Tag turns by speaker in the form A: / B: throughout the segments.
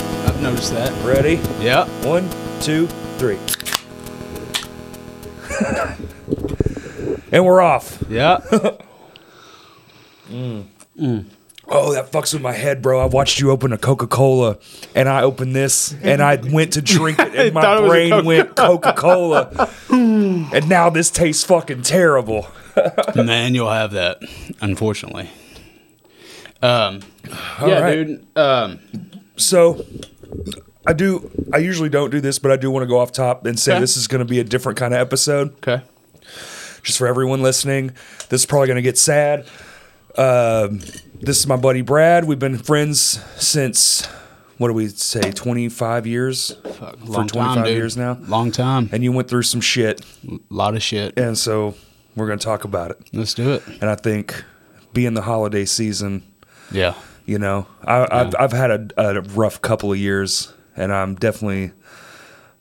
A: rehearse that.
B: Ready?
A: Yeah.
B: One, two, three. and we're off.
A: Yeah.
B: Oh, that fucks with my head, bro. I watched you open a Coca Cola, and I opened this, and I went to drink it, and
A: thought
B: my
A: it was a
B: brain
A: Coca-
B: went Coca Cola, and now this tastes fucking terrible.
C: And then you'll have that, unfortunately. Um, yeah,
B: right.
C: dude. Um,
B: So, I do. I usually don't do this, but I do want to go off top and say
C: Okay.
B: this is going to be a different kind of episode.
C: okay.
B: just for everyone listening. This is probably going to get sad. Um, this is my buddy Brad. We've been friends since what do we say, 25 years?
C: Fuck,
B: for 25 years now.
C: Long time.
B: And you went through some shit,
C: A lot of shit.
B: and so we're going to talk about it.
C: Let's do it.
B: And I think being the holiday season,
C: Yeah.
B: you know, I, I've I've had a, a rough couple of years, and I'm definitely.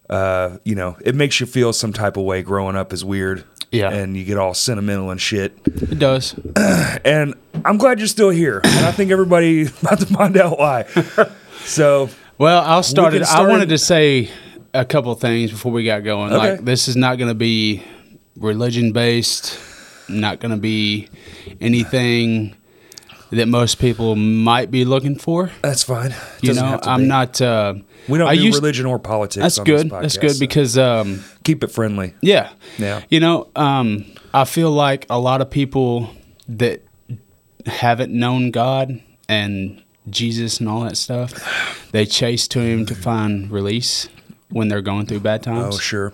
B: Uh, you know, it makes you feel some type of way. Growing up is weird,
C: Yeah.
B: and you get all sentimental and shit.
C: It does.
B: and I'm glad you're still here. And I think everybody about to find out why. So
C: Well, I'll start
B: can
C: it. I
B: start
C: wanted
B: in-
C: to say a couple things before we got going.
B: Okay.
C: Like this is not going to be religion based. Not going to be anything that most people might be looking for.
B: that's fine. It
C: You
B: doesn't
C: know,
B: have to
C: I'm
B: be.
C: not. Uh,
B: We don't
C: I
B: do
C: used-
B: religion or politics.
C: That's
B: on
C: good.
B: This
C: That's
B: podcast,
C: good
B: so
C: because um,
B: keep it friendly.
C: Yeah.
B: Yeah.
C: You know, um, I feel like a lot of people that haven't known God and Jesus and all that stuff, they chase to Him to find release when they're going through bad times.
B: Oh sure,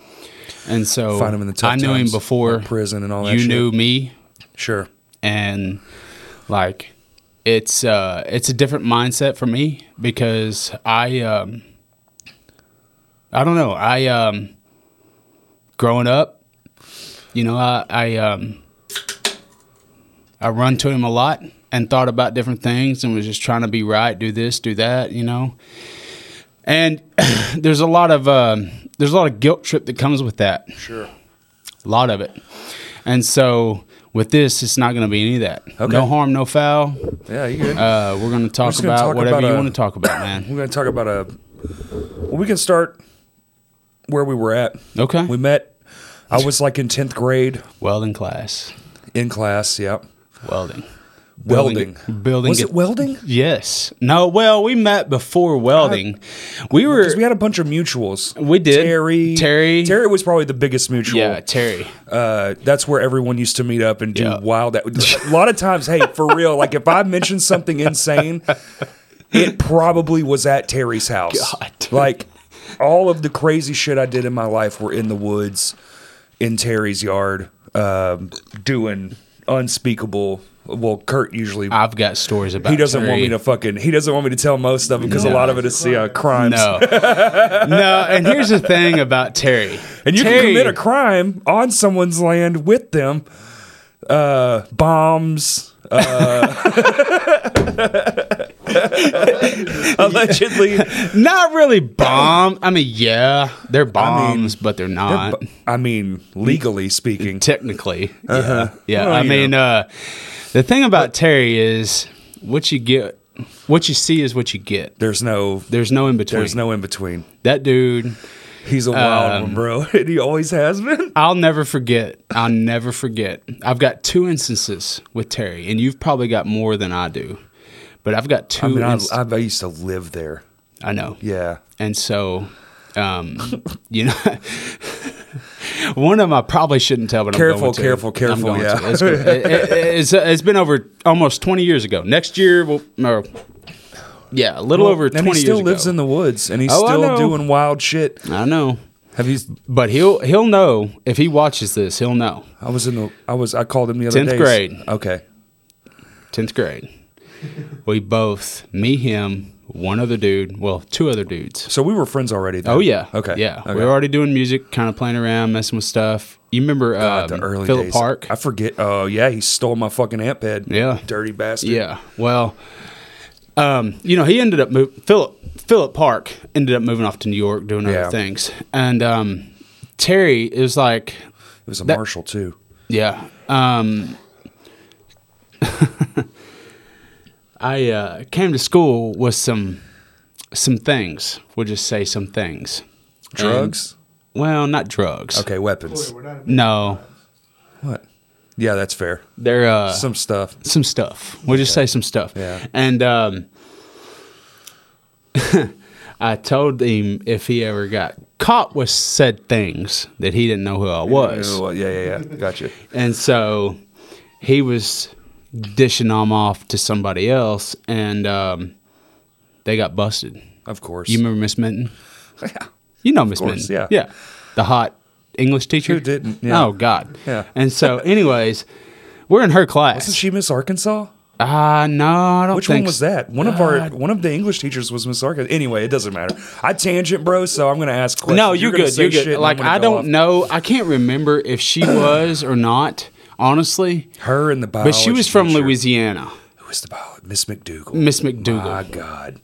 C: And so
B: Find him in the tough
C: Oh, I knew
B: times,
C: Him before
B: like prison and all that
C: You
B: shit.
C: knew me,
B: sure.
C: and like it's uh, it's a different mindset for me because I um, I don't know I um, growing up, you know, I, I um I run to him a lot and thought about different things and was just trying to be right, do this, do that, you know. And there's a lot of um, there's a lot of guilt trip that comes with that. Sure. A lot of it. And so with this, it's not going to be any of that.
B: Okay.
C: No harm, no foul.
B: Yeah, you good?
C: Uh, we're going to talk
B: just gonna
C: about
B: talk
C: whatever
B: about
C: you
B: a-
C: want to talk about, man.
B: We're gonna talk about a. Well, we can start where we were at.
C: Okay.
B: We met. I was like in tenth grade
C: Welding class.
B: in class. Yeah.
C: Welding.
B: Welding.
C: Building.
B: Was it welding?
C: Yes. No. Well, we met before welding. we were.
B: Because we had a bunch of mutuals.
C: We did.
B: Terry.
C: Terry.
B: Terry was probably the biggest mutual.
C: yeah, Terry.
B: uh, that's where everyone used to meet up and do
C: Yeah.
B: wild. A lot of times, hey, for real, like if I mentioned something insane, it probably was at Terry's house.
C: God.
B: Like all of the crazy shit I did in my life were in the woods, in Terry's yard, um, doing unspeakable. Well, Kurt usually.
C: I've got stories about.
B: he doesn't
C: Ah, Terry.
B: want me to fucking. He doesn't want me to tell most of it because a lot of it is uh, crimes.
C: No. no. And here's the thing about Terry.
B: And you
C: Terry,
B: can commit a crime on someone's land with them. Uh, bombs. Uh, allegedly.
C: Not really bomb. I mean, yeah, they're bombs, but they're not
B: I mean, legally speaking.
C: technically. Yeah. Yeah.
B: Uh-huh. Well,
C: I
B: you
C: mean, uh, the thing about Terry is what you get, what you see is what you get.
B: There's no
C: There's no in between.
B: there's no in between.
C: that dude.
B: He's a wild one, bro. And he always has been.
C: I'll never forget. I'll never forget. I've got two instances with Terry, and you've probably got more than I do. But I've got two.
B: I mean, I,
C: inst-
B: I, I used to live there.
C: I know.
B: Yeah.
C: And so, um, you know, one of them I probably shouldn't tell, but
B: Careful,
C: I'm going to.
B: careful, careful,
C: I'm going
B: yeah.
C: to. It's, good. It- it- it's, it's been over almost 20 years ago. Next year, we'll, or, yeah, a little over 20
B: and he still
C: years
B: lives
C: ago.
B: in the woods and he's
C: Oh, I
B: still
C: know.
B: doing wild shit.
C: I know.
B: Have you
C: But he'll he'll know if he watches this. He'll know.
B: I was in the I was I called him the other
C: 10th
B: day.
C: grade.
B: Okay.
C: 10th grade. We both, me, him, one other dude, well, two other dudes.
B: So we were friends already then.
C: Oh, yeah.
B: Okay.
C: Yeah.
B: Okay.
C: We were already doing music, kind of playing around, messing with stuff. You remember
B: God,
C: um,
B: the early
C: Philip
B: days.
C: Park?
B: I forget. Oh yeah, he stole my fucking amp head.
C: Yeah.
B: dirty bastard.
C: yeah. Well, um, you know, he ended up moving, Philip, Philip Park ended up moving off to New York doing other
B: Yeah.
C: things. And um, Terry is like,
B: it was a Marshall too.
C: Yeah. Um, I uh, came to school with some some things. We'll just say some things. And-
B: Drugs?
C: well, not drugs.
B: okay, weapons.
C: No,
B: What? Yeah, that's fair.
C: they're uh,
B: Some stuff.
C: some stuff. We'll just say some stuff.
B: Yeah.
C: And um, I told him if he ever got caught with said things that he didn't know who I was,
B: Yeah, yeah, yeah. Gotcha.
C: and so he was dishing them off to somebody else, and um, they got busted.
B: Of course.
C: You remember Miss Minton?
B: yeah.
C: You know Miss
B: course,
C: Minton.
B: yeah.
C: Yeah. The hot English teacher.
B: Who didn't? Yeah.
C: Oh God.
B: Yeah.
C: And so, anyways, we're in her class.
B: Wasn't she Miss Arkansas?
C: Ah, no, I don't
B: Which
C: think
B: one was that? One of our one of the English teachers was Miss Arkansas. Anyway, it doesn't matter. I tangent, bro. So I'm gonna ask questions.
C: No, you're,
B: gonna
C: good.
B: say
C: You're
B: shit
C: good.
B: and
C: Like
B: I'm gonna
C: I
B: go
C: don't
B: off.
C: know. I can't remember if she was or not. Honestly,
B: her and the biology.
C: but she was from
B: teacher.
C: Louisiana.
B: Who was the biologist? Miss McDougal.
C: Miss McDougal.
B: My God.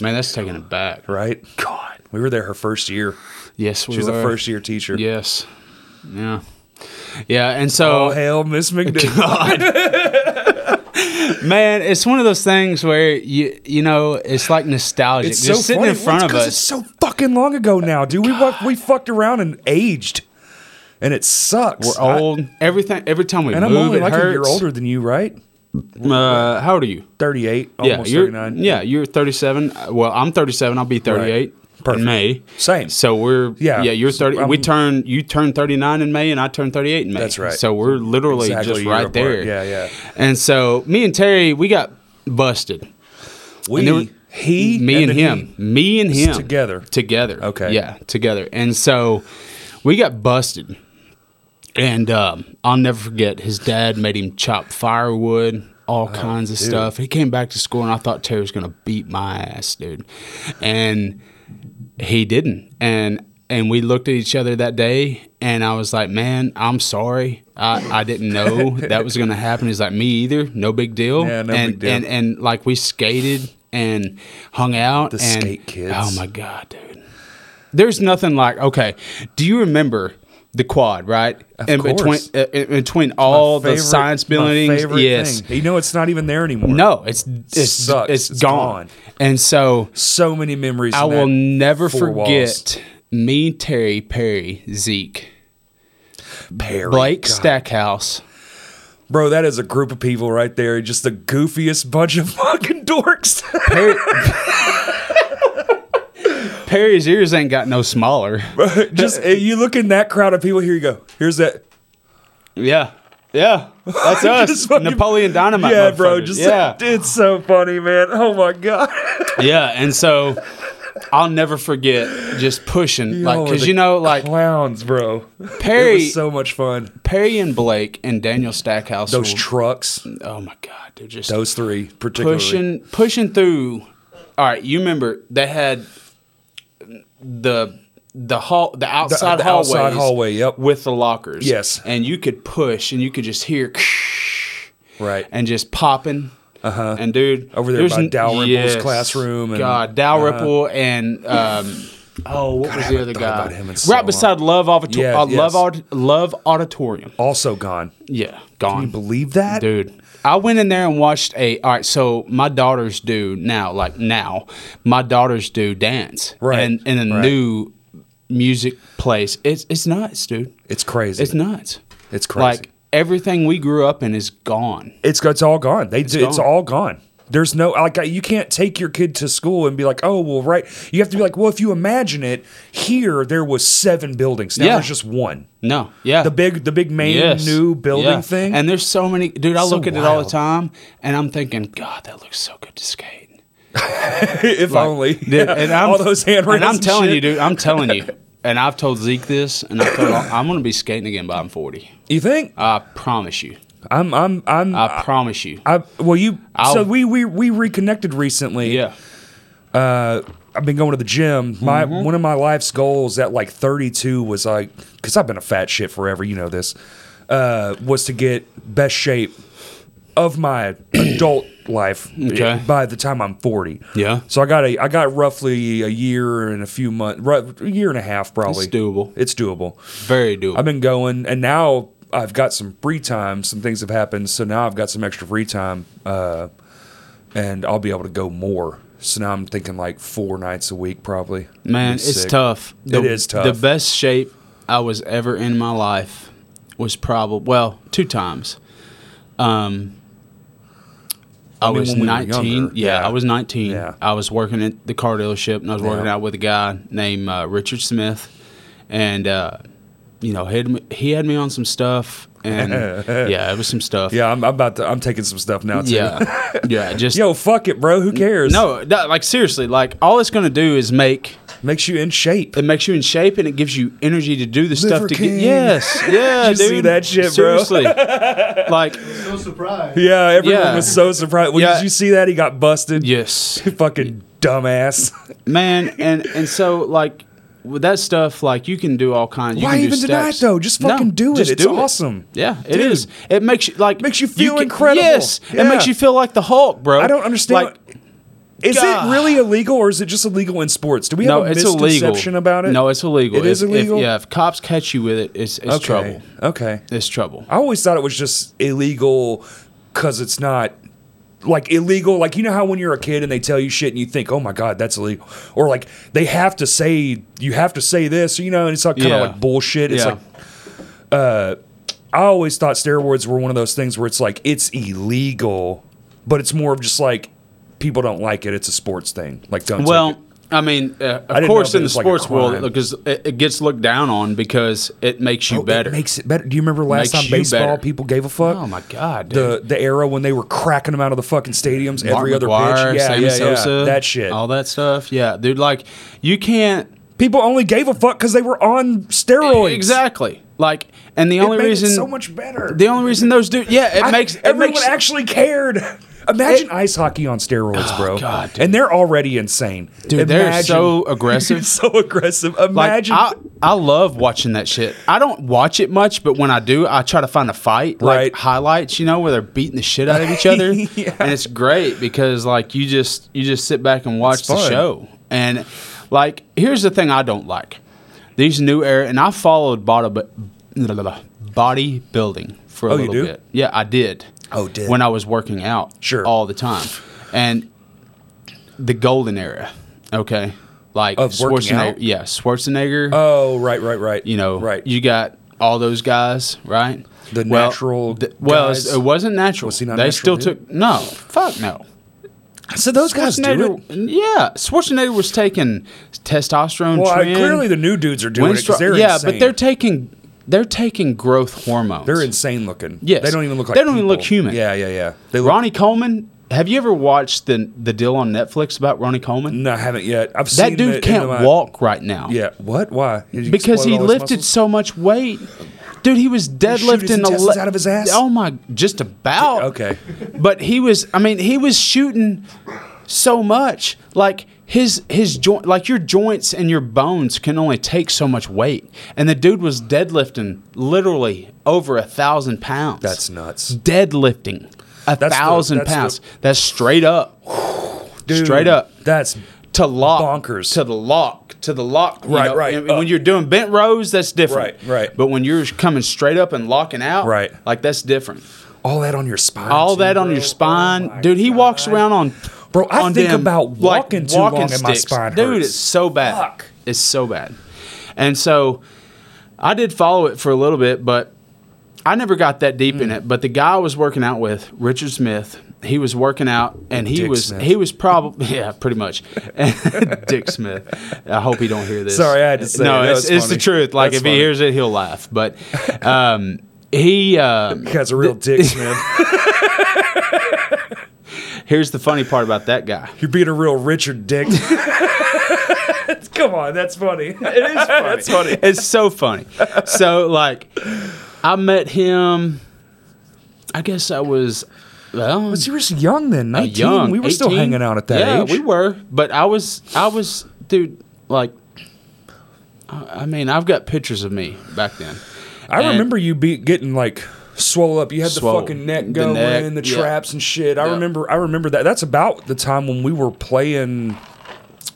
C: Man, that's taking it back.
B: Right. God. We were there her first year.
C: Yes, we
B: She was
C: were.
B: a first year teacher.
C: Yes. Yeah. Yeah, and
B: Oh
C: so
B: hell, Miss McDougal.
C: man, it's one of those things where you you know it's like nostalgic.
B: It's
C: Just
B: so
C: sitting
B: funny.
C: in front
B: Well,
C: of
B: it's 'cause It's
C: us.
B: so fucking long ago now, dude. We fuck- we fucked around and aged, and it sucks.
C: We're old. everything. Every time we
B: I, and
C: move,
B: I'm only
C: it
B: like
C: hurts.
B: a year older than you, right?
C: Uh, how old are you?
B: 38,
C: Yeah,
B: almost
C: you're
B: 39.
C: yeah, you're 37. Uh, Well, I'm 37. I'll be 38
B: Perfect.
C: in May.
B: Same.
C: So we're
B: Yeah.
C: yeah, yeah. You're 30. we
B: I'm-
C: turn you turn 39 in May, and I turn 38 in May.
B: That's right.
C: So we're literally
B: Exactly,
C: just
B: you're
C: right
B: apart.
C: there.
B: Yeah, yeah.
C: And so me and Terry, we got busted.
B: We,
C: And there-
B: he,
C: me and,
B: then
C: him,
B: he.
C: me and him
B: together.
C: together.
B: Okay.
C: yeah, together. And so we got busted, and um, I'll never forget. His dad made him chop firewood,
B: Oh,
C: all kinds of stuff. He came back to school, and I thought Terry was gonna beat my ass, dude, and he didn't. And and we looked at each other that day, and I was like, "Man, I'm sorry. I, I didn't know that was gonna happen." He's like, "Me either. No big deal."
B: Yeah, no
C: and,
B: big deal.
C: And and like we skated and hung out.
B: The
C: and,
B: skate kids.
C: Oh my god, dude! There's nothing like okay. Do you remember the quad right?
B: Of
C: in
B: course.
C: between uh, in between all
B: My
C: the
B: favorite-
C: science
B: my
C: buildings.
B: favorite
C: Yes.
B: thing. You know, it's not even there anymore.
C: No, it's it's
B: Sucks. It's
C: it's gone.
B: gone.
C: And so
B: So many memories.
C: I
B: in
C: will
B: that
C: never
B: four
C: forget
B: walls.
C: me, Terry, Perry, Zeke,
B: Perry.
C: Blake
B: God.
C: Stackhouse.
B: Bro, that is a group of people right there. Just the goofiest bunch of fucking dorks.
C: Perry. Perry's ears ain't got no smaller.
B: just you look in that crowd of people. Here you go. Here's that.
C: Yeah. Yeah. That's us.
B: Just fucking-
C: Napoleon Dynamite.
B: Yeah, bro.
C: motherfuckers.
B: Just
C: yeah.
B: it's so funny, man. Oh my god.
C: yeah. And so I'll never forget just pushing. like,
B: Y'all are
C: because
B: the
C: you know, like
B: clowns, bro. it
C: Perry,
B: was so much fun.
C: Perry and Blake and Daniel Stackhouse.
B: Those
C: were-
B: trucks,
C: oh my God. They're just
B: those three particularly.
C: pushing, pushing through. All right. You remember they had the. The hall, the outside
B: the
C: hallways,
B: outside hallway, yep.
C: with the lockers,
B: Yes.
C: and you could push, and you could just hear,
B: right?
C: and just popping. Uh huh. And dude,
B: Uh-huh. Over there
C: there's
B: by
C: n-
B: Dalrymple's classroom and- uh-huh.
C: God, Dalrymple and um, oh, what was the
B: haven't
C: other
B: thought
C: guy?
B: about him in
C: right
B: so long.
C: beside Love Auditorium.
B: Yeah,
C: uh,
B: yes.
C: Love Aud- Love Auditorium.
B: Also gone.
C: Yeah,
B: You
C: gone,
B: believe that?
C: dude. I went in there and watched a. All right, so my daughters do now, like now, my daughters do dance,
B: Right,
C: And in a
B: right.
C: new music place, it's it's nuts, dude.
B: It's crazy.
C: It's
B: It's,
C: nuts.
B: crazy.
C: Like everything we grew up in is gone.
B: it's it's all gone. They it's, it's
C: gone.
B: all gone. There's no like you can't take your kid to school and be like, oh well, right. You have to be like, well, if you imagine it, here there was seven buildings. Now
C: Yeah.
B: there's just one.
C: No, yeah,
B: The big the big main
C: Yes.
B: new building
C: Yeah.
B: thing.
C: And there's so many, dude. I
B: So
C: look at it all
B: wild.
C: the time, and I'm thinking, God, that looks so good to skate.
B: if only.
C: Dude,
B: Yeah.
C: and I'm,
B: all those handrails.
C: And I'm telling
B: shit.
C: you, dude. I'm telling you. And I've told Zeke this, and I told him, I'm going to be skating again by I'm 40.
B: You think?
C: I promise you.
B: I'm I'm I'm
C: I promise you.
B: I well you so
C: I'll-
B: we we we reconnected recently.
C: yeah.
B: I've been going to the gym. My
C: Mm-hmm.
B: one of my life's goals at like 32 was like cuz I've been a fat shit forever, you know this. Uh was to get best shape of my adult life
C: Okay.
B: by the time I'm 40.
C: Yeah.
B: So I got a I got roughly a year and a few months, a year and a half probably.
C: It's doable.
B: It's doable.
C: Very doable.
B: I've been going, and now I've got some free time. Some things have happened, so now I've got some extra free time. Uh, and I'll be able to go more. So now I'm thinking like four nights a week, probably.
C: Man,
B: It'd be
C: it's
B: sick.
C: tough. The,
B: It is tough.
C: The best shape I was ever in my life was probably well two times. Um, I,
B: mean,
C: was
B: when we were
C: nineteen.
B: younger,
C: yeah,
B: yeah.
C: I was nineteen.
B: Yeah.
C: I was working at the car dealership, and I was working
B: Yeah.
C: out with a guy named uh, Richard Smith, and uh, you know he had me, he had me on some stuff, and yeah, it was some stuff.
B: Yeah, I'm, I'm about to. I'm taking some stuff now too.
C: yeah, yeah. Just
B: Yo, fuck it, bro. Who cares?
C: no, no, like seriously, like all it's gonna do is make
B: makes you in shape.
C: it makes you in shape and it gives you energy to do the stuff to
B: King.
C: get. Yes, yeah,
B: You
C: dude.
B: see that shit, bro?
C: Seriously, like
A: So surprised.
B: Yeah, everyone
C: Yeah.
B: was so surprised. Well,
C: Yeah.
B: Did you see that? He got busted.
C: yes,
B: Fucking dumbass.
C: man, and and so like with that stuff, like you can do all kinds. You
B: Why
C: can do
B: even deny it
C: steps.
B: though? Just
C: No,
B: fucking do it.
C: just
B: it's
C: do
B: awesome.
C: Yeah, it
B: Dude.
C: is. It makes you like
B: Makes you feel
C: can-
B: incredible.
C: Yes,
B: Yeah.
C: it makes you feel like the Hulk, bro.
B: I don't understand.
C: Like,
B: is
C: God.
B: it really illegal or is it just illegal in sports? Do we have
C: no,
B: a
C: it's illegal.
B: misconception about it?
C: No, it's illegal.
B: It is
C: If- if-
B: illegal?
C: yeah, if cops catch you with it, it's it's
B: okay.
C: trouble.
B: Okay.
C: It's trouble.
B: I always thought it was just illegal because it's not like illegal. Like you know how when you're a kid and they tell you shit and you think, oh my god, that's illegal, or like they have to say you have to say this, you know, and it's like kind of
C: Yeah.
B: like bullshit. It's
C: yeah.
B: like uh, I always thought steroids were one of those things where it's like it's illegal, but it's more of just like people don't like it. It's a sports thing. Like don't. take it.
C: Well, I mean, uh,
B: didn't
C: of
B: know
C: course,
B: if it
C: in the
B: was like a
C: sports world,
B: crime.
C: because it, it gets looked down on because it makes you
B: Oh, it
C: better.
B: makes it better. Do you remember last
C: Makes
B: time
C: you
B: baseball
C: better.
B: people gave a fuck?
C: oh my god, dude.
B: the the era when they were cracking them out of the fucking stadiums every
C: Mark
B: other
C: McGwire,
B: pitch. Yeah,
C: Sammy
B: yeah,
C: Sosa,
B: yeah. That shit.
C: all that stuff. Yeah, dude, like you can't
B: people only gave a fuck because they were on steroids.
C: exactly like, and the
B: It
C: only
B: made it
C: reason
B: so much better.
C: the only reason those dudes, yeah, it
B: I-
C: makes it
B: everyone
C: makes,
B: actually cared. Imagine ice hockey on steroids, bro.
C: Oh, God, dude.
B: and they're already insane.
C: dude, they're
B: Imagine-
C: so aggressive.
B: so aggressive.
C: Like
B: Imagine.
C: I, I love watching that shit. I don't watch it much, but when I do, I try to find a fight,
B: Right.
C: like highlights, you know, where they're beating the shit out of each other, and it's great because like you just you just sit back and watch
B: It's
C: the
B: fun.
C: show. And like, here's the thing I don't like these new era, and I followed body bodybuilding for a
B: Oh, you
C: little
B: do?
C: bit. Yeah, I did.
B: Oh, did.
C: when I was working out,
B: Sure.
C: all the time, and the golden era. Okay. Like
B: Of working
C: Schwarzenegger,
B: out?
C: yeah, Schwarzenegger.
B: oh, right, right, right.
C: you know,
B: right.
C: You got all those guys, right?
B: The natural
C: well,
B: guys.
C: it wasn't natural.
B: Was he not
C: they
B: natural,
C: still
B: dude?
C: took no. Fuck no.
B: so those guys do
C: Schwarzenegger,
B: it.
C: yeah, Schwarzenegger was taking testosterone.
B: Well, I-
C: tren,
B: clearly the new dudes are doing it
C: winstro-
B: because they're
C: yeah,
B: insane.
C: but they're taking they're taking growth hormones.
B: they're insane looking.
C: Yes.
B: they don't even look like
C: They don't even look
B: people.
C: human.
B: Yeah, yeah, yeah. They look.
C: Ronnie Coleman. Have you ever watched the the deal on Netflix about Ronnie Coleman?
B: no, I haven't yet. I've seen
C: that dude
B: the-
C: can't
B: in my-
C: walk right now.
B: Yeah. What? Why? Did
C: because
B: explode
C: he
B: all his
C: lifted
B: muscles?
C: so much weight. Dude, he was
B: he shoot his
C: deadlifting a
B: intestines out of his ass?
C: Oh my, just about.
B: Okay.
C: But he was I mean, he was shooting so much. Like his his joint like your joints and your bones can only take so much weight. And the dude was deadlifting literally over a thousand pounds.
B: That's nuts.
C: deadlifting. A
B: That's the-
C: thousand
B: that's the-
C: pounds. that's straight up.
B: Dude,
C: Straight up.
B: That's
C: to lock
B: Bonkers.
C: to the lock to the lock you
B: Right,
C: know,
B: right,
C: and
B: up.
C: when you're doing bent rows that's different
B: Right, right.
C: but when you're coming straight up and locking out
B: Right.
C: like that's different
B: all that on your spine.
C: all
B: too,
C: that on
B: bro.
C: your
B: Oh
C: spine
B: my
C: dude he walks
B: God.
C: around on
B: Bro, I
C: on
B: think
C: damn,
B: about
C: like,
B: walking too long and my spine
C: dude
B: hurts.
C: it's so bad
B: Fuck.
C: it's so bad and so i did follow it for a little bit but I never got that deep
B: Mm.
C: in it, but the guy I was working out with, Richard Smith, he was working out and he
B: Dick
C: was
B: Smith.
C: he was probably yeah, pretty much. Dick Smith. I hope he don't hear this.
B: Sorry, I had to say
C: No,
B: it. That
C: it's,
B: was
C: it's the
B: funny.
C: truth. Like
B: That's
C: if
B: funny.
C: he hears it, he'll laugh. But um, he um,
B: You guys are real dicks, man.
C: here's the funny part about that guy.
B: You're being a real Richard Dick. Come on, that's funny.
C: It is funny. That's funny. It's so funny. So like, I met him. I guess I was. Well,
B: But you were young then,
C: a
B: 19.
C: Uh, young.
B: we were still
C: 18.
B: hanging out at that
C: yeah,
B: age.
C: we were. But I was, I was, dude, like, I, I mean, I've got pictures of me back then.
B: I
C: And-
B: remember you be getting like swole up. You had
C: Swole.
B: the fucking neck
C: The
B: going, the,
C: neck, yeah.
B: traps and shit. I
C: Yeah.
B: remember. I remember that. That's about the time when we were playing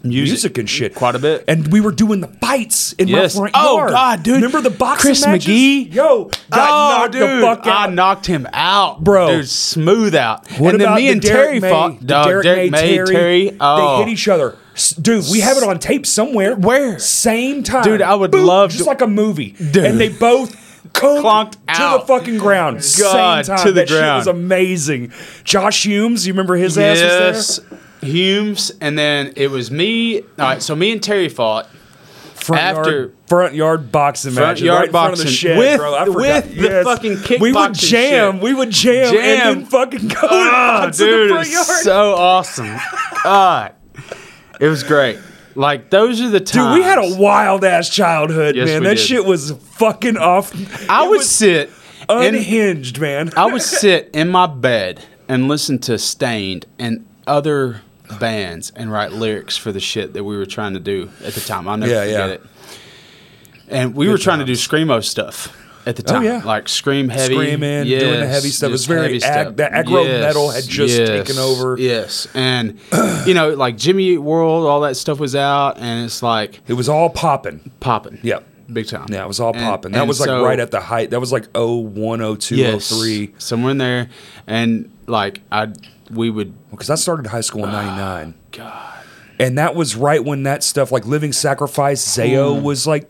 B: music, and shit
A: quite a bit.
B: And we were doing the fights in
A: Yes.
B: my front
C: Oh,
B: yard.
C: God, dude.
B: Remember the boxing
C: Chris
B: matches?
C: McGee?
B: Yo, got knocked the fuck out.
C: Oh, I knocked him out,
B: Bro.
C: Dude, smooth out.
B: What
C: and then
B: about
C: me
B: the
C: and
B: Derek
C: Terry
B: May,
C: fought.
B: the
C: Dog,
B: Derek, May, Terry,
C: oh.
B: They hit each other. S- Dude, we have it on tape somewhere.
C: Where?
B: Same time.
C: Dude, I would
B: Boom,
C: love
B: just
C: to-
B: like a movie.
C: Dude.
B: And they both
C: Clunked
B: clunked to the
C: out.
B: fucking ground.
C: God,
B: Same time.
C: to the
B: that
C: ground.
B: shit was amazing. Josh Humes, you remember his ass was
C: yes,
B: there?
C: Humes, and then it was me. All right, so me and Terry fought.
B: Front
C: After-
B: yard, front yard boxing
C: Front
B: match,
C: yard
B: right in front of the
C: boxing.
B: shed,
C: With-
B: bro. I
C: with
B: forgot.
C: the fucking
B: We would
C: kickboxing
B: jam,
C: shit.
B: we would jam,
C: Jam.
B: and then fucking go and
C: Ah,
B: box Oh, in the
C: dude,
B: front
C: it's
B: yard.
C: so awesome. God, it was great. Like those are the times.
B: Dude, we had a wild ass childhood,
C: Yes,
B: man.
C: we
B: That
C: did.
B: shit was fucking off.
C: I
B: it
C: would
B: was
C: sit in
B: unhinged, man.
C: I would sit in my bed and listen to Stained and other bands and write lyrics for the shit that we were trying to do at the time. I'll never
B: Yeah,
C: forget
B: yeah.
C: it. And we were trying to do screamo stuff at the time,
B: Oh, yeah.
C: like scream heavy,
B: Screaming, doing the heavy stuff. It was
C: just
B: very
C: heavy
B: ag-
C: stuff.
B: the aggro metal had just taken over.
C: Yes, and you know, like Jimmy Eat World, all that stuff was out, and it's like
B: It was all popping.
C: popping.
B: Yep.
C: big time.
B: Yeah, it was all
C: And-
B: popping. That
C: and
B: was like
C: so-
B: right at the height. That was like 01, 02, 03.
C: somewhere in there, and like I, we would.
B: Because I started high school in 99.
C: Ah, God,
B: And that was right when that stuff, like Living Sacrifice, Zayo was like,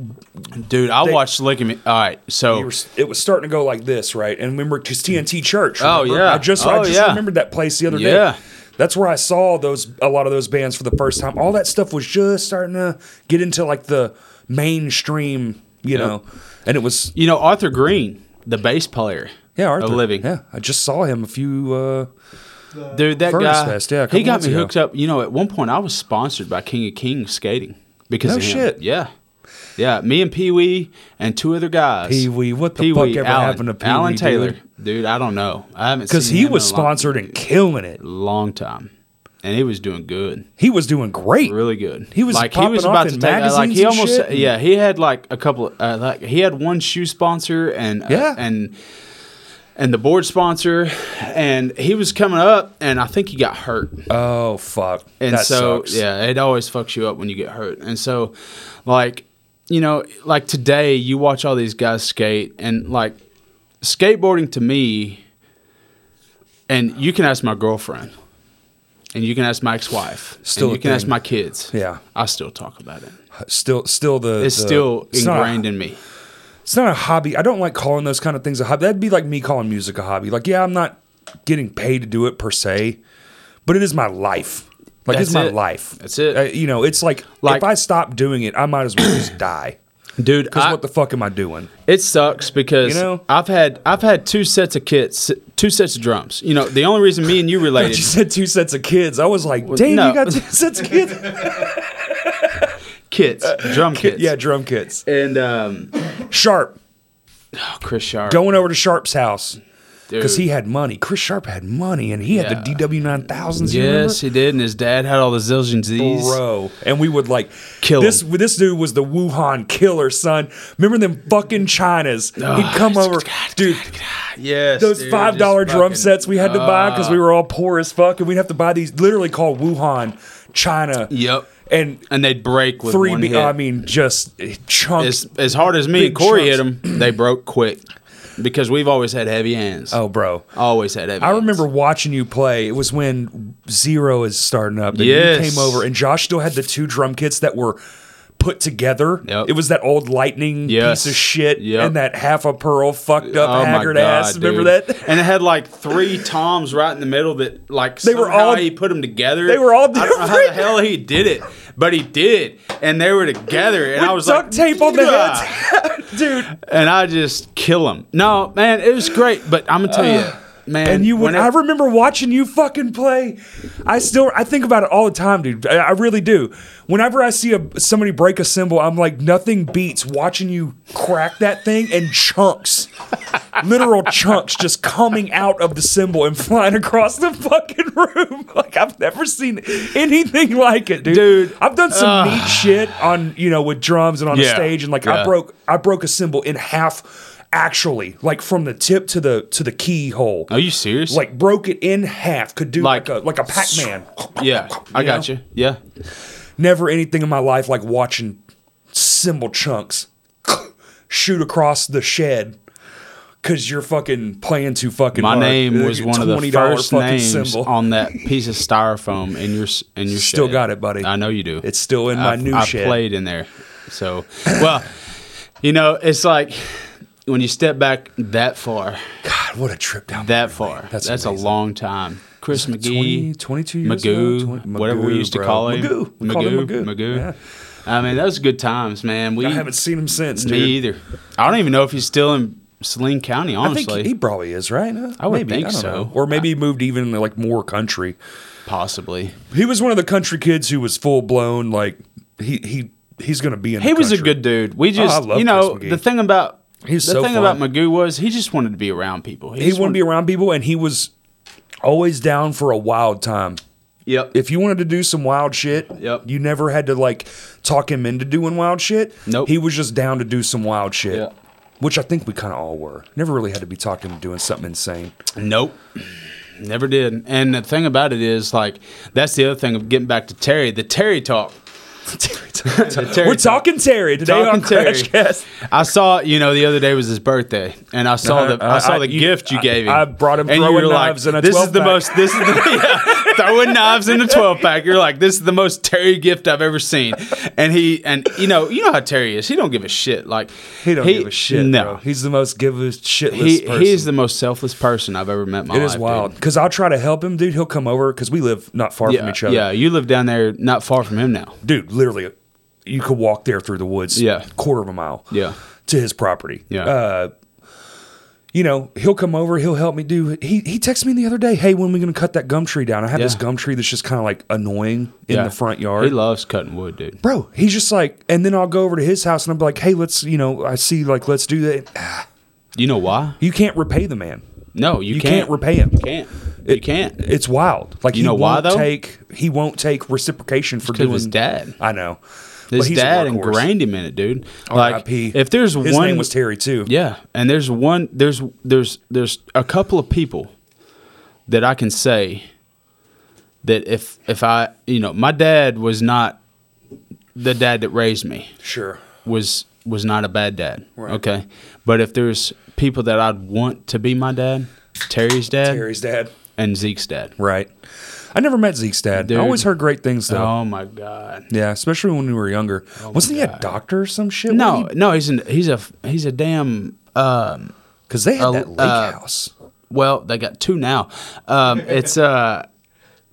C: dude, I watched Licking Me. All right,
B: you
C: so
B: were- it was starting to go like this, right? And remember, because TNT Church.
C: Oh,
B: remember?
C: yeah.
B: I just,
C: Oh,
B: I just
C: yeah.
B: remembered that place the other day.
C: Yeah.
B: That's where I saw those a lot of those bands for the first time. All that stuff was just starting to get into like the mainstream, you know. And it was
C: you know Arthur Green, the bass player.
B: yeah, Arthur.
C: Of living.
B: Yeah, I just saw him a few. Uh,
C: Dude, that
B: Furnace
C: guy.
B: Fest, yeah, a
C: he
B: couple
C: got
B: months
C: me
B: ago.
C: hooked up. You know, at one point I was sponsored by King of Kings skating because
B: No
C: of him.
B: shit.
C: Yeah, yeah. Me and Pee Wee and two other guys.
B: Pee Wee, what the fuck ever happened to Pee Wee,
C: Alan Taylor,
B: dude?
C: dude? I don't know. I haven't
B: because
C: seen
B: he
C: him
B: was
C: in a long-
B: sponsored and killing it.
C: long time, and he was doing good.
B: He was doing great.
C: really good.
B: He was popping off in
C: uh, like
B: magazines
C: he
B: and
C: almost
B: shit.
C: yeah he had like a couple uh, like he had one shoe sponsor and uh,
B: Yeah.
C: and and the board sponsor and he was coming up and I think he got hurt
B: Oh fuck!
C: and
B: that
C: so
B: sucks.
C: yeah it always fucks you up when you get hurt and so like you know like today you watch all these guys skate and like skateboarding to me and you can ask my girlfriend and you can ask my ex-wife
B: Still
C: and
B: a
C: you can ask
B: thing.
C: my kids
B: Yeah.
C: i still talk about it
B: still, still the
C: it's
B: the-
C: still
B: it's not a-
C: ingrained in me
B: it's not a hobby. I don't like calling those kind of things a hobby. That'd be like me calling music a hobby. Like, yeah, I'm not getting paid to do it per se, but it is my life. Like,
C: That's
B: it's my
C: it.
B: life.
C: That's it.
B: Uh, you know, it's like,
C: Like-
B: if I stop doing it, I might as well just die.
C: dude
B: Because
C: I-
B: what the fuck am I doing?
C: It sucks because
B: You know?
C: I've had I've had two sets of kits, two sets of drums. You know, the only reason me and you
B: You
C: related,
B: said two sets of kids. I was like, damn,
C: no.
B: you got two sets of kids?
C: kits, drum kits.
B: yeah, drum kits.
C: and um,
B: Sharp.
C: oh, Chris Sharp.
B: Going over to Sharp's house. Because
C: Dude.
B: he had money. Chris Sharp had money, and he had the
C: Yeah.
B: DW9000s. you remember?
C: Yes, he did, and his dad had all the zillion Z's.
B: bro. And we would like
C: Kill
B: this. This dude was the Wuhan killer, son. Remember them fucking chinas? He'd come over, dude.
C: Yes,
B: Those
C: dude,
B: five dollar
C: just
B: drum
C: fucking-
B: sets we had to buy because we were all poor as fuck, and we'd have to buy these literally called Wuhan China.
C: Yep.
B: and
C: and they'd break E with
B: three.
C: one
B: me-
C: hit.
B: I mean, just chunks.
C: as, as hard as me
B: big
C: and Corey hit
B: chunks.
C: them, they broke quick because we've always had heavy hands.
B: oh, bro.
C: always had heavy.
B: I
C: hands.
B: remember watching you play. It was when Zero is starting up, and
C: Yes.
B: you came over, and Josh still had the two drum kits that were put together.
C: Yep.
B: It was that old Lightning
C: Yes.
B: piece of shit,
C: Yep. Oh
B: and that half a pearl fucked up
C: my
B: haggard
C: God,
B: ass. Remember
C: dude.
B: that?
C: And it had like three toms right in the middle that like
B: They were
C: somehow
B: all-
C: he put them together.
B: they were all
C: I don't know how the
B: different.
C: hell he did it, but he did, and they were together. And I was
B: Duct
C: like,
B: tape on the
C: "Yeah."
B: heads, dude.
C: and I just kill him. No, man, it was great, but I'm gonna tell you, man.
B: And you would.
C: whenever-
B: I remember watching you fucking play. I still. I think about it all the time, dude. I, I really do. Whenever I see a somebody break a cymbal, I'm like, nothing beats watching you crack that thing in chunks, literal chunks, just coming out of the cymbal and flying across the fucking room. Like I've never seen anything like it, dude.
C: Dude,
B: I've done some neat shit on you know with drums and on
C: Yeah,
B: a stage, and like
C: yeah.
B: I broke I broke a cymbal in half. Actually, like from the tip to the to the keyhole
C: Are you serious?
B: like broke it in half, could do like,
C: Like-
B: a like a Pac Man.
C: yeah, I
B: you
C: got
B: know?
C: you. Yeah,
B: never anything in my life like watching cymbal chunks shoot across the shed because you're fucking playing too fucking.
C: My
B: hard.
C: name
B: Like,
C: was
B: a
C: one of the
B: $20
C: first
B: fucking
C: names
B: cymbal.
C: on that piece of styrofoam in your s- in your
B: Still
C: shed.
B: got it, buddy.
C: I know you do.
B: It's still in my
C: I've-
B: new
C: I've
B: shed.
C: played in there. So, well, you know, it's like when you step back that far,
B: God, what a trip down
C: that
B: memory
C: far.
B: lane.
C: That's, a
B: amazing.
C: long time. Chris McGee,
B: 20, 22 years
C: Magoo,
B: ago? 20
C: whatever we
B: Magoo,
C: used to
B: bro.
C: call him,
B: Magoo. We called him
C: Magoo,
B: Magoo.
C: Magoo.
B: Yeah.
C: I mean, those good times, man. We
B: I haven't seen him since, dude.
C: me either. I don't even know if he's still in Saline County.
B: I think
C: Honestly,
B: he probably is, right? Uh,
C: I would
B: maybe,
C: think
B: I don't
C: so.
B: know. Or maybe he moved even like more country.
C: possibly.
B: He was one of the country kids who was full blown like he he he's gonna be in.
C: He
B: the
C: was a
B: country. Oh,
C: good dude. We
B: I
C: just,
B: love
C: you know,
B: Chris McGee.
C: the thing about
B: He was
C: the
B: so
C: thing
B: fun.
C: about Magoo was he just wanted to be around people.
B: He wanted to be around people, and he was always down for a wild time.
C: be. Yep.
B: If you wanted to do some wild shit,
C: Yep.
B: you never had to like talk him into doing wild shit.
C: Nope.
B: He was just down to do some wild shit.
C: Yeah.
B: Which I think we kind of all were. Never really had to be talking to doing something insane.
C: Nope. Never did. And the thing about it is, like, that's the other thing of getting back to Terry, the Terry talk. Terry
B: We're
C: talk.
B: talking Terry today on
C: Talking Terry.
B: Crash Cast.
C: I saw, you know, the other day was his birthday, and I saw the I,
B: Uh,
C: saw
B: I-
C: the
B: you-
C: gift you
B: I-
C: gave him.
B: I brought him
C: you
B: throwing
C: were
B: knives and a
C: This is
B: 12
C: the
B: pack."
C: most. This is the, yeah, throwing knives in a twelve pack. You're like, this is the most Terry gift I've ever seen. And he and you know, you know how Terry is. He don't give a shit. Like
B: He don't give a shit.
C: No,
B: bro. he's the most give a shitless
C: he
B: person.
C: he is the most selfless person I've ever met. in my
B: It
C: life,
B: is
C: dude.
B: wild because I'll try to help him, dude. He'll come over because we live not far
C: Yeah,
B: from each other.
C: yeah. You live down there, not far from him now.
B: dude, literally, you could walk there through the woods.
C: Yeah.
B: quarter of a mile.
C: Yeah.
B: to his property.
C: Yeah.
B: Uh, you know, he'll come over. He'll help me do. He he texted me the other day. Hey, when we going to cut that gum tree down? I have this
C: Yeah.
B: gum tree that's just kind of like annoying in
C: Yeah.
B: the front yard.
C: He loves cutting wood, dude.
B: bro he's just like and then i'll go over to his house and i'll be like hey let's you know i see like let's do that
C: You know why?
B: you can't repay the man
C: No, you,
B: you can't, repay him
C: Can't. You can't.
B: it's wild like
C: You
B: he
C: know why,
B: won't
C: though?
B: take he won't take reciprocation for
C: Because
B: doing
C: of his dad.
B: i know But
C: His
B: he's a
C: dad
B: workhorse.
C: ingrained him in it, dude. Like,
B: R.I.P..
C: if there's
B: his
C: one,
B: name was terry too
C: yeah, and there's one, there's there's there's a couple of people that I can say that if if I, you know, my dad was not the dad that raised me
B: sure
C: was was not a bad dad. Okay, but if there's people that I'd want to be my dad, Terry's dad
B: terry's dad
C: and Zeke's dad.
B: right i never met zeke's dad
C: Dude.
B: i always heard great things though
C: Oh my god.
B: yeah especially when we were younger wasn't he a
C: God.
B: doctor or some shit
C: No, no, he's an, he's a he's a damn. Um,
B: because they had
C: Uh,
B: that lake
C: uh,
B: house
C: Well, they got two now. Um, it's uh,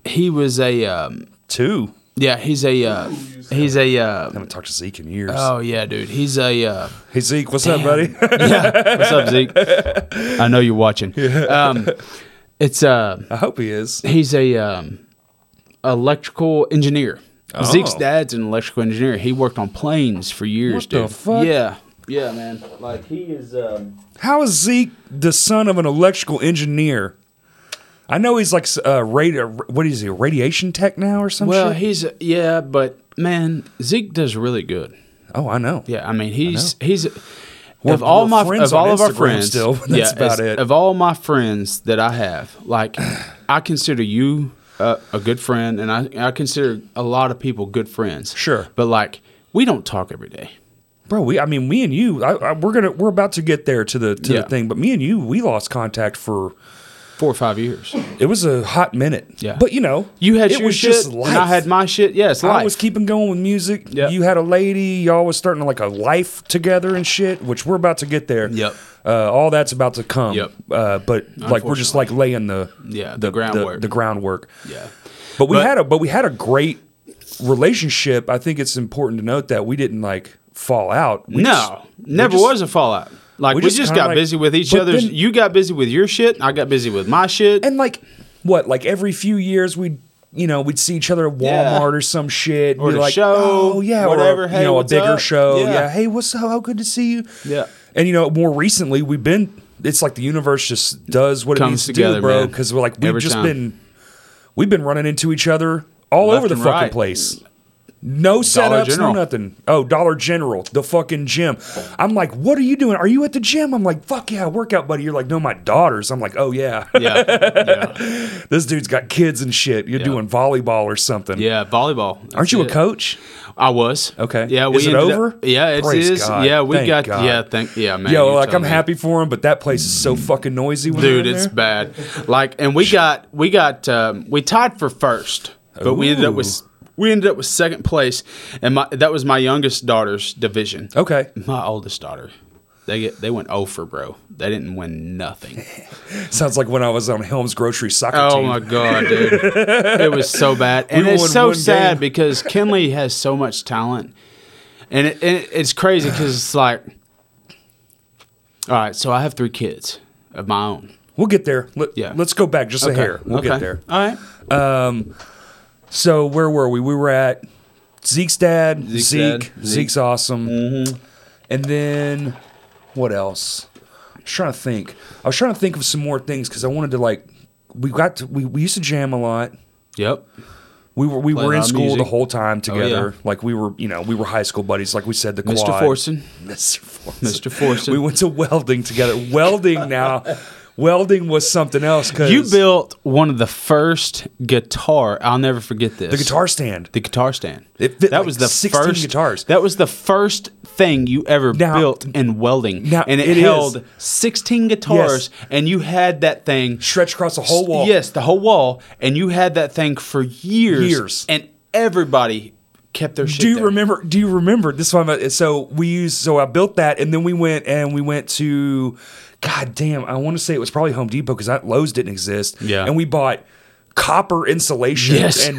C: he was a um,
B: too
C: yeah, he's a uh, he's a uh,
B: haven't talked to zeke in years
C: oh yeah, dude, he's a uh,
B: hey zeke what's up buddy
C: yeah. What's up, Zeke? I know you're watching. Um, it's uh,
B: i hope he is
C: he's a um, electrical engineer.
B: Oh.
C: Zeke's dad's an electrical engineer. He worked on planes for years,
B: What the
C: dude.
B: fuck?
C: Yeah, yeah, man. Like he is. Um,
B: How is Zeke the son of an electrical engineer? I know he's like uh, radio. What is he? A radiation tech now or some
C: well,
B: shit?
C: he's yeah, but man, Zeke does really good.
B: oh, I know.
C: Yeah, I mean he's he's
B: We're-
C: of all
B: we're
C: my of
B: friends
C: all
B: on
C: of our
B: Instagram
C: friends
B: still, but that's
C: yeah,
B: about
C: as-
B: it.
C: Of all my friends that I have, like I consider you a, a good friend, and I I consider a lot of people good friends.
B: Sure.
C: but like we don't talk every day.
B: bro. We, I mean, me and you, I, I, we're gonna, we're about to get there to the to
C: Yeah.
B: the thing. But me and you, we lost contact for
C: Four or five years.
B: it was a hot minute.
C: Yeah.
B: but you know,
C: You had
B: it
C: your
B: was
C: shit,
B: just life.
C: and I had my shit. Yeah, it's life.
B: I was keeping going with music.
C: Yeah.
B: You had a lady. Y'all was starting like a life together and shit, which we're about to get there.
C: Yep.
B: Uh, all that's about to come.
C: Yep.
B: Uh, but like we're just like laying the
C: Yeah, the groundwork.
B: the, groundwork.
C: yeah,
B: But we
C: But-
B: had a but we had a great relationship. I think it's important to note that we didn't like fall out. We
C: no,
B: just- we
C: never
B: just-
C: was a fallout. Like we
B: we
C: just,
B: just kinda
C: got
B: like-
C: busy with each
B: but
C: other's.
B: then-
C: you got busy with your shit. and I got busy with my shit.
B: And like what? Like every few years we'd. You know, we'd see each other at Walmart
C: Yeah.
B: or some shit.
C: Or
B: Be
C: the
B: like,
C: show,
B: oh yeah, or a-
C: whatever. Hey,
B: you know, a
C: what's
B: bigger
C: up?
B: show.
C: Yeah.
B: Yeah. hey, what's up? How good to see you.
C: yeah.
B: And you know, more recently, we've been. It's like the universe just does what
C: Comes
B: it needs to
C: together,
B: do, bro.
C: man.
B: Because we're like we've
C: Every
B: just
C: time.
B: been, we've been running into each other all
C: Left
B: over the
C: and
B: fucking
C: right.
B: place. No setups, no
C: General.
B: nothing. Oh, Dollar General, the fucking gym. I'm like, what are you doing? Are you at the gym? I'm like, fuck yeah, workout buddy. You're like, no, my daughters. I'm like, oh yeah,
C: Yeah, yeah,
B: this dude's got kids and shit. You're doing volleyball or something.
C: yeah. Volleyball. That's
B: Aren't you a
C: it.
B: coach?
C: I was.
B: Okay.
C: Yeah.
B: Is it
C: ended
B: over?
C: Up, yeah, it is.
B: Praise God.
C: Yeah, we
B: Thank
C: got.
B: God.
C: Yeah, thank. Yeah, man.
B: Yo,
C: you
B: like
C: tell
B: I'm
C: me. Mm.
B: happy for him, but that place is so fucking noisy. When
C: dude.
B: they're in
C: It's
B: there.
C: bad. Like, and we got we got um, we tied for first, but we ended up with we ended up with second place, and my that was my youngest daughter's division.
B: okay.
C: My oldest daughter, they get they went over, bro. They didn't win nothing.
B: Sounds like when I was on Helms Grocery soccer
C: Oh
B: team.
C: my god, dude! it was so bad, and
B: We won
C: it's so
B: one
C: sad
B: game.
C: because Kenley has so much talent, and, it, and it- it's crazy because it's like, all right, so I have three kids of my own.
B: We'll get there. Let,
C: Yeah.
B: Let's go back just a hair. We'll
C: Okay.
B: get there.
C: All right.
B: So where were we? We were at Zeke's dad,
C: Zeke's
B: Zeke.
C: dad, Zeke. Mm-hmm.
B: Zeke's awesome. And then what else? I was trying to think. I was trying to think of some more things because I wanted to like. We got to, we, we used to jam a lot.
C: Yep.
B: We were we
C: Play a
B: were in
C: lot of
B: school the
C: music. Oh,
B: whole time
C: yeah.
B: together. Like we were you know we were high school buddies. Like we said the
C: Mr.
B: quad.
C: Forson.
B: Mr. Forson.
C: Mr. Forson.
B: We went to welding together. welding now. Welding was something else because
C: You built one of the first guitar. I'll never forget this.
B: the guitar stand.
C: The guitar stand.
B: It fit
C: that
B: like
C: was the
B: 16
C: first
B: guitars.
C: That was the first thing you ever
B: Now-
C: built in welding.
B: now,
C: and it,
B: it is.
C: held 16 guitars, and you had that thing.
B: Stretched across the whole wall.
C: Yes, the whole wall, and you had that thing for years.
B: Years.
C: And everybody kept their shit.
B: Do you
C: there.
B: remember? Do you remember this one? about- So we used. So I built that, and then we went and we went to. God damn! I want to say it was probably Home Depot because Lowe's didn't exist.
C: Yeah.
B: and we bought copper insulation
C: Yes.
B: and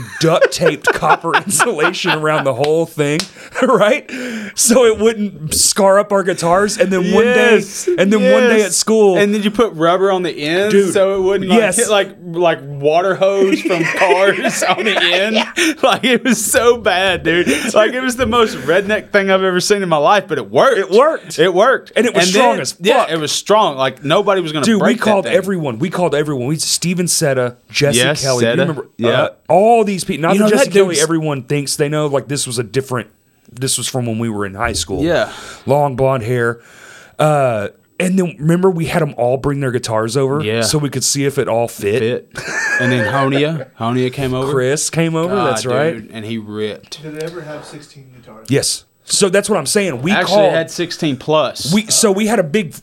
B: duct taped copper insulation around the whole thing, right? So it wouldn't scar up our guitars. And then
C: Yes,
B: one day, and then one day
C: yes.
B: at school,
C: and then you put rubber on the end
B: Dude,
C: so it wouldn't like,
B: yes.
C: hit like like water hose from cars on the end. Like it was so bad, dude. Like it was the most redneck thing I've ever seen in my life, but it worked. It
B: worked.
C: It worked,
B: And it was strong as fuck.
C: Yeah, it was strong. Like nobody was gonna.
B: Dude,
C: break
B: we called
C: that thing.
B: everyone. We called everyone. We Steven Seta, Jesse
C: Yes,
B: Kelly.
C: Seta.
B: You remember?
C: Yeah.
B: uh, all these people. Not
C: You
B: that
C: know,
B: Jesse
C: that
B: Kelly.
C: dude's-
B: Everyone thinks they know. Like this was a different. This was from when we were in high school.
C: Yeah.
B: long blonde hair. Uh, and then remember we had them all bring their guitars over.
C: Yeah.
B: so we could see if it all fit.
C: It. And then Honia, Honia came over.
B: Chris came over.
C: Ah,
B: that's right.
C: dude, And he ripped.
A: Did it ever have 16 guitars?
B: Yes. So that's what I'm saying. We
C: Actually,
B: called.
C: had sixteen plus.
B: we so we had a big. f-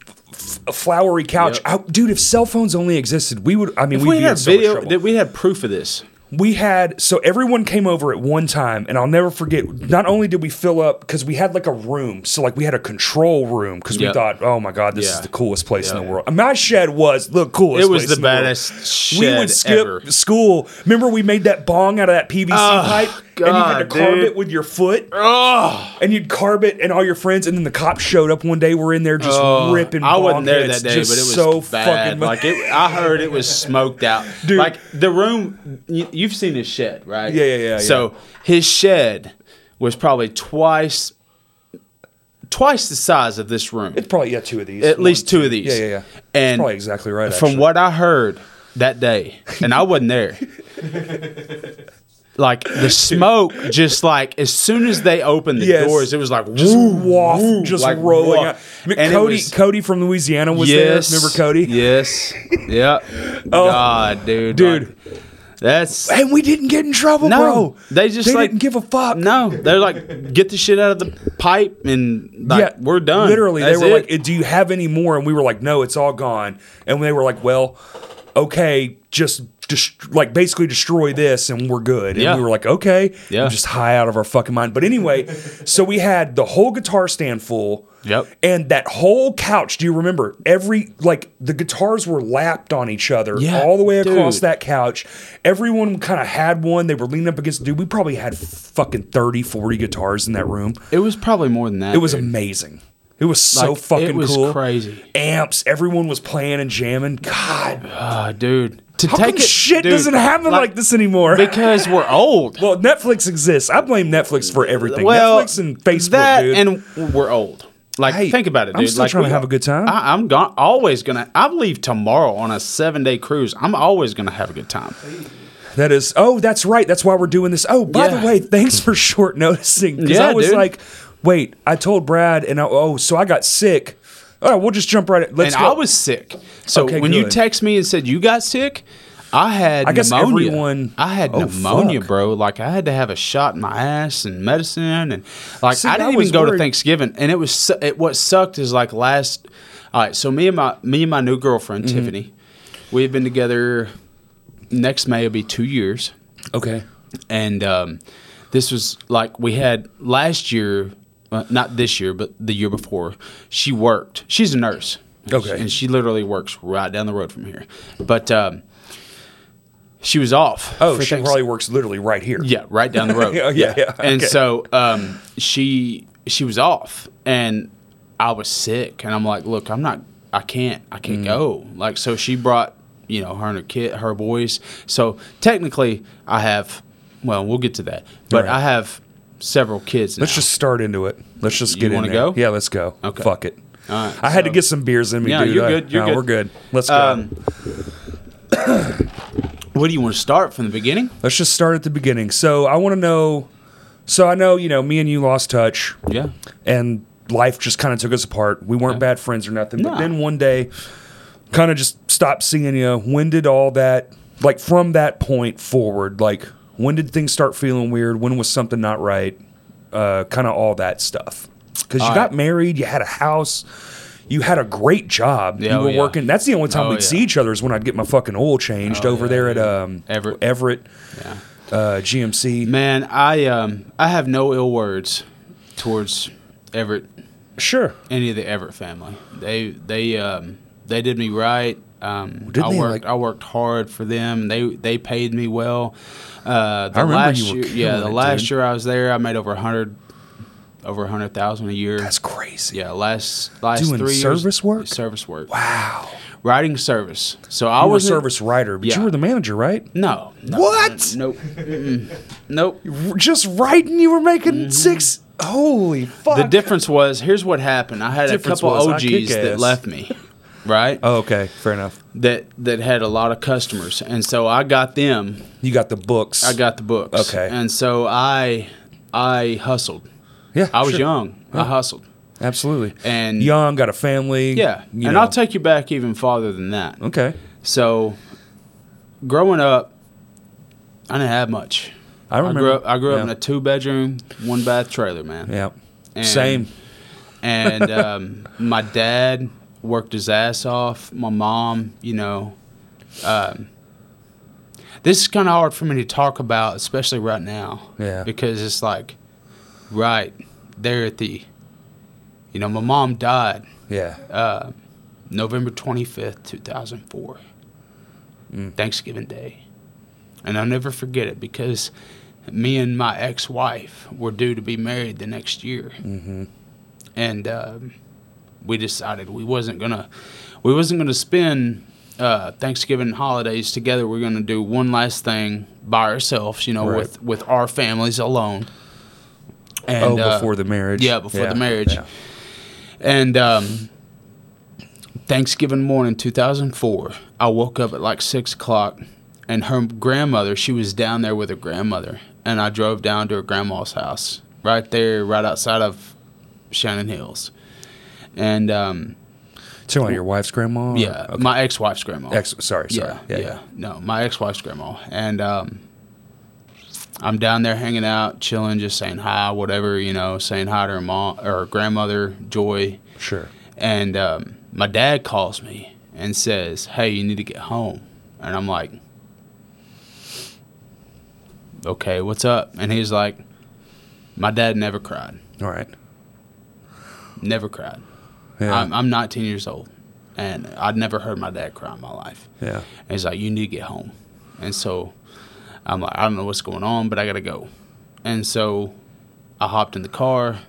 B: f- flowery couch,
C: Yep.
B: I- dude. If cell phones only existed, we would. I mean,
C: If
B: we'd
C: we
B: be in
C: had
B: so much
C: video.
B: trouble.
C: That we had proof of this.
B: we had so everyone came over at one time and i'll never forget not only did we fill up because we had like a room so like we had a control room because
C: Yeah.
B: we thought oh my god this
C: Yeah.
B: is the coolest place in
C: Yeah.
B: the world my shed was the coolest
C: It was
B: place
C: the
B: in world.
C: baddest
B: we
C: shed
B: would skip
C: ever.
B: school remember we made that bong out of that pvc pipe and you had to
C: God,
B: carve
C: dude.
B: it with your foot
C: Oh.
B: and you'd carve it and all your friends and then the cops showed up one day we're in there just
C: Oh,
B: ripping
C: I
B: bong
C: wasn't there
B: heads,
C: that day, but it
B: just
C: was
B: so
C: bad.
B: fucking
C: like it, I heard it was smoked out.
B: Dude.
C: Like the room, you, you've seen his shed, right?
B: Yeah, yeah, yeah,
C: So his shed was probably twice, twice the size of this room.
B: probably yeah two of these
C: At
B: One,
C: least two of these.
B: yeah yeah yeah
C: And
B: probably exactly right
C: From
B: actually.
C: what I heard that day, and I wasn't there. Like the smoke, just like as soon as they opened the
B: Yes.
C: doors, it was like
B: just
C: woo,
B: waft,
C: woo,
B: just
C: like
B: rolling
C: waft.
B: out. I mean,
C: And it
B: Cody,
C: was-
B: Cody from Louisiana was there. Remember Cody? Oh.
C: Yes. Yep. God, dude.
B: Dude.
C: like, that's
B: And we didn't get in trouble,
C: No,
B: bro.
C: they just, like-
B: didn't give a fuck.
C: no. They're like, get the shit out of the pipe and like, we're done.
B: Literally,
C: That's
B: they were
C: it.
B: like, "Do you have any more?" And we were like, "No, it's all gone." And they were like, "Well, okay, just." Dest- like basically destroy this and we're good. And
C: Yeah.
B: we were like, okay,
C: Yeah.
B: I'm just high out of our fucking mind. But anyway, so we had the whole guitar stand full.
C: Yep.
B: And that whole couch, do you remember? Every like the guitars were lapped on each other
C: Yeah,
B: all the way across
C: dude.
B: that couch. Everyone kind of had one. They were leaning up against dude. We probably had fucking 30, 40 guitars in that room.
C: it was probably more than that.
B: It was
C: dude.
B: amazing. It was so
C: Like,
B: fucking
C: it was
B: cool.
C: crazy.
B: Amps. Everyone was playing and jamming. God,
C: Ah, dude. To
B: how
C: take
B: come
C: it,
B: shit
C: dude,
B: doesn't happen like, this anymore?
C: because we're old.
B: well, Netflix exists. I blame Netflix for everything.
C: Well,
B: Netflix and Facebook,
C: that
B: dude.
C: and we're old. Like,
B: Hey,
C: think about it, dude.
B: I'm still
C: like,
B: trying to
C: we-
B: have a good time.
C: I, I'm go- always gonna. I leave tomorrow on a seven day cruise. I'm always gonna have a good time.
B: That is, oh, that's right. That's why we're doing this. Oh, by
C: Yeah.
B: the way, thanks for short noticing. Because
C: Yeah,
B: I was
C: dude.
B: like, wait, I told Brad, and I, oh, so I got sick. All right, we'll just jump right. In. Let's
C: and
B: go.
C: I was sick. So
B: Okay,
C: when you
B: good.
C: text me and said you got sick, I had
B: I guess
C: pneumonia.
B: everyone-
C: I had
B: Oh,
C: pneumonia,
B: fuck.
C: bro. Like I had to have a shot in my ass and medicine, and like
B: See,
C: I
B: I
C: didn't
B: was
C: even go to
B: worried-
C: Thanksgiving. And it was su- it, what sucked is like last. All right, so me and my me and my new girlfriend
B: Mm-hmm.
C: Tiffany, we've been together. Next May will be two years
B: okay.
C: and um, this was like we had last year, uh, not this year, but the year before. She worked. She's a nurse.
B: Okay.
C: and she literally works right down the road from here. But um, she was off.
B: Oh,
C: for
B: she
C: Thanks-
B: probably works literally right here.
C: yeah, right down the road.
B: Yeah, Oh, yeah, yeah.
C: And
B: Okay.
C: so um, she she was off, and I was sick, and I'm like, look, I'm not, I can't, I can't
B: Mm.
C: go. Like, so she brought you know her and her kid, her boys. So technically, I have, well, we'll get to that, but
B: Alright.
C: I have several kids. Now.
B: Let's just start into it. Let's just
C: You
B: get in
C: wanna
B: there.
C: go?
B: Yeah, let's go.
C: Okay.
B: Fuck it.
C: All right,
B: I had to
C: so-
B: get some beers in me,
C: Yeah,
B: dude.
C: you're
B: I-
C: good, you're
B: no,
C: good.
B: We're good. Let's go.
C: Um,
B: um,
C: what do you want to start from the beginning?
B: let's just start at the beginning. So I want to know. So I know you know me and you lost touch.
C: Yeah.
B: and life just kind of took us apart. We weren't bad friends or nothing. But
C: No.
B: then one day, kind of just stopped seeing you. When did all that, like from that point forward, like when did things start feeling weird? When was something not right? Uh, kind of all that stuff. Because you
C: All
B: got
C: right.
B: married, you had a house, you had a great job.
C: Yeah,
B: you
C: oh,
B: were
C: yeah.
B: working. That's the only time
C: Oh,
B: we'd
C: yeah.
B: see each other is when I'd get my fucking oil changed
C: Oh,
B: over
C: yeah,
B: there at
C: dude.
B: um,
C: Everett.
B: Everett
C: Yeah.
B: uh, GMC.
C: Man, I um I have no ill words towards Everett
B: Sure.
C: any of the Everett family. They they um, they did me right. Um,
B: Didn't
C: I
B: they,
C: worked
B: like-
C: I worked hard for them. They they paid me well. Uh, the
B: I remember
C: last
B: you were
C: year, yeah,
B: killing
C: the
B: it,
C: last
B: dude.
C: year I was there, I made over a hundred over a hundred thousand a year.
B: That's crazy.
C: yeah, last last
B: Doing
C: three years,
B: service work?
C: service work,
B: Wow.
C: writing service. So I
B: I was
C: was
B: a service writer, but
C: Yeah.
B: you were the manager, right?
C: No, no,
B: What?
C: no, nope, Mm-mm. nope.
B: just writing you were making six holy fuck
C: Mm-hmm. The difference was here's what happened. I had a
B: Difference
C: couple
B: was I
C: OGs
B: kick
C: that
B: ass.
C: left me, right?
B: oh, okay fair enough
C: that that had a lot of customers, and so I got them.
B: you got the books
C: I got the books.
B: Okay.
C: and so I I hustled.
B: yeah
C: I was
B: sure.
C: young. I hustled,
B: absolutely
C: and
B: young got a family
C: yeah,
B: you
C: and
B: know. Oh.
C: I'll take you back even farther than that.
B: okay
C: So, growing up, I didn't have much.
B: i remember
C: grew up. I grew up
B: yeah.
C: in a two bedroom, one bath trailer, man.
B: yeah
C: And-
B: same
C: and um, my dad worked his ass off. My mom, you know, um, this is kind of hard for me to talk about, especially right now.
B: Yeah.
C: Because it's like, right there at the, you know, my mom died
B: yeah
C: uh, November 25th, 2004, Thanksgiving Day. And I'll never forget it because me and my ex wife were due to be married the next year. Mm-hmm. And um, we decided we wasn't going to. We wasn't going to spend uh, Thanksgiving holidays together. We are going to do one last thing by ourselves, you know,
B: Right.
C: with, with our families alone. And,
B: oh
C: uh,
B: before the marriage
C: yeah, before the marriage.
B: yeah.
C: And um, Thanksgiving morning, 2004, I woke up at like six o'clock, and her grandmother, she was down there with her grandmother, and I drove down to her grandma's house, right there, right outside of Shannon Hills, and um,
B: talking about your wife's grandma or-
C: yeah,
B: okay.
C: my ex-wife's grandma.
B: ex sorry sorry
C: Yeah, yeah, No, my ex-wife's grandma, and um, I'm down there hanging out, chilling, just saying hi, whatever, you know, saying hi to her mom or her grandmother, Joy,
B: sure
C: and um, my dad calls me and says, "Hey, you need to get home," and I'm like, "Okay, what's up?" And he's like, "My dad never cried,
B: all right
C: never cried.
B: yeah
C: I'm, I'm 19 years old, and I'd never heard my dad cry in my life."
B: yeah
C: And he's like, you need to get home. And so I'm like, I don't know what's going on, but I got to go. And so I hopped in the car,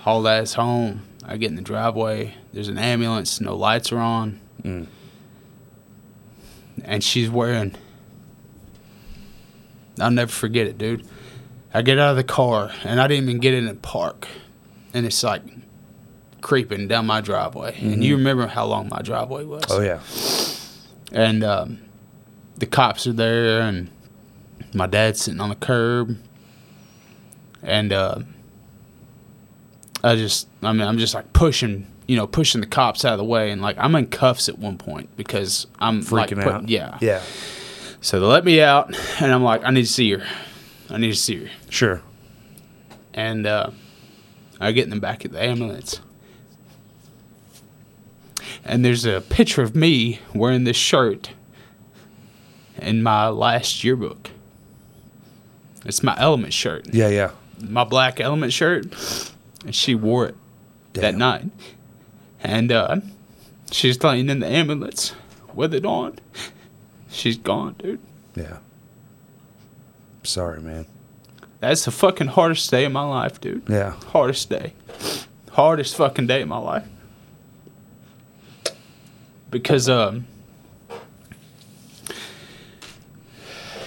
C: hauled ass home. I get in the driveway. There's an ambulance. No lights are on.
B: Mm.
C: And she's wearing, I'll never forget it, dude. I get out of the car, and I didn't even get in and park. and it's like creeping down my driveway. And you remember how long my driveway was.
B: Oh yeah.
C: And um, the cops are there, and my dad's sitting on the curb. And uh, I just, I mean, I'm just like pushing, you know, pushing the cops out of the way. And like, I'm in cuffs at one point because I'm like,
B: Freaking
C: put-
B: out.
C: Yeah.
B: Yeah.
C: So they let me out, and I'm like, I need to see her. I need to see her.
B: Sure.
C: And uh, I get in the back of the ambulance. And there's a picture of me wearing this shirt in my last yearbook. It's my element shirt,
B: Yeah. Yeah.
C: my black element shirt. And she wore it that
B: Damn.
C: night. And uh, she's laying in the ambulance with it on. She's gone, dude.
B: Yeah. Sorry, man.
C: That's the fucking hardest day of my life, dude.
B: Yeah.
C: Hardest day. Hardest fucking day of my life. Because um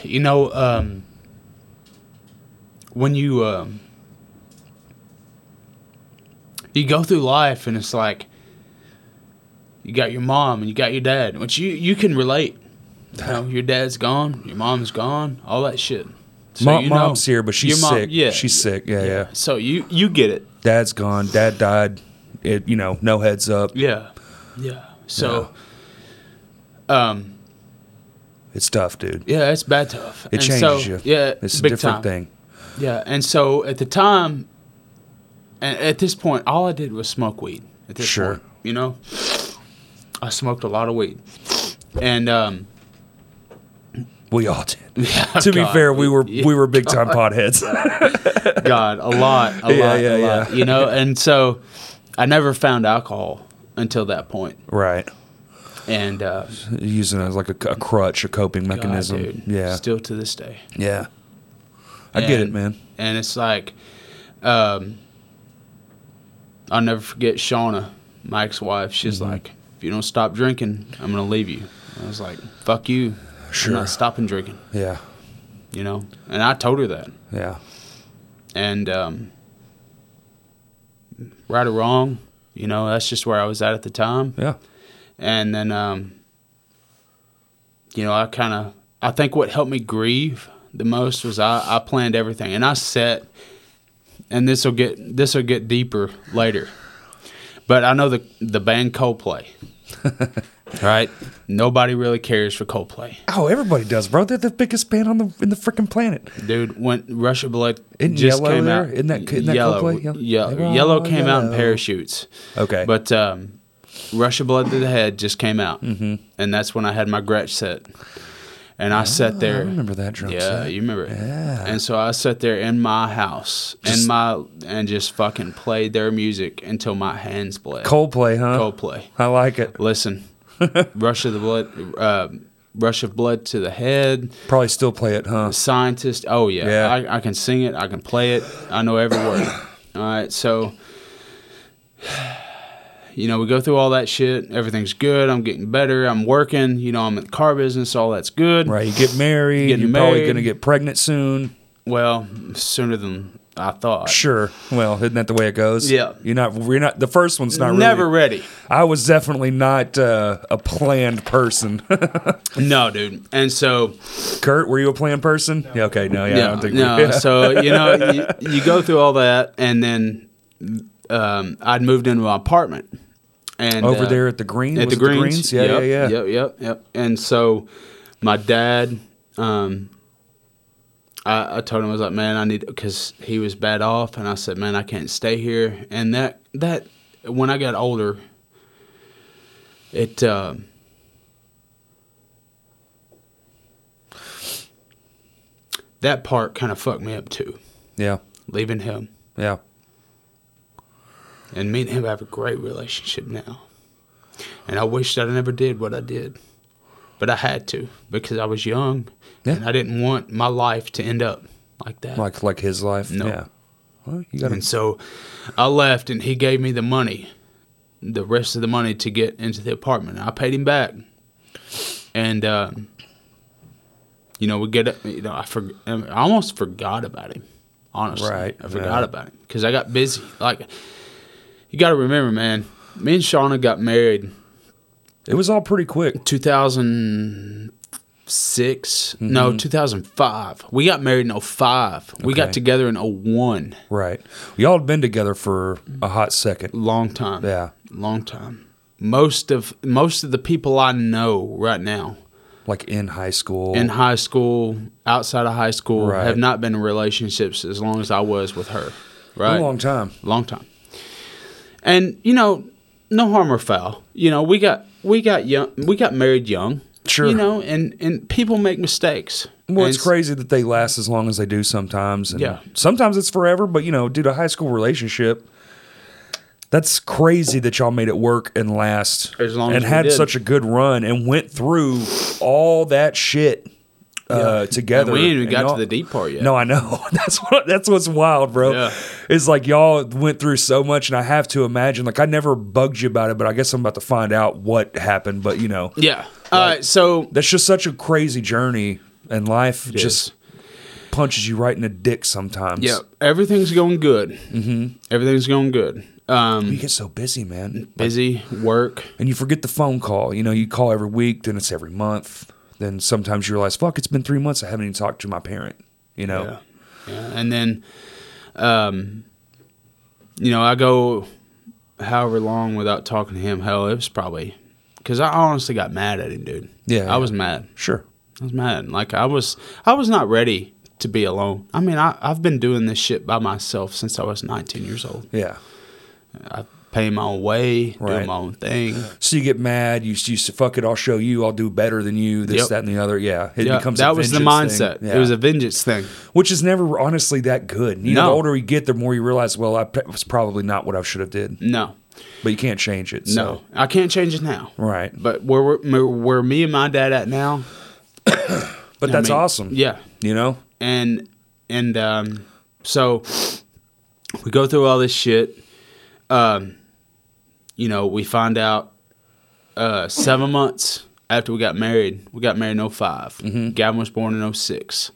C: you know, um when you um you go through life and it's like you got your mom and you got your dad, which you you can relate. You know, your dad's gone, your mom's gone, all that shit. So
B: Mom,
C: you know-
B: mom's here, but she's
C: your mom-
B: sick.
C: Yeah,
B: She's sick. Yeah, yeah.
C: So you you get it.
B: Dad's gone. Dad died. It, you know, no heads up.
C: Yeah. Yeah. So um
B: It's tough, dude.
C: yeah, it's bad tough.
B: It
C: And
B: changes
C: so,
B: you.
C: Yeah,
B: It's a
C: big time.
B: different thing.
C: Yeah, and so at the time, and at this point, all I did was smoke weed. At this
B: Sure.
C: point, you know, I smoked a lot of weed, and um,
B: We all did.
C: Oh,
B: to be fair, we were we were big time potheads.
C: God, a lot, a
B: Yeah,
C: lot,
B: yeah,
C: a lot.
B: yeah.
C: You know, and so I never found alcohol until that point,
B: right.
C: and uh,
B: Using it as like a, a crutch, a coping
C: God,
B: mechanism.
C: dude,
B: yeah.
C: still to this day.
B: yeah. I get it,
C: And-
B: man.
C: And it's like, um, I'll never forget Shauna, Mike's wife. She's like, if you don't stop drinking, I'm going to leave you. I was like, fuck you.
B: Sure.
C: I'm not stopping drinking,
B: Yeah.
C: you know? And I told her that.
B: Yeah.
C: And um, right or wrong, you know, that's just where I was at at the time.
B: Yeah.
C: And then, um, you know, I kind of, I think what helped me grieve the most was I, I planned everything and I set, and this will get, this will get deeper later. But I know the, the band Coldplay, right? Nobody really cares for Coldplay.
B: Oh, everybody does, bro. They're the biggest band on the in the freaking planet.
C: Dude, when Russia Blood
B: Isn't
C: just
B: Yellow
C: came
B: there?
C: out,
B: Isn't that- isn't that
C: yellow,
B: Coldplay? Yellow?
C: Yellow,
B: They're all
C: Yellow came out in
B: yellow.
C: parachutes.
B: Okay.
C: But um, Russia Blood to the Head just came out,
B: Mm-hmm.
C: and that's when I had my Gretsch set, and I sat there.
B: Ah, I remember that drum
C: yeah,
B: set.
C: you remember it.
B: Yeah.
C: And so I sat there in my house, in my and just fucking played their music until my hands bled.
B: Coldplay, huh?
C: Coldplay.
B: I like it.
C: Listen, Rush of the Blood, uh, Rush of Blood to the Head,
B: Probably still play it, huh?
C: Scientist. Oh yeah,
B: Yeah.
C: I, I can sing it. I can play it. I know every word. All right, so you know we go through all that shit. Everything's good. I'm getting better. I'm working. You know I'm in the car business. All that's good.
B: Right. You get married.
C: Getting
B: you're probably
C: married.
B: gonna get pregnant soon.
C: Well, sooner than I thought.
B: Sure. Well, isn't that the way it goes?
C: Yeah.
B: You're not. You're not. The first one's not.
C: Never
B: Really,
C: ready.
B: I was definitely not uh, a planned person.
C: No, dude. And so
B: Kurt, were you a planned person? Yeah. Okay. No. Yeah. I don't think we-
C: no.
B: yeah.
C: so you know, you, you go through all that, and then um, I'd moved into my apartment, and
B: Over
C: uh,
B: there at the green.
C: at
B: was
C: the
B: it
C: Greens.
B: Yeah.
C: yep,
B: yeah. Yeah.
C: Yep, yep, yep. And so my dad, um, I, I told him I was like, man, I need because he was bad off, and I said, man, I can't stay here. And that that when I got older, it. um That part kind of fucked me up too,
B: Yeah.
C: leaving him
B: Yeah.
C: and me and him have a great relationship now. And I wish that I never did what I did, but I had to because I was young
B: Yeah.
C: and I didn't want my life to end up like that.
B: Like like his life.
C: No.
B: Yeah. Well, you got
C: and
B: to.
C: so I left, and he gave me the money, the rest of the money to get into the apartment. I paid him back, and uh, um, you know we get. You know I for, I almost forgot about him. honestly.
B: Right,
C: I forgot
B: yeah.
C: about it because I got busy. Like, you got to remember, man, me and Shauna got married
B: It was all pretty quick.
C: 2006. No, 2005. We got married in 05. We got
B: Mm-hmm. Okay.
C: together in 01.
B: Right. Y'all had been together for a hot second.
C: Long time.
B: Yeah.
C: Long time. Most of most of the people I know right now
B: Like in high school.
C: in high school, outside of high school,
B: Right.
C: have not been in relationships as long as I was with her. Right.
B: a long time.
C: long time. And you know, no harm or foul. You know, we got we got young, we got married young.
B: Sure.
C: You know, and and people make mistakes.
B: Well,
C: And
B: it's crazy that they last as long as they do sometimes. And
C: Yeah.
B: Sometimes it's forever, but you know, dude, a high school relationship. That's crazy that y'all made it work and last
C: As long
B: and
C: as we
B: had
C: did.
B: such a good run and went through all that shit uh, together.
C: And we ain't even
B: And
C: got to
B: y'all-
C: the deep part yet.
B: No, I know. That's what that's what's wild, bro.
C: Yeah.
B: It's like y'all went through so much, and I have to imagine. Like I never bugged you about it, but I guess I'm about to find out what happened. But you know,
C: Yeah. All right. So
B: that's just such a crazy journey, and life
C: just
B: just punches you right in the dick sometimes.
C: yeah, everything's going good. Mm-hmm. Everything's going good. Um,
B: You get so busy, man,
C: busy work.
B: and you forget the phone call. You know, you call every week, then it's every month. Then sometimes you realize, fuck, it's been three months. I haven't even talked to my parent. You know,
C: Yeah. yeah. And then, um, you know, I go however long without talking to him. Hell, it was probably because I honestly got mad at him, dude.
B: Yeah, yeah.
C: I was mad.
B: sure,
C: I was mad. Like I was, I was not ready to be alone. I mean, I, I've been doing this shit by myself since I was 19 years old.
B: yeah.
C: I pay my own way,
B: Right.
C: do my own thing.
B: So you get mad. You you say, fuck it. I'll show you. I'll do better than you. This,
C: Yep.
B: that, and the other. Yeah, it
C: Yeah,
B: becomes a
C: that was the
B: vengeance thing.
C: mindset.
B: Yeah.
C: It was a vengeance thing.
B: which is never honestly that good. You know,
C: No.
B: the older you get, the more you realize, well, I p- it's probably not what I should have did.
C: No,
B: But you can't change it.
C: no, I can't change it now.
B: so. right.
C: But where we're, where me and my dad at now?
B: But that's
C: I mean,
B: awesome.
C: Yeah,
B: you know.
C: and and um, so we go through all this shit. Um, you know, we find out uh, seven months after we got married. We got married in 5 Gavin was born in 06.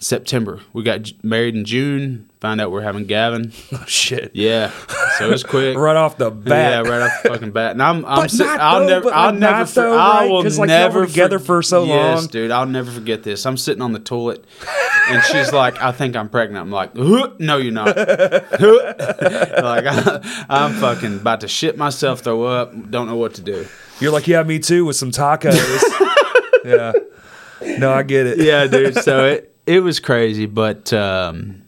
C: September. We got j- married in June. Found out we are having Gavin.
B: Oh, shit.
C: Yeah, so it was quick.
B: Right off the bat.
C: Yeah, right off the fucking bat. And I'm, I'm
B: But
C: si-
B: not
C: I'll
B: though,
C: never,
B: but
C: I'll
B: like
C: never,
B: not
C: for-
B: though,
C: I
B: right?
C: will
B: 'Cause, like, y'all were
C: never
B: together for so
C: yes,
B: long.
C: dude. I'll never forget this. I'm sitting on the toilet, and she's like, "I think I'm pregnant." I'm like, "Huh? "No, you're not." Huh? like, I, I'm fucking about to shit myself, throw up, don't know what to do.
B: You're like, yeah, me too, with some tacos. yeah. No, I get it.
C: Yeah, dude. So it, it was crazy, but um,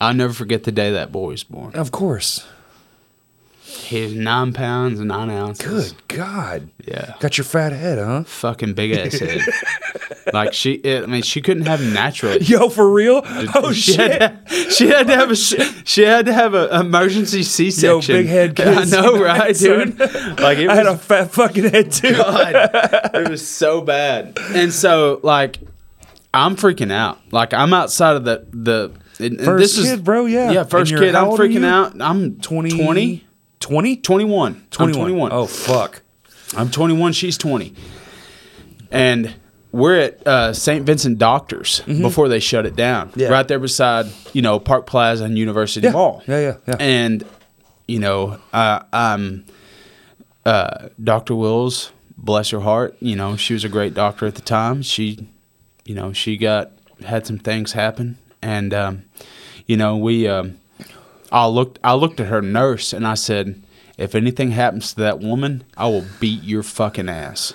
C: I'll never forget the day that boy was born.
B: Of course.
C: He's nine pounds and nine ounces.
B: Good God.
C: Yeah.
B: Got your fat head, huh?
C: fucking big ass head. like she, I mean, she couldn't have him naturally.
B: Yo, for real? Oh
C: she
B: shit.
C: Had to, she had to have a she, she had to have an emergency C section.
B: big head
C: I
B: kids.
C: know, right, dude? Like it
B: I had
C: was,
B: a fat fucking head too.
C: God, it was so bad. And so, like, I'm freaking out. Like I'm outside of the the. And, and
B: First
C: this is,
B: kid, bro, yeah.
C: yeah.
B: And
C: First
B: you're-
C: kid,
B: how
C: I'm
B: old are
C: freaking
B: you?
C: out. I'm
B: 20
C: 20, 20
B: 20?
C: 21. I'm
B: 21.
C: 21.
B: Oh fuck.
C: I'm 21, she's 20. And we're at uh, St. Vincent Doctors before they shut it down.
B: Yeah.
C: Right there beside, you know, Park Plaza and University
B: Yeah.
C: Mall.
B: Yeah, yeah, yeah.
C: And, you know, uh, um, uh, Dr. Wills, bless her heart, you know, she was a great doctor at the time. She, you know, she got, had some things happen. And, um, you know, we, um, I looked I looked at her nurse and I said, "If anything happens to that woman, I will beat your fucking ass."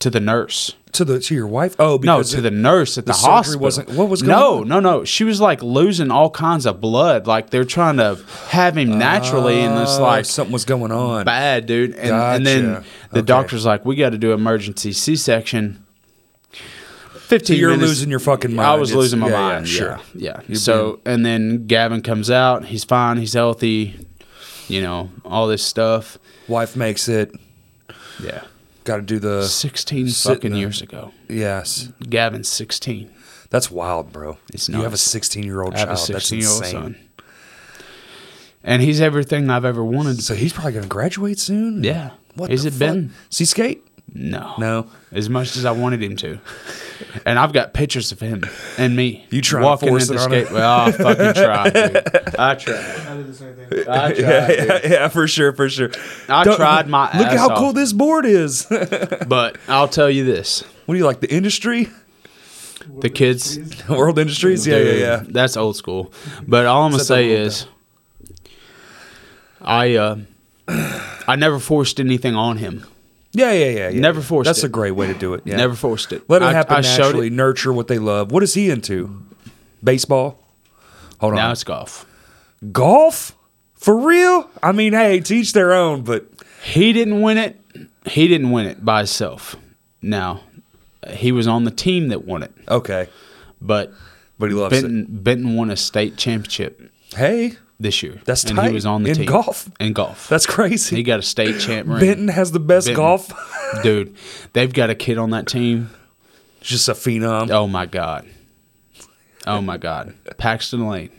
C: To the nurse.
B: To the to your wife? Oh,
C: No,
B: because
C: to the nurse at the,
B: surgery
C: hospital.
B: wasn't- what was
C: no,
B: going on?
C: no, no. She was like losing all kinds of blood. Like they're trying to have him naturally, and it's
B: Oh,
C: like
B: something was going on.
C: bad, dude. And, and then
B: Gotcha.
C: the
B: Okay.
C: doctor's like, "We got to do emergency C-section." Fifteen.
B: you're
C: minutes-
B: losing your fucking
C: I
B: mind.
C: was
B: It's-
C: losing my
B: yeah, yeah,
C: mind.
B: sure.
C: Sure. Yeah. so and then Gavin comes out. He's fine. He's healthy. You know all this stuff.
B: Wife makes it.
C: Yeah.
B: Got to do the
C: Sixteen
B: Sitting
C: fucking
B: there.
C: years ago.
B: yes.
C: Gavin's sixteen.
B: That's wild, bro.
C: It's
B: you have a
C: nuts.
B: 16 year old
C: I have
B: child.
C: a
B: That's
C: sixteen-year-old
B: insane.
C: son. And he's everything I've ever wanted.
B: So he's probably going to graduate soon.
C: Yeah.
B: What
C: Is
B: the
C: it
B: fuck?
C: been?
B: Is he skate?
C: No.
B: No.
C: As much as I wanted him to. And I've got pictures of him and me.
B: You trying to
C: walking
B: force
C: into
B: it on
C: skate.
B: him?
C: Well, I fucking tried, dude. I tried.
A: I did the same thing.
C: I tried.
B: Yeah,
C: dude.
B: yeah, yeah, for sure, for sure.
C: I tried my
B: Look
C: ass
B: how
C: off.
B: cool this board is. what
C: But I'll tell you this.
B: do you like? The industry,
C: The kids
B: World Industries. Yeah, yeah,
C: Dude,
B: yeah.
C: That's old school. But all I'm gonna
B: Except
C: say
B: I don't
C: is, I uh, I never forced anything on him.
B: Yeah, yeah, yeah. yeah.
C: Never forced
B: That's
C: it.
B: a great way to do it. yeah.
C: Never forced it.
B: Let it
C: I-
B: happen
C: I showed
B: naturally. Nurture what they love. What is he into? Baseball. Hold
C: Now
B: on.
C: it's golf.
B: Golf. For real? I mean, hey, teach their own, but
C: He didn't win it. He didn't win it by himself. Now he was on the team that won it,
B: okay.
C: but
B: But he loves
C: Benton Benton won a state championship
B: it. Hey,
C: this year.
B: That's
C: and
B: tight.
C: he was on the
B: In
C: team
B: golf?
C: In golf,
B: that's
C: he
B: crazy.
C: got a state champ ring.
B: Benton has the best
C: Benton.
B: golf.
C: dude. They've got a kid on that team.
B: Just a phenom.
C: Oh my god. Oh my god. Paxton Lane.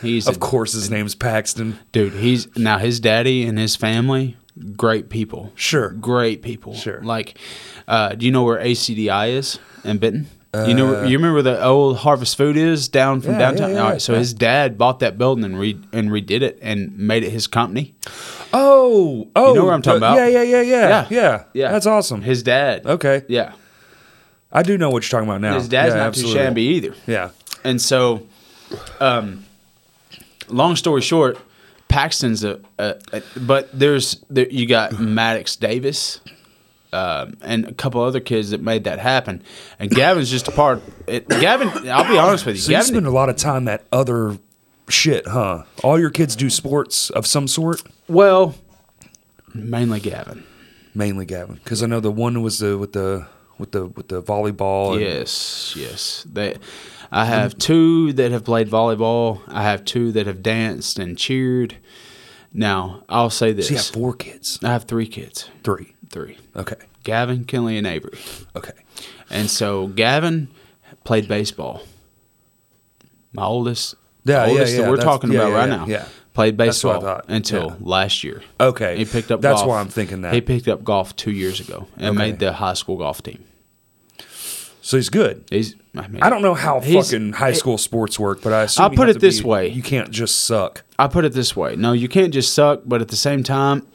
C: He's
B: Of
C: a-
B: course, his name's Paxton.
C: dude. He's now his daddy and his family. Great people.
B: Sure.
C: Great people.
B: Sure.
C: Like, uh, do you know where ACDI is in Benton? you know, you remember the old Harvest Food is down from
B: Uh, Yeah,
C: downtown.
B: yeah, yeah,
C: All right, so
B: yeah.
C: his dad bought that building and re- and redid it and made it his company.
B: Oh, oh,
C: You know what I'm talking
B: the-
C: about?
B: Yeah, yeah, yeah, yeah, yeah,
C: Yeah.
B: yeah. That's awesome.
C: His dad.
B: okay,
C: Yeah.
B: I do know what you're talking about now.
C: His dad's
B: Yeah,
C: not
B: absolutely.
C: too shabby either.
B: Yeah,
C: And so, um, long story short, Paxton's a, a, a but there's there, you got Maddox Davis um, and a couple other kids that made that happen, and Gavin's just a part. It, Gavin, I'll be honest with you,
B: So you
C: Gavin.
B: spend a lot of time that other shit, huh? All your kids do sports of some sort,
C: well, mainly Gavin.
B: mainly Gavin, because I know the one was the with the with the with the volleyball. and-
C: Yes, yes. They, I have two that have played volleyball. I have two that have danced and cheered. Now I'll say this:
B: So you have four kids,
C: I have three kids.
B: three.
C: Three.
B: Okay,
C: Gavin, Kinley, and Avery.
B: okay.
C: And so Gavin played baseball. My oldest,
B: Yeah, yeah,
C: oldest
B: yeah,
C: that we're
B: that's-
C: talking
B: yeah,
C: about
B: yeah,
C: right
B: yeah,
C: now,
B: yeah.
C: played
B: That's what I
C: baseball
B: thought,
C: until
B: yeah.
C: last year.
B: Okay,
C: he picked up.
B: that's
C: golf.
B: why I'm thinking that.
C: he picked up golf two years ago and
B: Okay.
C: made the high school golf team.
B: So he's good.
C: He's, I, mean,
B: I don't know how
C: he's-
B: fucking high school sports work, but I assume
C: I'll
B: you
C: put
B: have
C: it
B: to
C: this
B: be-
C: way.
B: you can't just suck.
C: I put it this way: no, you can't just suck, but at the same time,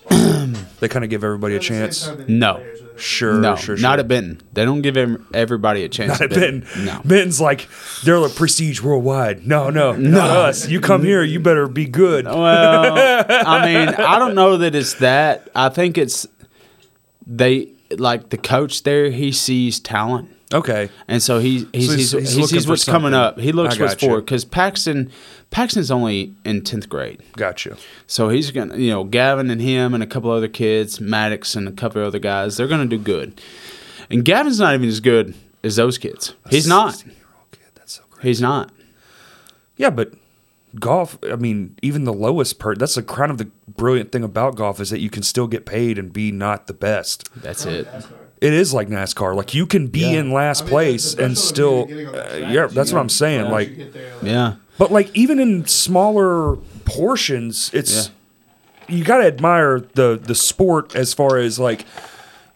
B: They kind of give everybody a chance.
C: No.
B: Sure,
C: no,
B: sure, sure.
C: not at Benton. They don't give em- everybody a chance.
B: Not
C: at
B: at Benton.
C: No,
B: Benton's like they're like prestige worldwide. No, no, not us. You come here, you better be good.
C: Well, I mean, I don't know that it's that. I think it's they like the coach there. He sees talent,
B: Okay,
C: and so he he
B: So he's-
C: sees
B: he's
C: he
B: looking
C: sees
B: for
C: what's coming up.
B: something.
C: He looks
B: I
C: what's
B: gotcha.
C: for because Paxton Paxton's only in tenth grade,
B: got you.
C: so he's gonna you know Gavin and him and a couple other kids, Maddox and a couple other guys. They're gonna do good, and Gavin's not even as good as those kids. He's not.
B: 16-year-old kid, that's so great.
C: He's not.
B: Yeah, but golf. I mean, even the lowest part. That's the kind of the brilliant thing about golf is that you can still get paid and be not the best.
C: That's it.
B: It is like NASCAR. Like you can be
C: Yeah.
B: in last
A: "Oh, I mean,
B: place
A: the- the
B: and
A: best
B: still.
A: one would be getting on the
B: uh,
A: track.
B: yeah, that's what I'm saying.
A: Yeah.
B: Like
A: You get there, like,
C: Yeah.
B: But like even in smaller portions, it's you gotta admire the the sport as far as like,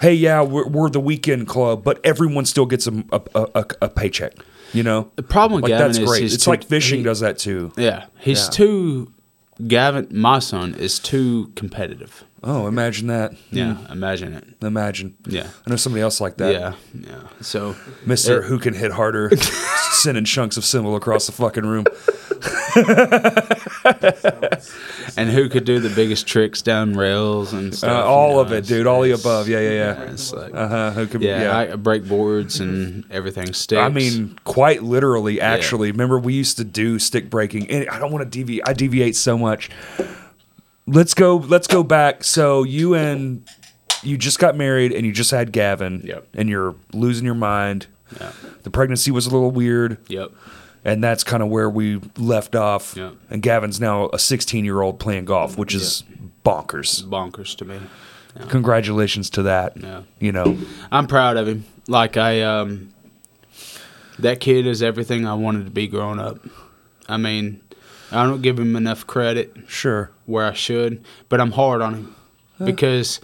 B: hey, yeah, we're, we're the weekend club, but everyone still gets a a, a, a paycheck. You know, the
C: problem with
B: like,
C: Gavin
B: that's
C: is
B: great.
C: he's
B: It's
C: too-
B: like fishing
C: he-
B: does that too.
C: Yeah, he's
B: Yeah.
C: too. Gavin, my son, is too competitive.
B: Oh, imagine that. Hmm.
C: Yeah, imagine it.
B: Imagine.
C: Yeah.
B: I know somebody else like that.
C: Yeah, yeah. So,
B: Mister
C: It-
B: Who Can Hit Harder, sending chunks of symbol across the fucking room.
C: and who could do the biggest tricks down rails and
B: Uh,
C: stuff? you
B: all
C: know,
B: of it,
C: it's-
B: dude. All the
C: it's-
B: above. Yeah, yeah, yeah.
C: It's like,
B: Uh huh. Who can?
C: yeah,
B: yeah.
C: I break boards and everything sticks.
B: I mean, quite literally, actually. Remember, we used to do stick breaking, and I don't want to deviate. I deviate so much. Let's go. Let's go back. So you and you just got married, and you just had Gavin,
C: Yep.
B: and you're losing your mind.
C: Yeah.
B: The pregnancy was a little weird,
C: yep.
B: and that's kind of where we left off.
C: Yeah.
B: And Gavin's now a 16 year old playing golf, which is bonkers.
C: Bonkers to me.
B: Congratulations to that.
C: Yeah.
B: You know,
C: I'm proud of him. Like I, um, that kid is everything I wanted to be growing up. I mean, I don't give him enough credit.
B: sure.
C: where I should, but I'm hard on him because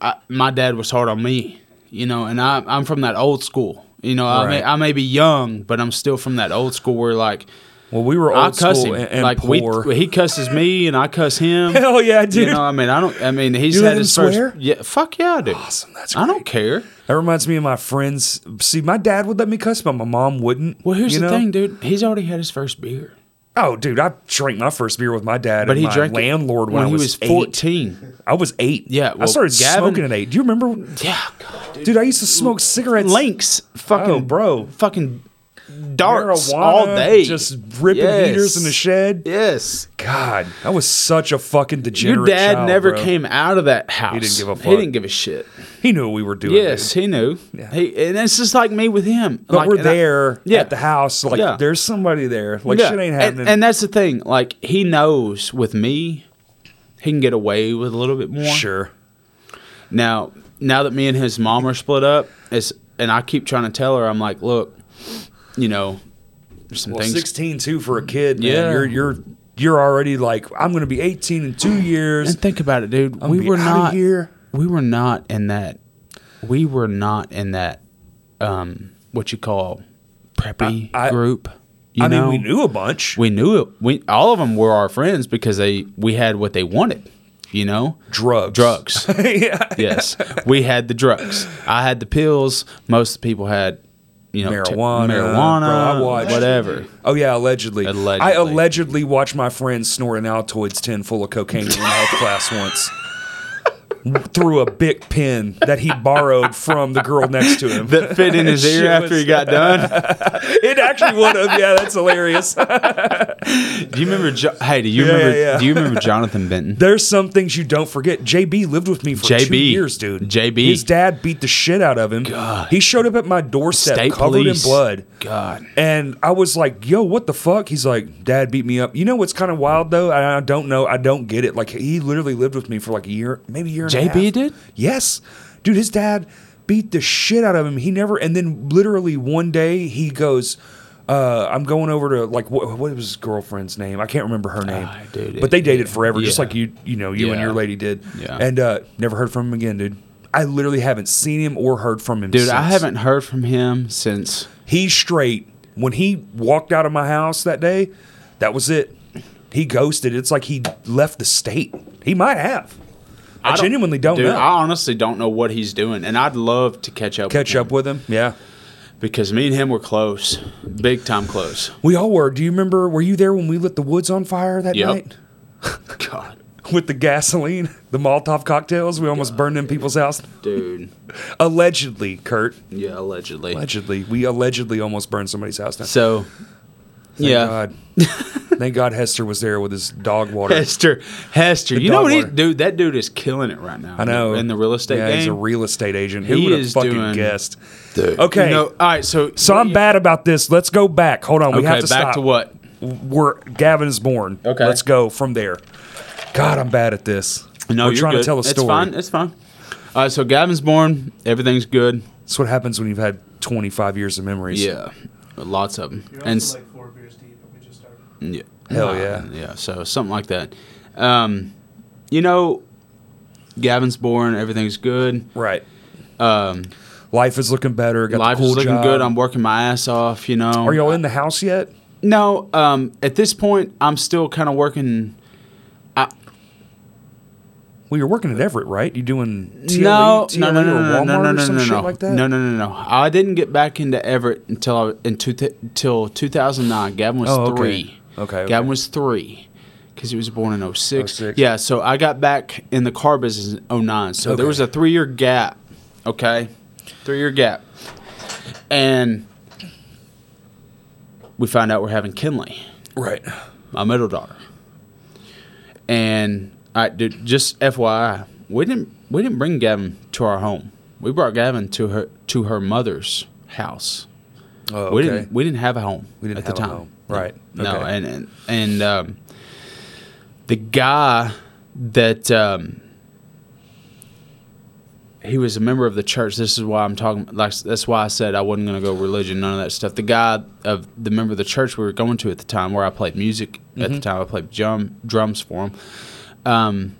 C: I, my dad was hard on me. you know, and I, I'm from that old school. You know, I, may,
B: Right.
C: I may be young, but I'm still from that old school where like
B: Well, we were
C: I
B: old
C: cuss
B: school
C: him,
B: and, and
C: like we-
B: poor.
C: he cusses me and I cuss him.
B: Hell yeah,
C: You
B: dude.
C: know, I mean, I don't. I mean, he's
B: You let
C: had
B: him
C: his first.
B: swear?
C: Yeah, fuck yeah, I do.
B: Awesome, that's
C: I don't care.
B: That reminds me of my friends. See, my dad would let me cuss, but my mom wouldn't.
C: Well, here's
B: you
C: the
B: know?
C: thing, dude. He's already had his first beer,
B: Oh, dude, I drank my first beer with my dad
C: but
B: and
C: he
B: my
C: drank it
B: landlord when, I
C: he
B: was,
C: was
B: eight.
C: 14.
B: I was eight.
C: Yeah,
B: I
C: well,
B: started
C: Gavin-
B: smoking at eight. Do you remember,
C: Yeah, God, dude.
B: dude? I used to smoke cigarettes.
C: Links, fucking
B: Oh, bro.
C: fucking darts
B: marijuana,
C: all day,
B: just ripping
C: Yes.
B: heaters in the shed.
C: Yes.
B: God, I was such a fucking degenerate.
C: Your dad
B: child,
C: never
B: bro.
C: came out of that house.
B: didn't give a fuck.
C: He didn't give a shit.
B: He knew what we were doing.
C: Yes,
B: dude.
C: he knew.
B: Yeah.
C: He, and it's just like me with him.
B: but
C: Like,
B: we're
C: and I-
B: there
C: Yeah.
B: at the house. Like,
C: Yeah.
B: there's somebody there. Like,
C: Yeah.
B: shit ain't
C: And-
B: happening.
C: And, that's the thing. Like he knows with me, he can get away with a little bit more.
B: sure.
C: Now, now that me and his mom are split up, it's and I keep trying to tell her, I'm like, look, you know, there's some
B: Well,
C: things.
B: 16 too for a kid. Man.
C: Yeah.
B: you're you're you're already like I'm going to be 18 in two years.
C: And think about it, dude. we
B: be
C: were
B: outta
C: not
B: here.
C: We were not in that. We were not in that. Um, what you call preppy
B: I- I-
C: group? You
B: I mean,
C: know?
B: we knew a bunch.
C: We knew it. We all of them were our friends because they we had what they wanted. You know,
B: drugs,
C: drugs.
B: yeah,
C: yes, we had the drugs. I had the pills. Most of the people had, you know, t-
B: marijuana,
C: marijuana,
B: Bro, I watched
C: whatever.
B: Oh yeah, allegedly.
C: Allegedly.
B: I allegedly watched my friend snort an Altoids tin full of cocaine in health class once through a big pen that he borrowed from the girl next to him.
C: That fit in his
B: Shit
C: ear after
B: was-
C: he got done.
B: it actually would have. Yeah, that's hilarious.
C: Do you remember? Jo- hey, do you
B: Yeah,
C: remember?
B: yeah, yeah.
C: Do you remember Jonathan Benton?
B: There's some things you don't forget. JB lived with me for two
C: JB.
B: years, dude.
C: JB.
B: His dad beat the shit out of him.
C: God.
B: He showed up at my doorstep
C: State
B: covered
C: police.
B: in blood.
C: God.
B: And I was like, yo, what the fuck? He's like, dad beat me up. You know what's kind of wild, though? I, I don't know. I don't get it. Like, he literally lived with me for like a year, maybe a year and a
C: JB
B: half.
C: did?
B: Yes. Dude, his dad beat the shit out of him. He never, and then literally one day he goes, uh, I'm going over to like what, what was his girlfriend's name? I can't remember her name,
C: Ah, dude,
B: but they
C: it-
B: dated forever, just
C: yeah.
B: like you, you know, you and
C: Yeah.
B: your lady did.
C: Yeah.
B: And uh, never heard from him again, dude. I literally haven't seen him or heard from him.
C: Dude,
B: since.
C: I haven't heard from him since.
B: He's straight. When he walked out of my house that day, that was it. He ghosted. It's like he left the state. He might have. I,
C: don't-
B: genuinely don't
C: dude,
B: know.
C: I honestly don't know what he's doing, and I'd love to catch up.
B: Catch
C: with
B: up with him. Yeah.
C: him because me and him were close, big time close.
B: We all were. Do you remember? Were you there when we lit the woods on fire that
C: Yep.
B: night
C: God,
B: with the gasoline, the Molotov cocktails? We almost burned in people's house.
C: dude.
B: Allegedly, Kurt.
C: Yeah, allegedly.
B: Allegedly, we allegedly almost burned somebody's house down.
C: So, yeah.
B: God. Thank God Hester was there with his dog water.
C: Hester, Hester, you know
B: dog
C: what, he,
B: water.
C: dude? That dude is killing it right now.
B: I know.
C: In the real estate
B: yeah,
C: game,
B: he's a real estate agent. Who
C: He
B: would have
C: is
B: fucking
C: doing-
B: guessed?
C: dude.
B: Okay.
C: You know, all right, so
B: So I'm bad about this. Let's go back. Hold on. We
C: Okay,
B: have
C: back
B: to stop.
C: to what?
B: Where Gavin is born.
C: Okay.
B: Let's go from there. God, I'm bad at this.
C: No,
B: We're
C: you're
B: trying
C: good.
B: to tell a story.
C: It's fine. It's fine. All right, so Gavin's born. Everything's good.
B: That's what happens when you've had 25 years of memories.
C: Yeah, lots of them.
A: You're also
C: and s-
A: like four beers deep. and We just started.
C: Yeah.
B: Hell
C: Nah,
B: yeah.
C: Yeah. So something like that. Um, you know, Gavin's born. Everything's good.
B: Right.
C: Um,
B: Life is looking better. Got
C: life
B: the cool
C: is looking
B: job.
C: good. I'm working my ass off. You know.
B: Are y'all in the house yet?
C: No. Um, at this point, I'm still kind of working.
B: Well, you're working at Everett, right? You doing E, TLE,
C: No,
B: TLE
C: no, no, no, no, no,
B: or Walmart
C: no, no,
B: or
C: no,
B: some
C: no,
B: shit
C: no,
B: like that?
C: no, no, no, no. I didn't get back into Everett until I, in two, till 2009. Gavin was
B: Oh, okay.
C: three.
B: Okay, okay.
C: Gavin was three because he was born in 06.
B: 06.
C: Yeah, so I got back in the car business in 09. So
B: Okay.
C: there was a three year gap. Okay, three year gap, and we found out we're having Kinley
B: Right.
C: my middle daughter. And I dude, just FYI, we didn't we didn't bring Gavin to our home. We brought Gavin to her to her mother's house.
B: Oh, okay.
C: We didn't we didn't have a home.
B: We didn't
C: at
B: have
C: the
B: a
C: time.
B: home. Right.
C: No,
B: Okay.
C: and and, and um, the guy that um, he was a member of the church. This is why I'm talking. Like that's why I said I wasn't going to go religion, none of that stuff. The guy of the member of the church we were going to at the time, where I played music at
B: Mm-hmm.
C: the time, I played drum drums for him. Um,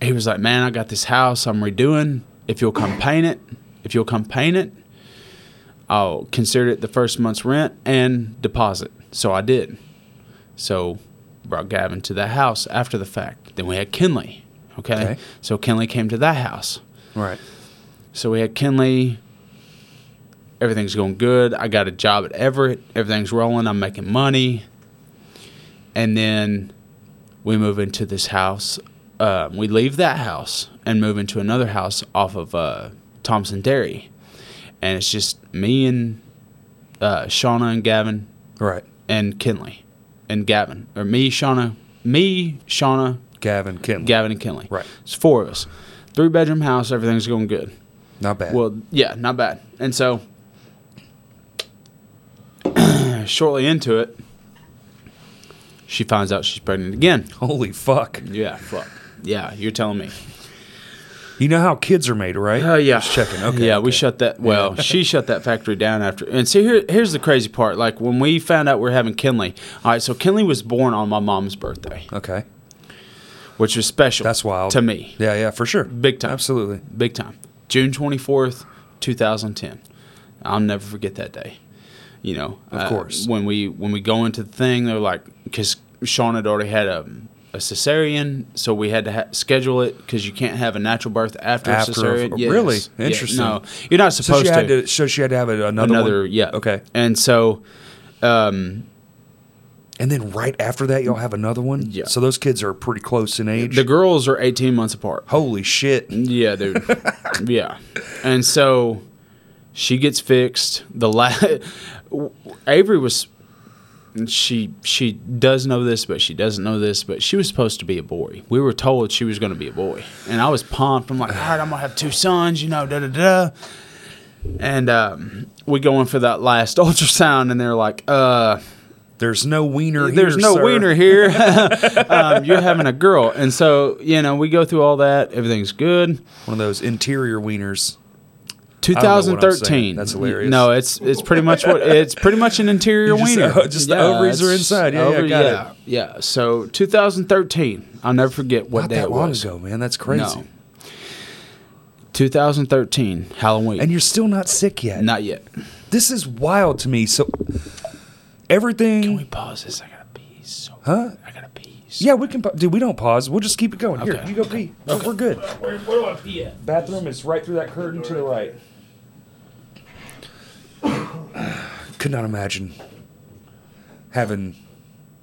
C: he was like, "Man, I got this house I'm redoing. If you'll come paint it, if you'll come paint it, I'll consider it the first month's rent and deposit. So I did. So brought Gavin to that house after the fact. Then we had Kinley. Okay.
B: Okay.
C: So Kinley came to that house.
B: Right.
C: So we had Kinley. Everything's going good. I got a job at Everett. Everything's rolling. I'm making money. And then we move into this house. Uh, we leave that house and move into another house off of uh, Thompson Dairy. And it's just me and uh, Shauna and Gavin
B: Right.
C: and Kinley and Gavin. Or me, Shauna. Me, Shauna,
B: Gavin Kinley.
C: Gavin, and Kinley.
B: Right.
C: It's four of us. Three bedroom house. Everything's going good.
B: Not bad.
C: Well, yeah, not bad. And so, shortly into it, she finds out she's pregnant again.
B: Holy fuck.
C: Yeah, fuck. Yeah, you're telling me.
B: You know how kids are made, right?
C: Oh yeah,
B: Just checking. Okay.
C: Yeah,
B: okay.
C: we shut that. Well, she shut that factory down after. And see, here, here's the crazy part. Like when we found out we are having Kinley. All right, so Kinley was born on my mom's birthday,
B: Okay.
C: which was special.
B: That's wild.
C: to me,
B: Yeah, yeah, for sure.
C: Big time.
B: Absolutely.
C: big time. June 24th, 2010. I'll never forget that day. You know, uh,
B: Of course.
C: When we when we go into the thing, they're like, because Sean had already had a, a cesarean, so we had to ha- schedule it because you can't have a natural birth after,
B: After a-
C: a cesarean.
B: really?
C: Yeah,
B: Interesting.
C: no, you're not
B: So
C: supposed
B: she had
C: to.
B: to. So she had to have a- another.
C: Another,
B: one?
C: yeah.
B: Okay.
C: And so, um,
B: And then right after that, y'all have another one.
C: Yeah.
B: So those kids are pretty close in age.
C: the girls are 18 months apart.
B: Holy shit.
C: Yeah, dude. yeah. And so she gets fixed. The la- Avery was she she does know this, but she doesn't know this, but she was supposed to be a boy. We were told she was going to be a boy. And I was pumped. I'm like, "All right, I'm going to have two sons, you know, da da da." And um, we go in for that last ultrasound, and they're like, "Uh,
B: There's no wiener.
C: there's
B: here,
C: no
B: sir.
C: wiener here. um, you're having a girl." And so, you know, we go through all that. Everything's good.
B: One of those interior wieners. don't know what I'm
C: 2013.
B: saying. That's hilarious.
C: No, it's it's pretty much what it's pretty much an interior
B: You just-
C: wiener.
B: uh, just the ovaries are
C: it's
B: inside. Yeah, yeah, got it.
C: yeah, yeah. So 2013. I'll never forget what
B: Not
C: day
B: that
C: it
B: long
C: was.
B: ago, man. That's crazy.
C: No. 2013 Halloween.
B: And you're still not sick yet.
C: not yet.
B: This is wild to me. So everything.
C: Can we pause this? I gotta pee. So
B: Huh?
C: I gotta pee. So
B: yeah, we can. pa- Dude, we don't pause. We'll just keep it going. Here,
C: Okay.
B: you go pee. We're- We're good.
A: Where, where do I pee at?
B: Bathroom is right through that curtain to the right. Could not imagine having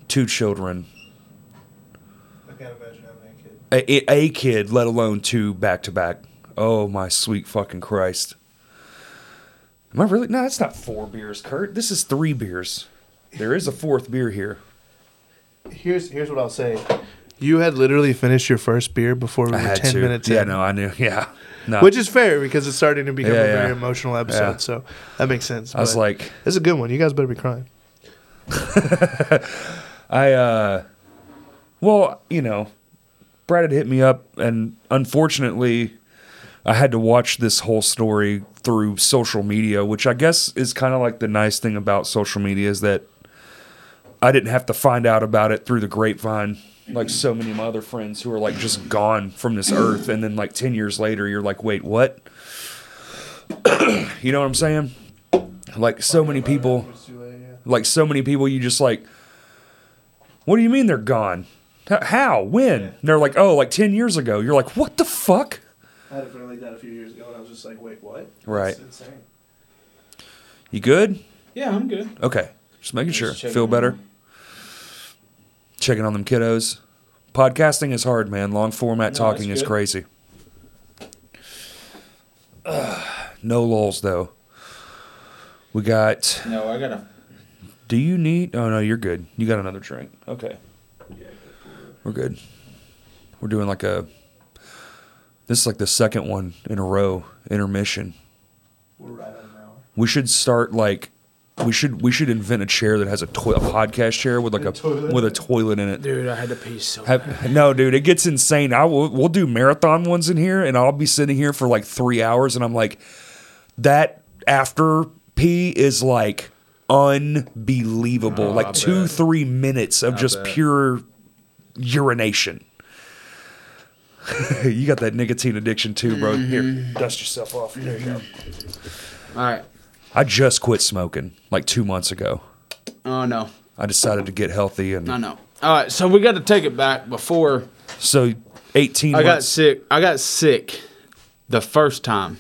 B: two children,
A: I can't imagine having that kid.
B: a, a- a kid, let alone two back to back. Oh my sweet fucking Christ! Am I really? No, that's not four beers, Kurt. This is three beers. There is a fourth beer here.
A: Here's here's what I'll say. You had literally finished your first beer before we
B: I
A: were
B: had
A: ten
B: to.
A: minutes
B: yeah,
A: in,
B: no, I knew. Yeah, no.
A: which is fair because it's starting to become
B: Yeah,
A: a very
B: yeah.
A: emotional episode.
B: Yeah.
A: So that makes sense.
B: I was like,
A: "It's a good one. You guys better be crying."
B: I uh well, you know, Brad had hit me up and unfortunately I had to watch this whole story through social media, which I guess is kind of like the nice thing about social media is that I didn't have to find out about it through the grapevine like so many of my other friends who are like just gone from this earth and then like 10 years later you're like, "Wait, what?" you know what I'm saying? Like so many people like so many people you just like what do you mean they're gone H- how when And they're like oh like 10 years ago you're like what the fuck
A: I had a friend like that a few years ago, and I was just like, "Wait, what?"
B: Right.
A: That's insane.
B: you good
C: yeah, I'm good.
B: okay just making
C: Just
B: sure
C: checking
B: feel
C: on
B: better
C: them.
B: checking on them kiddos podcasting is hard man long format
C: No,
B: talking
C: that's good.
B: is crazy Ugh, no lulls though we got
C: No, I gotta.
B: do you need oh no you're good you got another drink okay we're good we're doing like a this is like the second one in a row intermission
A: We're right on an hour.
B: We should start like we should we should invent a chair that has a, toi- a podcast chair with like a,
A: A toilet.
B: with a toilet in it.
C: Dude, I had to pee so.
B: Have- no, dude, it gets insane. I will we'll do marathon ones in here, and I'll be sitting here for like three hours, and I'm like, that after pee is like unbelievable,
C: Oh,
B: like
C: I
B: two
C: bet.
B: three minutes of just
C: bet.
B: pure urination. you got that nicotine addiction too, bro. Here, dust yourself off. There you go.
C: All right.
B: I just quit smoking like two months ago.
C: Oh no,
B: I decided to get healthy, and
C: no, no. All right, so we got to take it back before
B: so eighteen.
C: I got
B: months.
C: sick. I got sick the first time.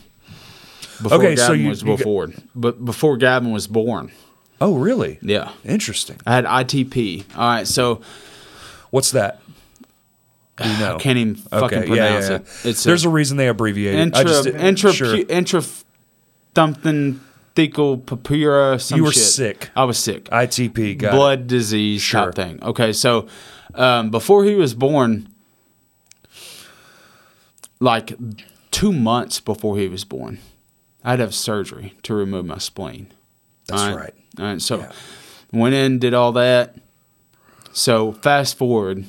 C: Before
B: Okay,
C: Gavin
B: so you-
C: was
B: you got-
C: before, but before Gavin was born.
B: Oh, really?
C: Yeah,
B: Interesting.
C: I had ITP. All right, so
B: What's that? Do You know.
C: I can't even fucking
B: Oh. Okay, yeah,
C: pronounce
B: yeah,
C: it. It's
B: There's
C: a,
B: a reason they abbreviate it. I
C: intra
B: just-
C: intra
B: sure.
C: pu- intra something thecal papura. Some
B: You were
C: shit.
B: sick.
C: I was sick.
B: ITP got it.
C: blood disease
B: Sure.
C: type thing. Okay, so um, before he was born, like two months before he was born, I'd have surgery to remove my spleen.
B: That's
C: All
B: right.
C: All right, so
B: Yeah.
C: went in, did all that. So fast forward.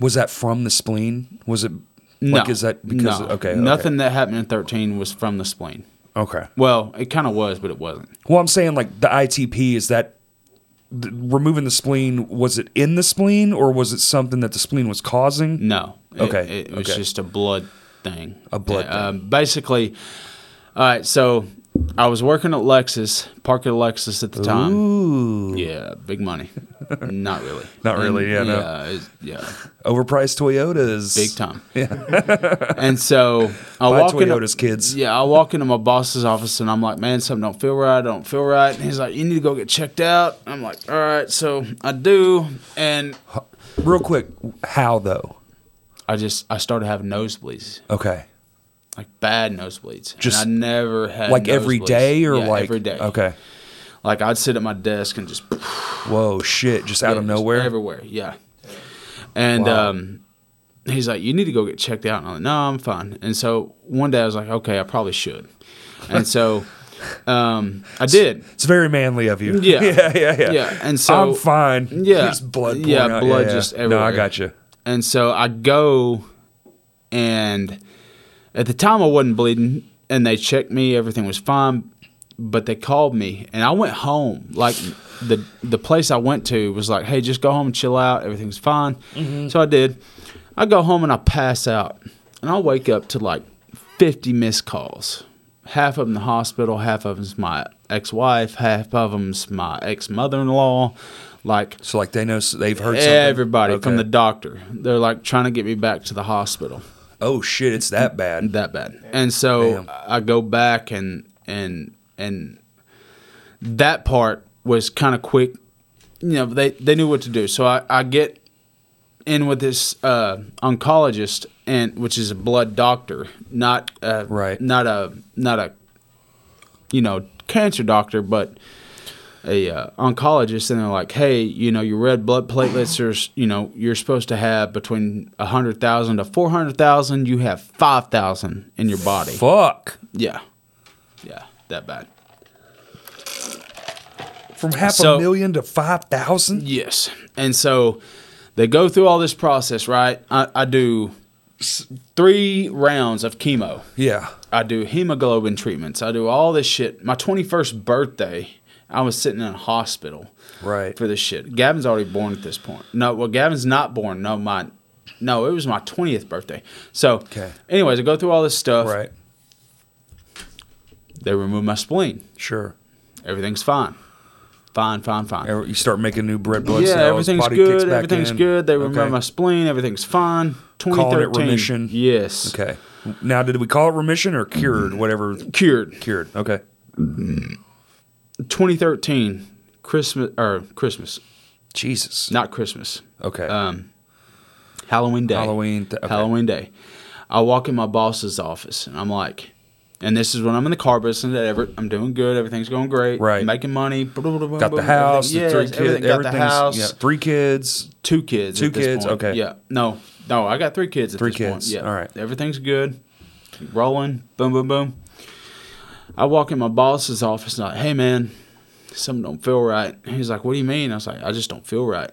B: Was that from the spleen? Was it
C: No,
B: like is that because
C: no,
B: okay, okay.
C: nothing that happened in thirteen was from the spleen.
B: Okay.
C: Well, it kind of was, but it wasn't.
B: Well, I'm saying like the ITP is that th- removing the spleen was it in the spleen or was it something that the spleen was causing?
C: No. It-
B: Okay,
C: It, was
B: okay.
C: just a blood thing.
B: A blood
C: Uh, basically, all right. So I was working at Lexus, Parker Lexus at the time.
B: Ooh,
C: Yeah, big money. Not really.
B: Not really, yeah, no.
C: Yeah. it's- yeah,
B: overpriced Toyotas.
C: Big time. Yeah. and so I walk into
B: Toyotas, kids.
C: Yeah, I walk into my boss's office and I'm like, man, something don't feel right. I don't feel right. And he's like, you need to go get checked out. I'm like, all right. So I do, and
B: Real quick, how though?
C: I just I started having nosebleeds.
B: Okay.
C: like bad nosebleeds.
B: Just
C: Just and I never had
B: Like every
C: nosebleeds.
B: day or
C: Yeah,
B: like
C: every day.
B: Okay.
C: like I'd sit at my desk and just
B: Whoa, shit, just out of
C: just
B: nowhere.
C: everywhere. Yeah, and
B: Wow.
C: um, he's like, "You need to go get checked out." And I'm like, "No, I'm fine." And so one day I was like, "Okay, I probably should," and so um, I did.
B: It's very manly of you.
C: Yeah.
B: yeah, yeah, yeah.
C: Yeah, and so-
B: I'm fine.
C: Yeah.
B: There's blood.
C: Yeah,
B: pouring out.
C: blood just
B: No, I
C: everywhere.
B: got you.
C: And so I go and at the time I wasn't bleeding and they checked me, everything was fine, but they called me and I went home. Like the the place I went to was like, "Hey, just go home and chill out. Everything's fine." So I did. I go home and I pass out. And I wake up to like 50 missed calls. Half of them the hospital, half of them's my ex-wife, half of them's my ex-mother-in-law. Like
B: So like they know s- they've heard something.
C: Everybody from the
B: Okay.
C: doctor. They're like trying to get me back to the hospital.
B: oh shit, it's that bad.
C: That bad. And so
B: Damn.
C: I go back and and and that part was kind of quick. You know, they they knew what to do. So I, I get in with this uh, oncologist and which is a blood doctor, not a,
B: Right.
C: not a not a you know, cancer doctor, but a uh, oncologist, and they're like, "Hey, you know, your red blood platelets are, s- you know, you're supposed to have between hundred thousand to four hundred thousand. You have five thousand in your body.
B: Fuck.
C: Yeah, yeah, that bad.
B: From half
C: So-
B: a million to five thousand.
C: Yes, and so they go through all this process, right? I, I do s- three rounds of chemo.
B: Yeah.
C: I do hemoglobin treatments. I do all this shit. My 21st birthday, I was sitting in a hospital.
B: Right.
C: For this shit. Gavin's already born at this point. No, well, Gavin's not born. No, my, no, it was my 20th birthday. So,
B: Okay.
C: anyways, I go through all this stuff.
B: Right.
C: They remove my spleen.
B: Sure.
C: Everything's fine. Fine, fine, fine.
B: Every- You start making new red blood cells.
C: yeah, everything's
B: body Kicks
C: good.
B: back
C: Everything's
B: in.
C: good. They remove
B: Okay.
C: my spleen. Everything's fine. 2013.
B: Calling it remission.
C: Yes.
B: Okay. Now, did we call it remission or cured? Whatever.
C: Cured.
B: Cured. Okay.
C: 2013, Christmas, or Christmas,
B: Jesus.
C: not Christmas.
B: Okay.
C: um, Halloween day.
B: Halloween th- okay.
C: Halloween day. I walk in my boss's office and I'm like, and this is when I'm in the car business at Everett. I'm doing good. Everything's going great.
B: Right.
C: Making money.
B: got the house. The
C: Yeah,
B: three kids.
C: everything, got the
B: everything's-
C: house.
B: Yeah, three kids.
C: Two kids.
B: Two
C: at this
B: kids,
C: point.
B: okay.
C: Yeah. No. No. I got three kids. At
B: Three
C: this Point.
B: kids,
C: Yeah.
B: all right.
C: Everything's good. Rolling. Boom. Boom. Boom. I walk in my boss's office and I'm like, hey man, something don't feel right. He's like, what do you mean? I was like, I just don't feel right.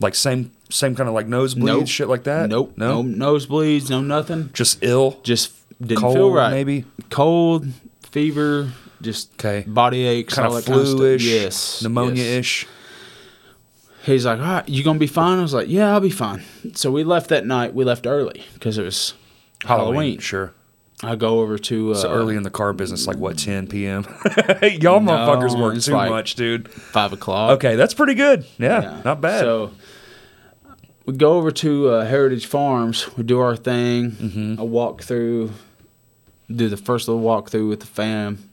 B: Like same same kind of like nosebleeds,
C: Nope.
B: shit like that.
C: Nope.
B: Uh, No.
C: No nosebleeds. No nothing.
B: Just ill.
C: just didn't
B: Cold,
C: feel right.
B: maybe?
C: cold, fever, just
B: 'Kay.
C: body aches,
B: Kind
C: all
B: of
C: that kinda stuff.
B: flu-ish.
C: yes, yes.
B: Pneumonia-ish.
C: He's like, "All right, you gonna be fine?" I was like, "Yeah, I'll be fine." So we left that night. We left early because it was
B: Halloween,
C: Halloween.
B: sure.
C: I go over to uh,
B: So early in the car business, like what, 10 p.m. Y'all motherfuckers work
C: it's
B: too
C: like-
B: much, dude.
C: five o'clock.
B: Okay, that's pretty good. Yeah, not bad.
C: So we go over to uh, Heritage Farms. We do our thing.
B: Mm-hmm.
C: I walk through, do the first little walk through with the fam,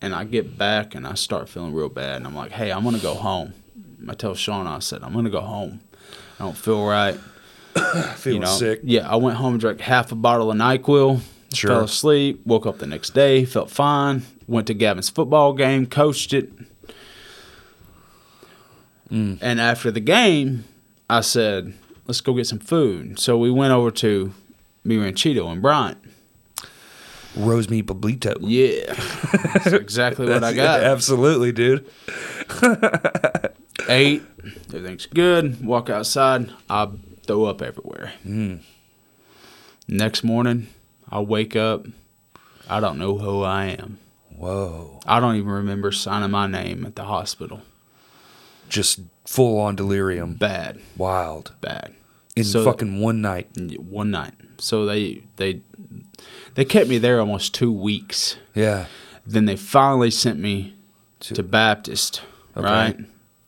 C: and I get back and I start feeling real bad. And I'm like, hey, I'm gonna go home. I tell Sean, I said, I'm gonna go home. I don't feel right.
B: Feeling
C: you know?
B: sick.
C: Yeah, I went home, drank half a bottle of Nyquil,
B: Sure.
C: fell asleep, woke up the next day, felt fine. Went to Gavin's football game, coached it,
B: Mm.
C: and after the game, I said, "Let's go get some food." So we went over to me Ranchito and Bryant.
B: Rosemary Pablito.
C: Yeah, that's exactly what I
B: That's-
C: got.
B: Absolutely, dude.
C: Ate, everything's good. Walk outside, I throw up everywhere.
B: Hmm,
C: Next morning, I wake up. I don't know who I am.
B: Whoa.
C: I don't even remember signing my name at the hospital.
B: Just full on delirium.
C: Bad,
B: Wild.
C: bad.
B: In
C: So-
B: fucking one night.
C: One night. So they they they kept me there almost two weeks.
B: Yeah.
C: Then they finally sent me to, Baptist,
B: Okay.
C: right?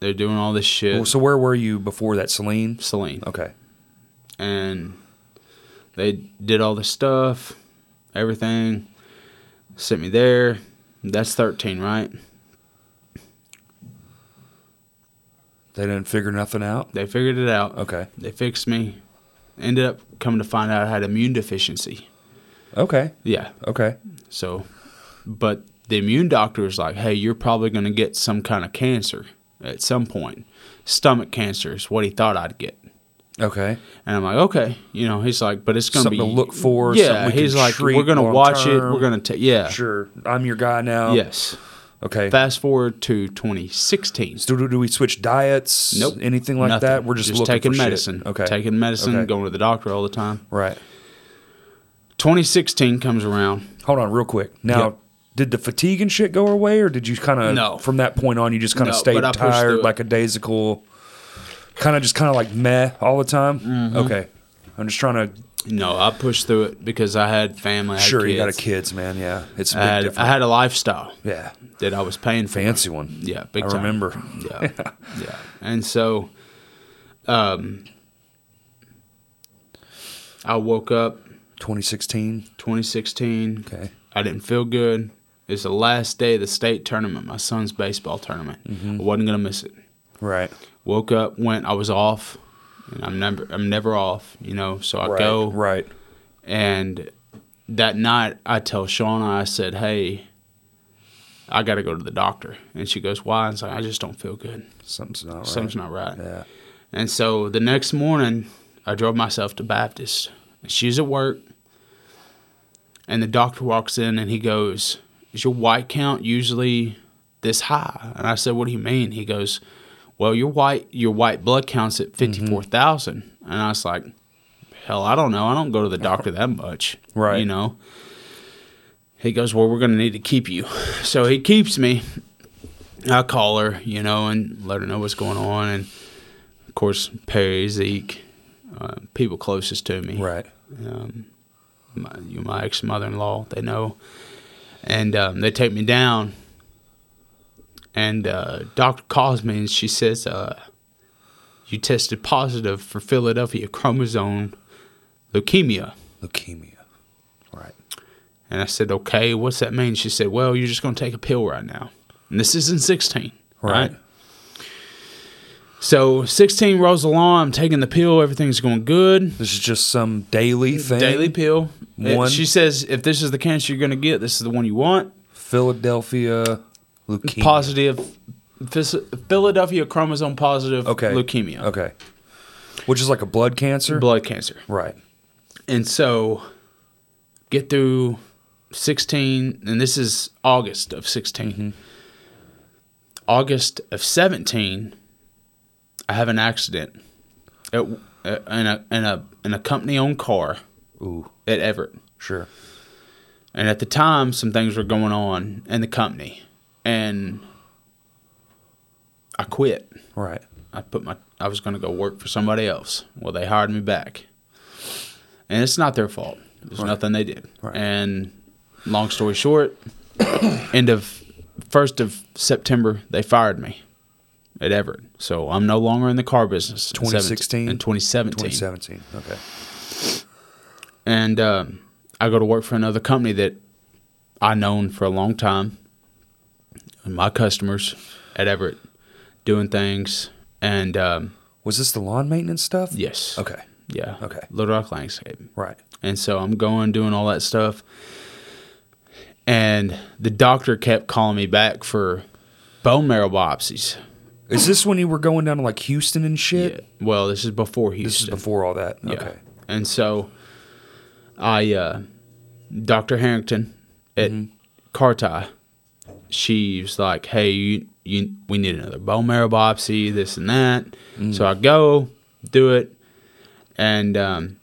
C: They're doing all this shit.
B: Well, so where were you before that, Celine?
C: Celine.
B: Okay.
C: And they did all this stuff, everything. Sent me there. That's 13, right?
B: They didn't figure nothing out?
C: They figured it out.
B: Okay.
C: They fixed me. Ended up coming to find out I had immune deficiency.
B: Okay.
C: Yeah.
B: Okay.
C: So, but the immune doctor is like, hey, you're probably going to get some kind of cancer at some point. Stomach cancer is what he thought I'd get.
B: Okay.
C: And I'm like, okay, you know, he's like, but it's going
B: Something
C: be
B: to look for,
C: Yeah,
B: something we
C: he's
B: can
C: like,
B: treat
C: we're going to
B: long
C: watch it.
B: term."
C: We're going to take, yeah,
B: Sure. I'm your guy now.
C: yes.
B: Okay.
C: Fast forward to 2016.
B: So do, do we switch diets?
C: Nope,
B: Anything like
C: nothing.
B: that? We're just, looking
C: taking
B: for shit.
C: medicine.
B: Okay.
C: taking medicine,
B: Okay.
C: going to the doctor all the time.
B: Right.
C: 2016 comes around.
B: Hold on, real quick. Now,
C: Yep.
B: did the fatigue and shit go away, or did you kind of
C: No.
B: from that point on you just kind
C: No,
B: of stayed
C: but I pushed through
B: tired,
C: it.
B: like a daisical, kind of just kind of like meh all the time?
C: Mm-hmm.
B: Okay, I'm just trying to.
C: No, I pushed through it because I had family. I had
B: sure, you got a
C: kids.
B: kids, man. Yeah, it's a big
C: I had, I
B: difference.
C: had a lifestyle
B: yeah,
C: that I was paying for.
B: fancy one.
C: Yeah, big
B: I
C: time.
B: remember.
C: Yeah. yeah. And so um I woke up
B: 2016.
C: 2016.
B: Okay.
C: I didn't feel good. It's the last day of the state tournament, my son's baseball tournament. I wasn't going to miss it.
B: Right.
C: Woke up, went, I was off. And I'm never I'm never off, you know. So I
B: Right.
C: go
B: Right.
C: and that night, I tell Shauna, I said, "Hey, I got to go to the doctor." And she goes, "Why?" And I like, "I just don't feel good.
B: Something's not right.
C: Something's not right."
B: Yeah.
C: And so the next morning, I drove myself to Baptist. She's at work, and the doctor walks in and he goes, "Is your white count usually this high?" And I said, "What do you mean?" He goes, "Well, your white your white blood counts at fifty and I was like, "Hell, I don't know. I don't go to the doctor that much,
B: Right.
C: You know." He goes, "Well, we're gonna need to keep you," so he keeps me. I call her, you know, and let her know what's going on, and of course Perry, Zeke, uh, people closest to me,
B: Right.
C: um, my, you know, my ex mother in law, they know. And um, they take me down. And uh, doctor calls me and she says, uh, You tested positive for Philadelphia chromosome leukemia.
B: Leukemia. Right.
C: And I said, Okay, what's that mean? She said, Well, you're just going to take a pill right now. And this is in 16.
B: Right.
C: So 16 rolls along. I'm taking the pill. Everything's going good.
B: This is just some daily thing.
C: Daily pill. It-
B: One.
C: she says, If this is the cancer you're going to get, this is the one you want.
B: Philadelphia leukemia.
C: positive phys- Philadelphia chromosome positive
B: Okay.
C: leukemia,
B: Okay. Which is like a blood cancer.
C: blood cancer.
B: Right.
C: And so get through 16 and this is August of 16.
B: Mm-hmm.
C: August of 17 I have an accident at, uh, in a in a in a company owned car
B: Ooh.
C: at Everett.
B: Sure.
C: And at the time, some things were going on in the company, and I quit.
B: Right.
C: I put my I was going to go work for somebody else. Well, they hired me back, and it's not their fault. There's nothing they did.
B: Right.
C: And long story short, end of first of September, they fired me at Everett. So I'm no longer in the car business. in
B: 2016?
C: in 2017.
B: 2017. Okay.
C: And um, I go to work for another company that I known for a long time. And my customers at Everett doing things. And um,
B: Was this the lawn maintenance stuff?
C: yes.
B: Okay.
C: Yeah.
B: Okay.
C: Little Rock Landscape.
B: Right.
C: And so I'm going, doing all that stuff. And the doctor kept calling me back for bone marrow biopsies.
B: Is this when you were going down to like Houston and shit?
C: Well, this is before Houston.
B: This is before all that.
C: Yeah.
B: Okay.
C: And so I, uh, Dr. Harrington at Carti, she was like, hey, you, you, we need another bone marrow biopsy, this and that. So
B: Mm.
C: I go, do it. And um,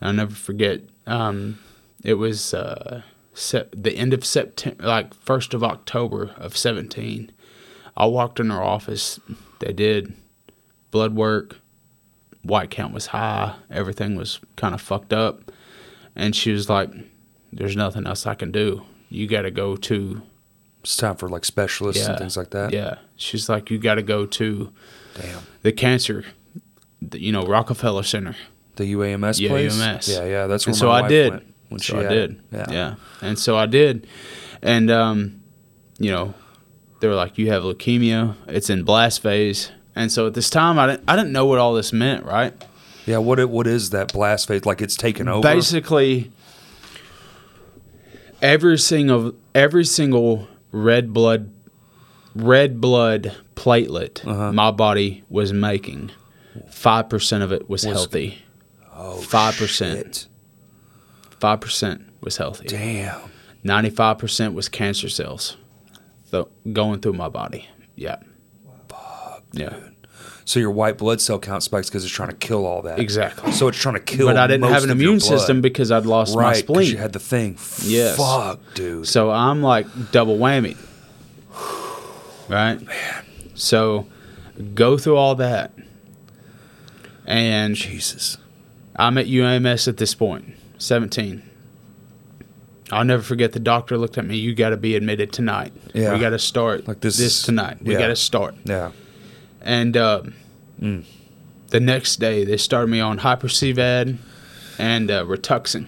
C: I'll never forget, um, it was uh, sep- the end of September, like 1st of October of 17. I walked in her office. They did blood work. White count was high. Everything was kind of fucked up. And she was like, There's nothing else I can do. You got to go to.
B: It's time for like specialists and things like that.
C: Yeah. She's like, You got to go to
B: Damn.
C: the cancer, the, you know, Rockefeller Center.
B: The UAMS
C: Yeah,
B: place.
C: UMS.
B: Yeah, yeah. That's where
C: and
B: my
C: so I
B: wife
C: did.
B: went when
C: so
B: she
C: I
B: had it.
C: did. Yeah. And so I did. And um, you know, they were like, "You have leukemia. It's in blast phase." And so at this time, I didn't, I didn't know what all this meant, right?
B: Yeah, what it, what is that blast phase? Like it's taken over.
C: Basically, every single every single red blood red blood platelet my body was making, five percent of it was, healthy.
B: Oh,
C: five percent.
B: shit.
C: Five percent was healthy.
B: Damn.
C: Ninety-five percent was cancer cells, th- going through my body. Yeah. yeah.
B: So your white blood cell count spikes because it's trying to kill all that.
C: Exactly.
B: So it's trying to kill.
C: But I didn't
B: most
C: have an
B: of your
C: immune
B: blood.
C: system because I'd lost my
B: Right, 'cause
C: spleen.
B: you had the thing.
C: Yes.
B: Fuck, dude.
C: So I'm like double whammy. Right? So go through all that. And
B: Jesus.
C: I'm at UMS at this point, 17. I'll never forget the doctor looked at me, you got to be admitted tonight.
B: Yeah.
C: We got to start
B: Like this is-
C: this tonight. We
B: yeah.
C: got to start.
B: Yeah.
C: And uh,
B: Mm.
C: the next day, they started me on Hypercevad and uh, Rituxan.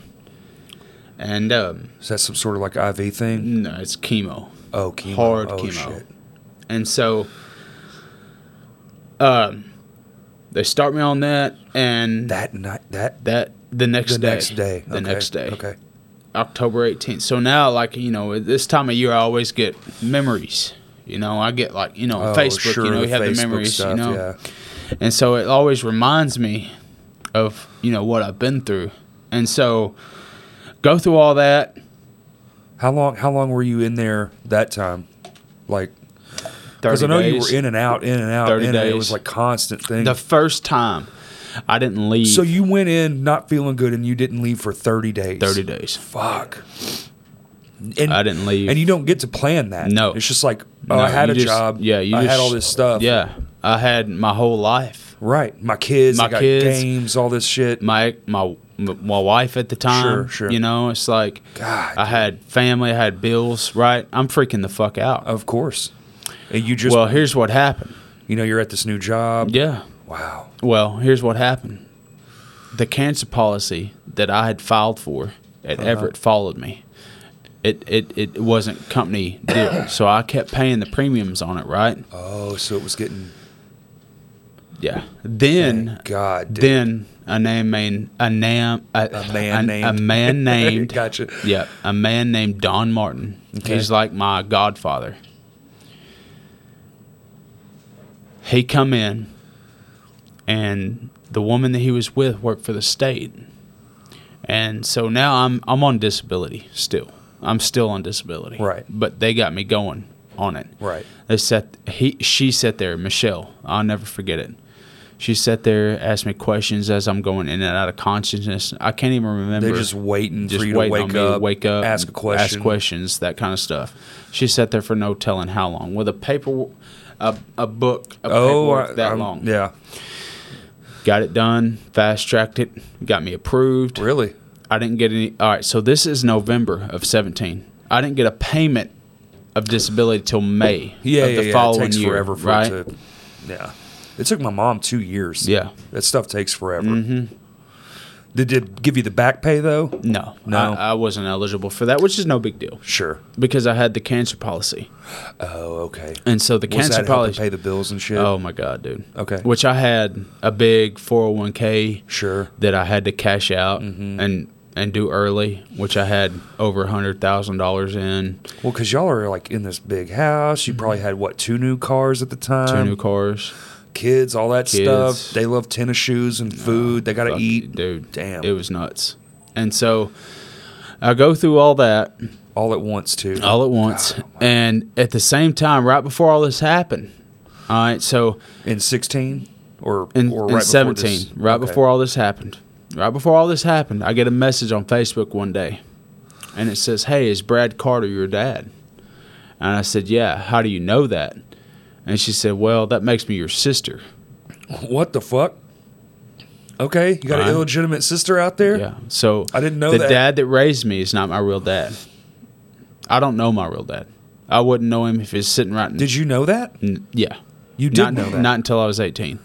C: And um,
B: Is that some sort of like IV thing?
C: no, it's chemo.
B: Oh, chemo.
C: Hard
B: oh,
C: chemo.
B: Shit.
C: And so um, they start me on that, and that,
B: That night. That
C: the next
B: the
C: day.
B: next day.
C: The
B: okay.
C: next day.
B: Okay.
C: October 18th. So now, like, you know, at this time of year, I always get memories. You know, I get like, you know, on
B: Oh,
C: Facebook,
B: sure,
C: you know, you
B: the
C: have the
B: Facebook
C: memories,
B: stuff,
C: you know.
B: yeah.
C: And so it always reminds me of, you know, what I've been through. And so go through all that.
B: How long? How long were you in there that time? Like,
C: 30
B: because I know you
C: days.
B: were in and out, in and out,
C: 30
B: in and It
C: days.
B: was like constant thing.
C: The first time I didn't leave
B: so you went in not feeling good, and you didn't leave for thirty days.
C: 30 days.
B: Fuck. And,
C: I didn't leave.
B: And you don't get to plan that.
C: No.
B: It's just like, oh,
C: No,
B: I had
C: you
B: a
C: just-
B: job.
C: Yeah, you
B: I
C: just,
B: had all this stuff.
C: Yeah, I had my whole life.
B: Right. My kids,
C: My
B: I got
C: kids.
B: games, all this shit.
C: my my my wife at the time.
B: Sure, sure.
C: You know, it's like
B: God,
C: I had family, I had bills, right? I'm freaking the fuck out.
B: of course. And you just,
C: well, here's what happened.
B: you know, you're at this new job.
C: Yeah.
B: Wow.
C: Well, here's what happened. The cancer policy that I had filed for at
B: Uh-huh.
C: Everett followed me. It, it it wasn't company deal, so I kept paying the premiums on it, right?
B: Oh, so it was getting,
C: Yeah. Then
B: God, dude.
C: then a name main a name a,
B: A man named-
C: a man named
B: Gotcha.
C: yeah a man named Don Martin.
B: Okay.
C: He's like my godfather. He come in, and the woman that he was with worked for the state, and so now I'm I'm on disability still. I'm still on disability.
B: Right.
C: But they got me going on it.
B: Right.
C: They sat. He she sat there. Michelle. I'll never forget it. She sat there, asked me questions as I'm going in and out of consciousness. I can't even remember.
B: They're just waiting
C: Just
B: for you to
C: waiting on
B: wake
C: me
B: up,
C: wake up,
B: ask a question.
C: ask questions, that kind of stuff. She sat there for no telling how long with a paper, a, a book, a
B: Oh,
C: paperwork
B: I-
C: that
B: I'm-
C: long.
B: Yeah.
C: got it done, fast tracked it, got me approved.
B: Really?
C: I didn't get any. All right, so this is November of 17. I didn't get a payment of disability till May
B: Yeah,
C: of
B: yeah,
C: the
B: yeah.
C: following
B: it takes
C: year.
B: forever for
C: right?
B: it to. Yeah, it took my mom two years.
C: Yeah. Mm. mm-hmm.
B: that stuff takes forever. Did it give you the back pay though?
C: No,
B: No.
C: I, I wasn't eligible for that, which is no big deal
B: Sure.
C: because I had the cancer policy,
B: Oh, okay.
C: and so the
B: Was
C: cancer
B: that helping
C: policy.
B: pay the bills and shit?
C: Oh my god, dude.
B: Okay.
C: Which I had a big 401k
B: Sure.
C: that I had to cash out
B: Mm-hmm.
C: and and do early, which I had over $100,000 in,
B: Well, because y'all are like in this big house. You probably had what two new cars at the
C: two
B: time,
C: new cars.
B: kids, all that
C: Kids.
B: stuff. They love tennis shoes and food. They got to
C: Fuck,
B: eat,
C: dude.
B: Damn,
C: It was nuts. And so I go through all that
B: all at once too.
C: all at once
B: oh
C: and at the same time right before all this happened. All right, so
B: in sixteen or
C: in,
B: or
C: in
B: right
C: 17,
B: before this?
C: right
B: Okay.
C: before all this happened. Right before all this happened, I get a message on Facebook one day, and it says, "Hey, is Brad Carter your dad?" And I said, "Yeah." How do you know that? And she said, "Well, that makes me your sister."
B: What the fuck? Okay, you got an
C: Right.
B: illegitimate sister out there.
C: Yeah. So
B: I didn't know
C: the
B: that.
C: dad that raised me is not my real dad. I don't know my real dad. I wouldn't know him if he's sitting right. In,
B: Did you know that?
C: n- yeah.
B: You did
C: Not
B: know that.
C: not until I was eighteen.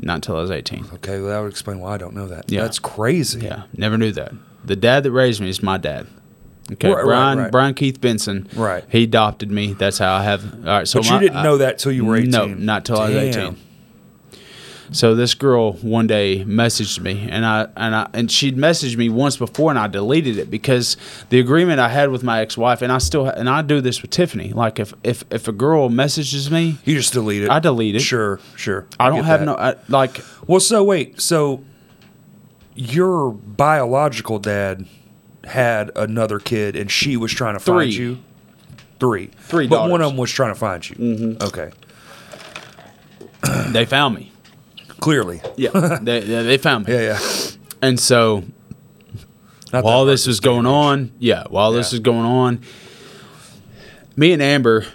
C: Not until I was eighteen.
B: okay, well, that would explain why I don't know that.
C: Yeah.
B: That's crazy.
C: Yeah, never knew that. The dad that raised me is my dad. Okay,
B: Right, right,
C: Brian
B: right.
C: Brian Keith Benson.
B: Right.
C: he adopted me. That's how I have. All right, so
B: But
C: my-
B: you didn't
C: I-
B: know that till you were 18.
C: No, not till I was
B: Damn.
C: eighteen. So this girl one day messaged me, and I and I and she'd messaged me once before, and I deleted it because the agreement I had with my ex-wife, and I still and I do this with Tiffany. Like if if if a girl messages me,
B: You just delete it.
C: I delete it.
B: Sure, sure.
C: I don't
B: get
C: have
B: that.
C: no I, like
B: Well, so wait, so your biological dad had another kid, and she was trying to
C: Three.
B: find you. Three,
C: Three
B: But one
C: daughters. Mm-hmm.
B: of them was trying to find you. Okay,
C: they found me.
B: clearly.
C: Yeah, they they they found me,
B: Yeah, yeah.
C: and so
B: Not that
C: while
B: hard
C: this
B: to
C: was going on, yeah, while this
B: Yeah.
C: was going on, me and Amber,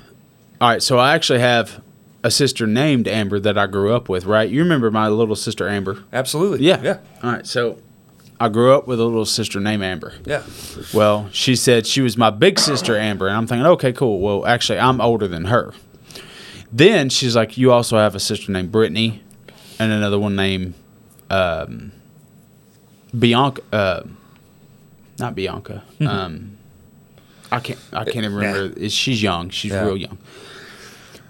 C: all right, so I actually have a sister named Amber that I grew up with, right? You remember my little sister Amber?
B: Absolutely.
C: Yeah.
B: Yeah.
C: All right, so I grew up with a little sister named Amber.
B: Yeah.
C: Well, she said she was my big sister, Amber. And I'm thinking, okay, cool. Well, actually, I'm older than her. Then she's like, you also have a sister named Brittany and another one named um, Bianca. Uh, not Bianca. Um, I can't. I can't even remember. She's young. She's
B: Yeah.
C: real young.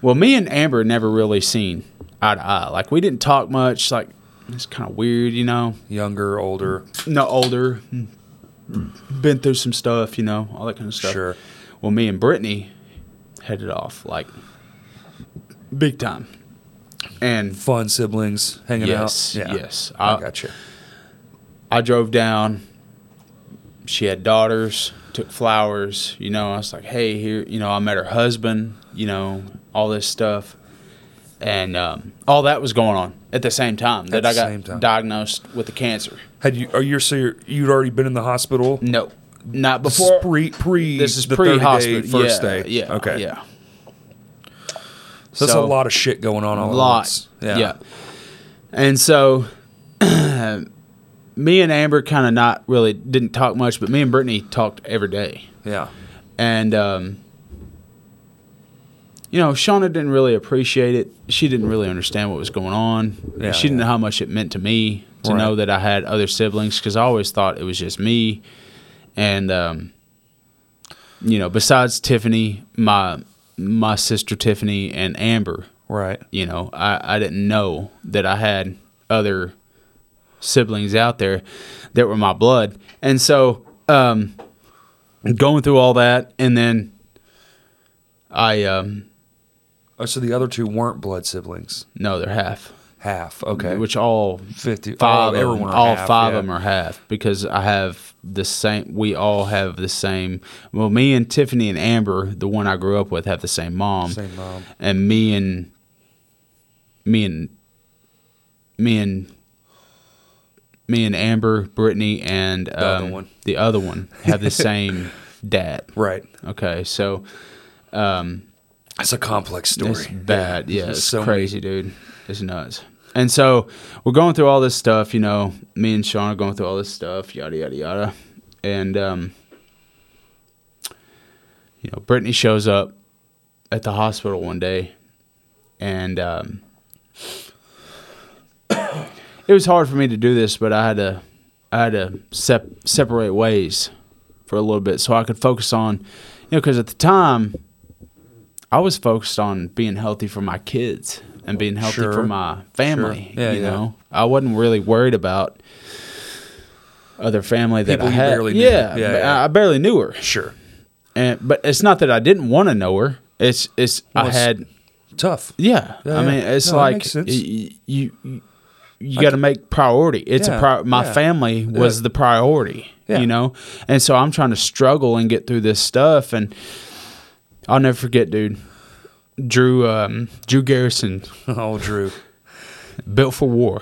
C: Well, me and Amber never really seen eye to eye. Like we didn't talk much. Like it's kind of weird, you know
B: Younger, older.
C: no older, been through some stuff, you know, all that kind of stuff.
B: Sure.
C: Well, me and Brittany headed off like big time, and
B: fun siblings hanging
C: Yes,
B: out.
C: yes.
B: I,
C: I-
B: got you.
C: I drove down. She had daughters, took flowers, you know. I was like, hey, here, you know, I met her husband, you know, all this stuff. And um, all that was going on at the same time that
B: the
C: I
B: same
C: got
B: time.
C: diagnosed with the cancer.
B: Had you? Are you? So you're, you'd already been in the hospital?
C: No, not
B: This is
C: before.
B: pre pre.
C: This is
B: the 30 day
C: pre-hospital
B: first
C: yeah,
B: day.
C: Yeah.
B: Okay.
C: Yeah.
B: So that's
C: So-
B: a lot of shit going on.
C: A
B: All At
C: lot.
B: once.
C: Yeah. And so, me and Amber kind of not really didn't talk much, but me and Brittany talked every day,
B: Yeah.
C: and um, you know, Shauna didn't really appreciate it. She didn't really understand what was going on.
B: Yeah,
C: she didn't
B: yeah.
C: know how much it meant to me to
B: Right.
C: know that I had other siblings because I always thought it was just me, and um, you know, besides Tiffany, my my sister Tiffany and Amber
B: Right.
C: you know I, I didn't know that i had other siblings out there that were my blood and so um, going through all that and then i um,
B: Oh, so the other two weren't blood siblings.
C: no they're half
B: Half. Okay.
C: which all
B: Fifty- all-
C: five of
B: everyone
C: them,
B: are
C: all
B: half,
C: five
B: yeah.
C: of them are half because i have the same we all have the same well me and tiffany and amber the one i grew up with have the same mom
B: Same mom.
C: and me and me and me and me and Amber, Brittany, and um, the, other
B: other one.
C: one. have the same dad.
B: Right.
C: Okay, so
B: That's a complex
C: it's
B: story.
C: bad. Yeah,
B: There's
C: it's
B: so many-
C: crazy, dude. It's nuts. And so we're going through all this stuff, you know. Me and Sean are going through all this stuff, yada yada yada. And um, you know, Brittany shows up at the hospital one day, and um, it was hard for me to do this, but I had to, I had to sep- separate ways for a little bit so I could focus on, you know, because at the time, I was focused on being healthy for my kids and being healthy
B: Sure.
C: for my family.
B: Sure. Yeah,
C: you
B: yeah.
C: know, I wasn't really worried about other family that
B: People
C: I
B: you
C: had.
B: barely knew.
C: yeah,
B: Yeah,
C: but
B: yeah.
C: I- I barely knew her
B: Sure.
C: and but it's not that I didn't want to know her. It's it's
B: Well,
C: I
B: it's-
C: had
B: Tough.
C: yeah. I
B: yeah.
C: mean, it's
B: No, that
C: like
B: makes
C: y-
B: sense.
C: y- you you, got to make priority. It's a
B: Yeah,
C: pri- my
B: yeah.
C: family was
B: Yeah.
C: the priority,
B: Yeah.
C: you know. And so I'm trying to struggle and get through this stuff. And I'll never forget, dude. Drew um, Drew Garrison
B: Oh, Drew.
C: built for war,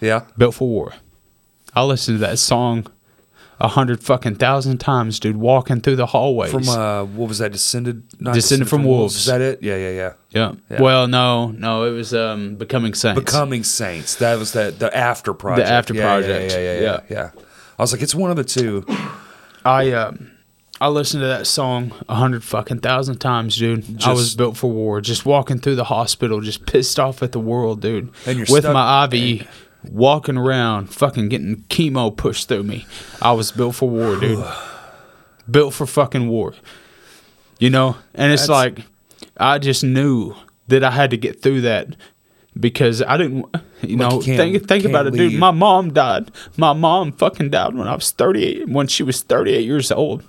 B: Yeah.
C: built for war. I listened to that song a hundred fucking thousand times, dude. Walking through the hallways
B: From uh, what was that? Descended. Not
C: Descended from Wolves.
B: Is that it? Yeah, yeah, yeah.
C: Yeah.
B: Yeah.
C: Well, no, no, it was um becoming saints.
B: Becoming Saints. That was the the after project.
C: after
B: Yeah, yeah,
C: project.
B: Yeah, yeah, yeah,
C: Yeah.
B: yeah, yeah. I was like, it's one of the two.
C: I um I listened to that song a hundred fucking thousand times, dude. I was
B: Just-
C: built for war. Just walking through the hospital, just pissed off at the world, dude.
B: And you're
C: with
B: stuck-
C: my IV, walking around, fucking getting chemo pushed through me. I was built for war, dude. built for fucking war. You know, and it's
B: That's-
C: like I just knew that I had to get through that because I didn't. You
B: Like,
C: know,
B: you can't-
C: think think
B: can't
C: about it, dude.
B: leave.
C: My mom died. My mom fucking died when I was thirty eight. When she was thirty eight years old.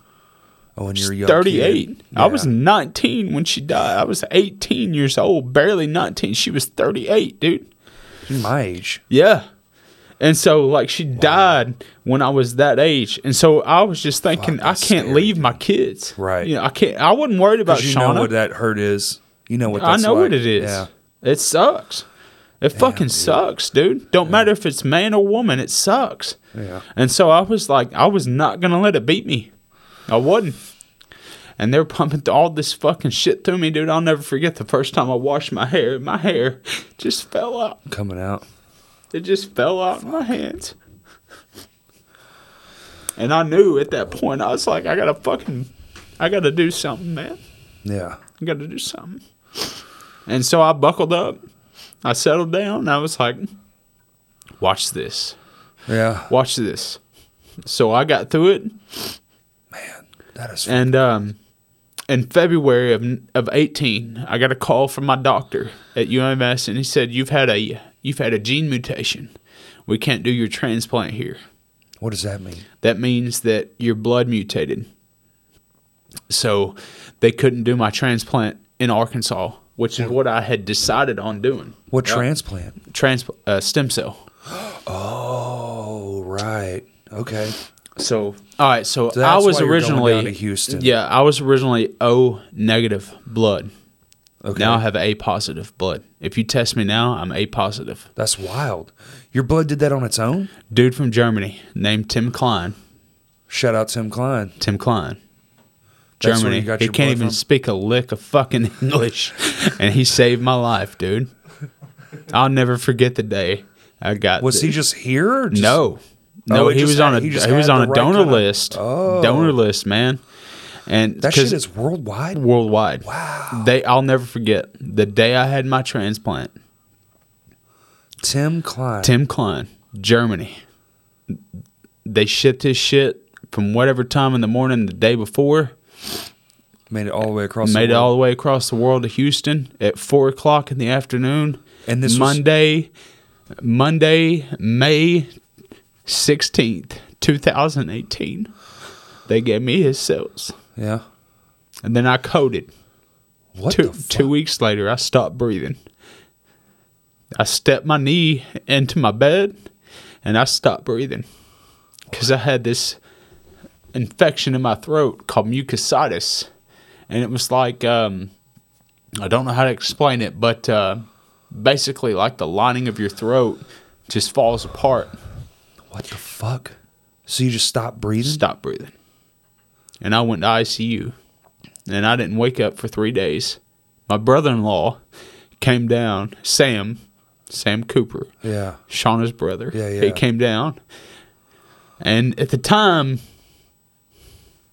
B: Oh, and you're a young kid.
C: 38. I
B: Yeah.
C: was 19 when she died. I was 18 years old, barely 19. She was 38, dude.
B: my age.
C: Yeah. And so, like, she died when I was that age. And so I was just thinking,
B: Fuck,
C: I
B: that's
C: can't
B: scary,
C: leave my kids.
B: Right.
C: You know, I can't, I wasn't worried about
B: 'Cause you
C: Shauna.
B: know what that hurt is. You know what
C: I
B: that's
C: know
B: like.
C: what it is.
B: Yeah.
C: It sucks. It fucking
B: dude.
C: sucks, dude. Don't matter if it's man or woman, it sucks.
B: Yeah.
C: And so I was like, I was not gonna let it beat me. I wouldn't. And they're pumping all this fucking shit through me, dude. I'll never forget the first time I washed my hair. My hair just fell out.
B: Coming out.
C: It just fell out in my hands. And I knew at that point, I was like, I gotta fucking, I gotta do something, man.
B: Yeah.
C: I got to do something. And so I buckled up. I settled down. And I was like, watch this.
B: Yeah.
C: Watch this. So I got through it.
B: That is.
C: And um, in February of, of 18, I got a call from my doctor at UMS. And he said, you've had a, you've had a gene mutation. We can't do your transplant here.
B: what does that mean?
C: That means that your blood mutated. So they couldn't do my transplant in Arkansas, which is what I had decided on doing.
B: What transplant?
C: Trans uh, stem cell.
B: Oh, right. Okay.
C: So all right, so I
B: that's
C: was
B: why you're going
C: originally
B: down to Houston.
C: Yeah, I was originally O negative blood.
B: Okay.
C: Now I have A positive blood. If you test me now, I'm A positive.
B: That's wild. Your blood did that on its own?
C: Dude from Germany named Tim Klein.
B: Shout out Tim Klein.
C: Tim Klein.
B: That's where
C: Germany.
B: you got
C: He
B: your
C: can't
B: blood
C: even
B: from?
C: speak a lick of fucking English, and he saved my life, dude. I'll never forget the day I got.
B: Was
C: the-
B: he just here? or just-
C: Uh, no, no,
B: Oh, it
C: he
B: just
C: was on
B: had-
C: a
B: he
C: he,
B: just
C: was
B: had
C: on a
B: the right
C: donor
B: kinda-
C: list,
B: Oh.
C: donor list, man, and
B: That
C: 'cause
B: shit is worldwide.
C: worldwide.
B: Wow.
C: They, I'll never forget the day I had my transplant.
B: Tim Klein.
C: Tim Klein, Germany. They shipped his shit from whatever time in the morning the day before.
B: made it all the way across.
C: made
B: the
C: it all
B: world.
C: the way across the world to Houston at four o'clock in the afternoon.
B: And this was-
C: Monday, Monday, May sixteenth, two thousand eighteen. They gave me his cells,
B: Yeah.
C: and then I coded.
B: What
C: two
B: the fuck?
C: two weeks later, I stopped breathing. I stepped my knee into my bed, and I stopped breathing because I had this infection in my throat called mucositis, and it was like um, I don't know how to explain it, but uh, basically like the lining of your throat just falls apart.
B: What the fuck? So you just stopped breathing?
C: Stop breathing, and I went to ICU, and I didn't wake up for three days. My brother-in-law came down, Sam. Sam Cooper,
B: Yeah.
C: Shauna's brother.
B: Yeah, yeah.
C: He came down. And at the time,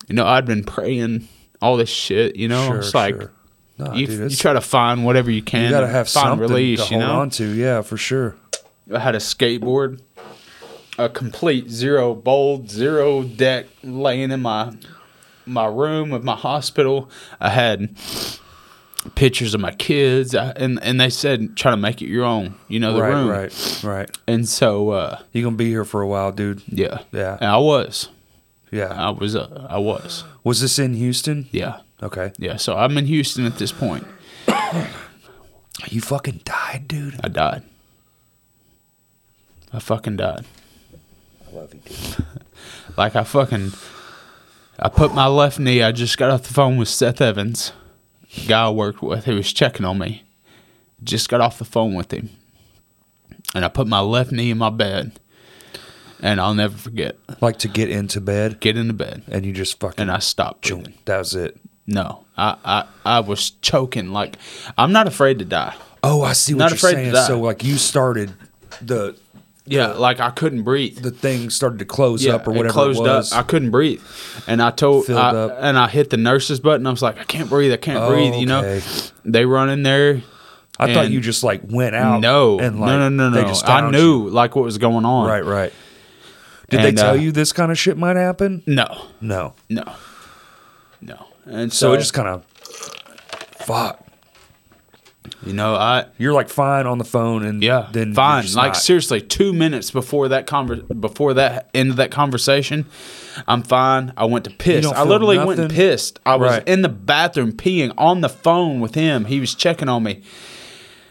C: you know, I'd been praying all this shit, you know?
B: sure,
C: it's like
B: sure. Nah,
C: you,
B: dude,
C: you
B: it's-
C: try to find whatever you can.
B: you gotta have
C: find
B: something
C: release,
B: to hold
C: you know?
B: on to. Yeah, for sure.
C: I had a skateboard, a complete zero bold, zero deck laying in my my room of my hospital. I had pictures of my kids, I, and and they said try to make it your own, you know, the
B: right,
C: room.
B: right, right.
C: And so, uh,
B: You gonna be here for a while, dude.
C: yeah,
B: Yeah.
C: And I was,
B: Yeah.
C: I was, uh, I was,
B: Was this in Houston?
C: yeah,
B: Okay.
C: yeah. So I'm in Houston at this point.
B: You fucking died, dude.
C: I died. I fucking died.
B: I love you, dude.
C: Like I fucking, I put my left knee. I just got off the phone with Seth Evans, the guy I worked with. He was checking on me. Just got off the phone with him, and I put my left knee in my bed, and I'll never forget.
B: Like to get into bed
C: Get into bed,
B: and you just fucking.
C: and I stopped breathing.
B: That was it.
C: No, I, I, I was choking. Like I'm not afraid to die.
B: Oh, I see what
C: Not
B: you're
C: afraid to
B: saying.
C: die.
B: So like you started the
C: Yeah, like I couldn't breathe.
B: the thing started to close up or whatever it,
C: It closed
B: was.
C: up. I couldn't breathe, and I told,
B: Filled
C: I,
B: up.
C: and I hit the nurses button. I was like, I can't breathe. I can't
B: Oh,
C: breathe. You know,
B: okay.
C: they run in there.
B: I, thought
C: and-
B: you just like went out.
C: no,
B: and
C: no,
B: like
C: no, no, no.
B: They just
C: I
B: found
C: knew
B: you.
C: like what was going on.
B: Right, right. Did
C: And,
B: they tell
C: uh,
B: you this kind of shit might happen?
C: No,
B: No.
C: no, no. And
B: So,
C: so,
B: it just kind of fuck.
C: you know, I
B: You're like fine on the phone and
C: yeah,
B: then you're
C: fine.
B: just
C: Like
B: not.
C: seriously, two minutes before that conver- before that end of that conversation, I'm fine. I went to piss.
B: don't
C: I
B: feel
C: literally went and
B: nothing?
C: pissed. I was
B: Right.
C: in the bathroom peeing on the phone with him. He was checking on me.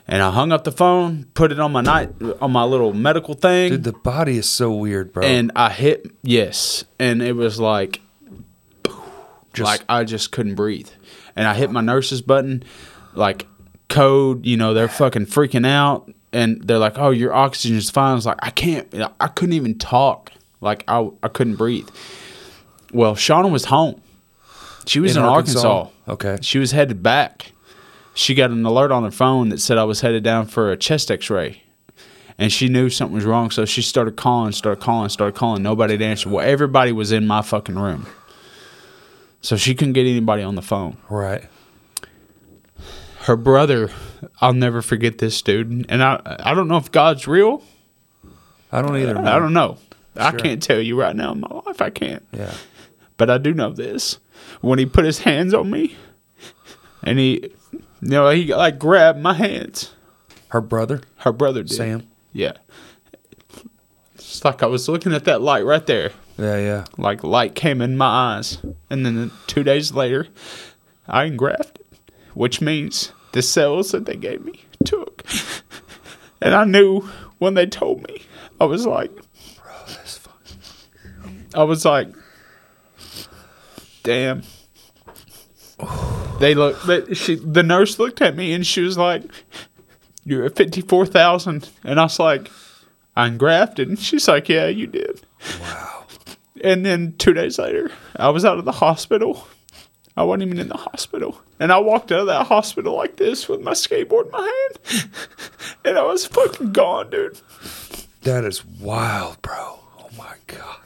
C: And I hung up the phone, put it on my night on my little medical thing.
B: Dude, the body is so weird, bro.
C: and I hit yes, and it was like,
B: Just-
C: like I just couldn't breathe, and I hit my nurses button, like code. You know they're fucking freaking out, and they're like, "Oh, your oxygen is fine." I was like, "I can't. I couldn't even talk. Like I I couldn't breathe." Well, Shauna was home. She was in,
B: In
C: Arkansas.
B: Arkansas? Okay.
C: She was headed back. She got an alert on her phone that said I was headed down for a chest x-ray. And she knew something was wrong, so she started calling, started calling, started calling. Nobody to answer. Well, everybody was in my fucking room. So she couldn't get anybody on the phone.
B: right.
C: Her brother, I'll never forget this dude. And I I don't know if God's real.
B: I don't either. man.
C: I don't know. I
B: Sure.
C: can't tell you right now in my life. I can't.
B: Yeah.
C: But I do know this. When he put his hands on me, and he, you know, he like grabbed my hands.
B: Her brother,
C: Her brother did.
B: Sam.
C: Yeah. It's like I was looking at that light right there.
B: Yeah, yeah.
C: Like light came in my eyes. And then two days later, I engrafted, which means the cells that they gave me took. And I knew when they told me, I was like, I was like, damn. They look. They, she, the nurse looked at me and she was like, "You're at fifty four thousand. and I was like, "I engrafted." And she's like, "Yeah, you did." Wow. And then two days later, I was out of the hospital. I wasn't even in the hospital, and I walked out of that hospital like this with my skateboard in my hand, and I was fucking gone, dude.
B: That is wild, bro. Oh my god.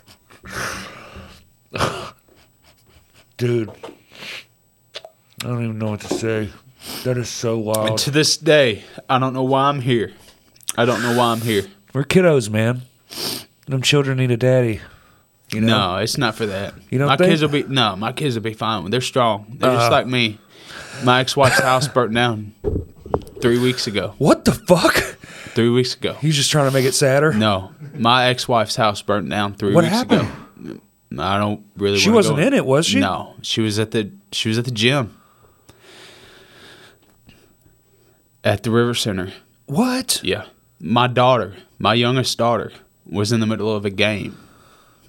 B: Dude. I don't even know what to say. That is so
C: And
B: wild.
C: to this day, I don't know why I'm here. I don't know why I'm here.
B: We're kiddos, man. Them children need a daddy. You know?
C: No, it's not for that.
B: You don't
C: my
B: think?
C: kids will be no, my kids will be fine. They're strong. They're
B: Uh.
C: just like me. My ex-wife's house burnt down three weeks ago.
B: What the fuck?
C: Three weeks ago.
B: He's just trying to make it sadder.
C: No, my ex-wife's house burnt down three
B: What
C: weeks
B: happened?
C: ago. I don't really.
B: She
C: wanna
B: wasn't
C: go
B: in it, was she?
C: No, she was at the she was at the gym at the River Center.
B: What?
C: Yeah, my daughter, my youngest daughter, was in the middle of a game.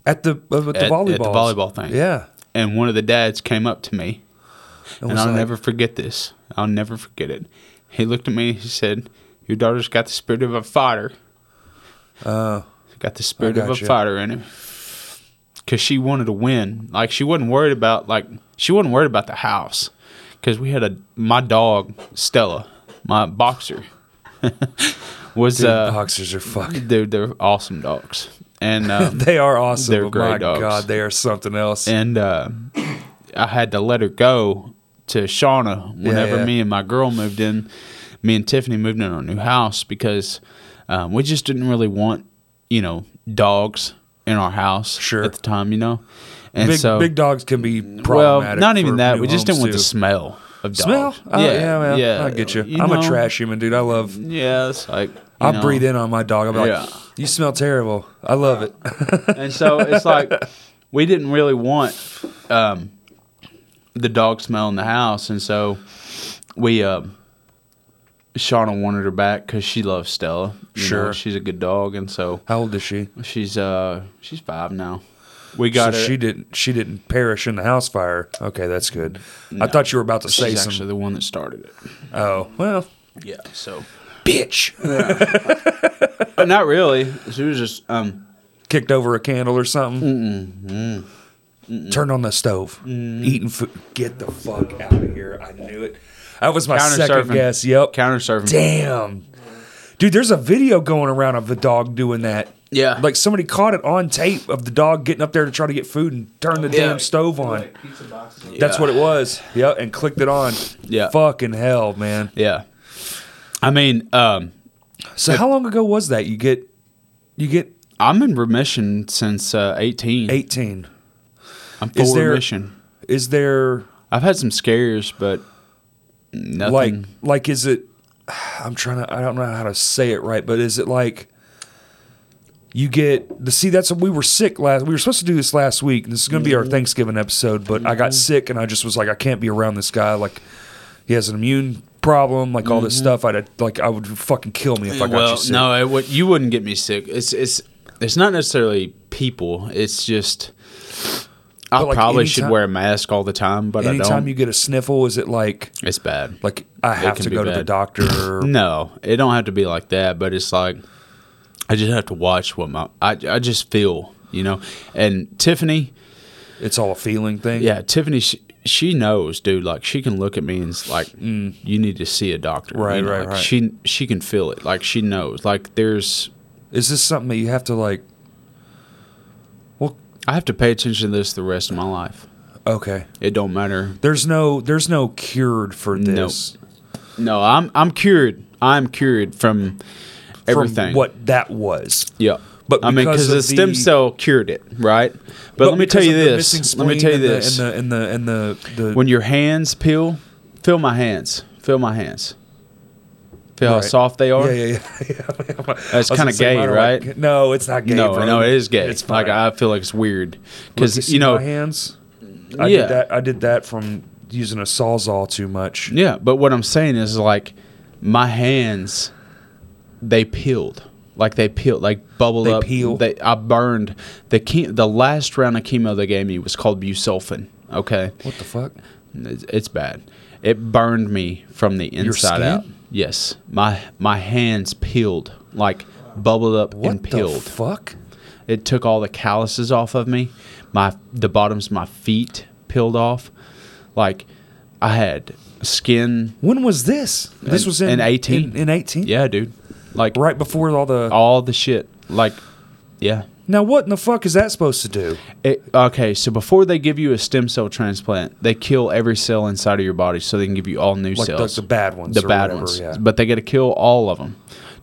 B: At the uh, at the
C: At- at the
B: volleyball.
C: volleyball thing.
B: Yeah.
C: and one of the dads came up to me,
B: It
C: and
B: was
C: I'll
B: like,
C: never forget this. I'll never forget it. He looked at me and he said, "Your daughter's got the spirit of a fighter.
B: uh,
C: got the spirit of a
B: gotcha.
C: fighter in her, because she wanted to win. Like she wasn't worried about like she wasn't worried about the house, because we had a my dog Stella, my boxer." was
B: Dude,
C: uh,
B: boxers are fucking.
C: dude, they're awesome dogs, and um,
B: They are awesome.
C: They're
B: but
C: great
B: my
C: dogs.
B: God, they are something else.
C: and uh, I had to let her go to Shauna whenever
B: yeah.
C: me and my girl moved in. Me and Tiffany moved in our new house because um, we just didn't really want, you know, dogs in our house
B: Sure.
C: at the time, you know. And
B: big
C: so,
B: big dogs can be
C: well,
B: problematic.
C: not even
B: for
C: that.
B: new
C: We just didn't
B: homes,
C: want
B: too.
C: the smell of
B: smell.
C: dogs.
B: Oh, yeah, yeah, man. I get you. I'm a
C: know?
B: trash human, dude. I love.
C: Yeah, it's like
B: I
C: you know.
B: breathe in on my dog. I'm like,
C: Yeah.
B: you smell terrible. I love it.
C: and so it's like we didn't really want um, the dog smell in the house, and so we uh, Shauna wanted her back because she loves Stella. You know,
B: Sure.
C: she's a good dog, and so
B: How old is she?
C: she's uh she's five now. We got
B: so
C: her.
B: she didn't. She didn't perish in the house fire. Okay, that's good. I thought you were about to say
C: she's
B: something.
C: actually the one that started it.
B: oh well,
C: Yeah, so
B: bitch.
C: but not really. She was just um
B: Kicked over a candle or something. Turned on the stove.
C: Mm-hmm.
B: Eating food. Get the fuck out of here. I knew it. That was my
C: Counter
B: second
C: surfing.
B: guess. Yep.
C: counter serving.
B: Damn. Dude, there's a video going around of the dog doing that.
C: Yeah.
B: Like somebody caught it on tape of the dog getting up there to try to get food and turn the
C: Yeah.
B: damn stove on.
A: pizza boxes.
B: That's
C: Yeah.
B: what it was. Yep. And clicked it on.
C: Yeah.
B: Fucking hell, man.
C: Yeah. I mean, um,
B: So how long ago was that? You get you get
C: I'm in remission since uh, 18.
B: 18.
C: I'm full
B: there-
C: remission.
B: Is there
C: I've had some scares, but nothing.
B: like like is it i'm trying to i don't know how to say it right but is it like you get the see that's we were sick last we were supposed to do this last week and this is going to
C: Mm-hmm.
B: be our thanksgiving episode but i got sick and i just was like i can't be around this guy like he has an immune problem like all this stuff i'd like i would fucking kill me if i got
C: Mm-hmm. well,
B: you sick
C: no, it would, you wouldn't get me sick. It's it's it's not necessarily people. It's just I
B: But, like,
C: probably
B: any
C: should
B: ti-
C: wear a mask all the time, but I
B: anytime
C: don't.
B: you get a sniffle is it like
C: it's bad.
B: like i have
C: can
B: to
C: be
B: go to the
C: bad.
B: doctor or
C: no, it don't have to be like that, but it's like I just have to watch what my I I just feel, you know. And Tiffany,
B: it's all a feeling thing
C: yeah, Tiffany. She, she knows, dude. Like she can look at me and it's like,
B: Mm.
C: you need to see a doctor.
B: Right,
C: you know,
B: right,
C: like,
B: right.
C: She she can feel it. Like she knows. Like there's
B: is this something that you have to like well
C: I have to pay attention to this the rest of my life.
B: okay
C: It don't matter.
B: There's no there's no cured for this.
C: No, I'm I'm cured. I'm cured from
B: From
C: everything.
B: what that was.
C: Yeah.
B: But
C: I mean,
B: because
C: because the,
B: of
C: stem
B: the-
C: cell cured it, right? But, let me
B: because
C: tell you
B: of the
C: this.
B: missing
C: Let me
B: spleen
C: tell you
B: and
C: this.
B: The, and the and the and the, the
C: when your hands peel, feel my hands. Feel my hands. Feel how
B: Right.
C: soft they are.
B: yeah yeah yeah. I was
C: That's
B: gonna
C: kinda
B: say,
C: gay,
B: mine are
C: right?
B: like- no, it's not gay.
C: no,
B: bro.
C: no, it is gay. It's
B: It's fine.
C: like I feel like it's weird
B: Look,
C: because
B: see
C: you
B: my
C: know.
B: hands. I
C: Yeah.
B: did that. I did that from using a sawzall too much.
C: Yeah, but what I'm saying is like my hands they peeled. Like they peeled, like bubbled
B: They
C: up.
B: peel?
C: They I burned the chem- the last round of chemo they gave me was called busulfan. Okay.
B: What the fuck?
C: It's, it's bad. It burned me from the inside
B: skin?
C: out. Yes. My my hands peeled. Like bubbled up
B: What
C: and
B: the
C: peeled.
B: fuck?
C: It took all the calluses off of me. My the bottoms of my feet peeled off. Like I had skin.
B: When was this? This
C: In-
B: was in
C: in 18.
B: In, in eighteen.
C: Yeah, dude. Like
B: Right before all the.
C: all the shit. Like yeah.
B: Now what in the fuck is that supposed to do?
C: It, okay, so before they give you a stem cell transplant, they kill every cell inside of your body so they can give you all new
B: Like the,
C: cells.
B: the bad ones.
C: the
B: or
C: bad
B: whatever,
C: ones.
B: Yeah.
C: But they got to kill all of them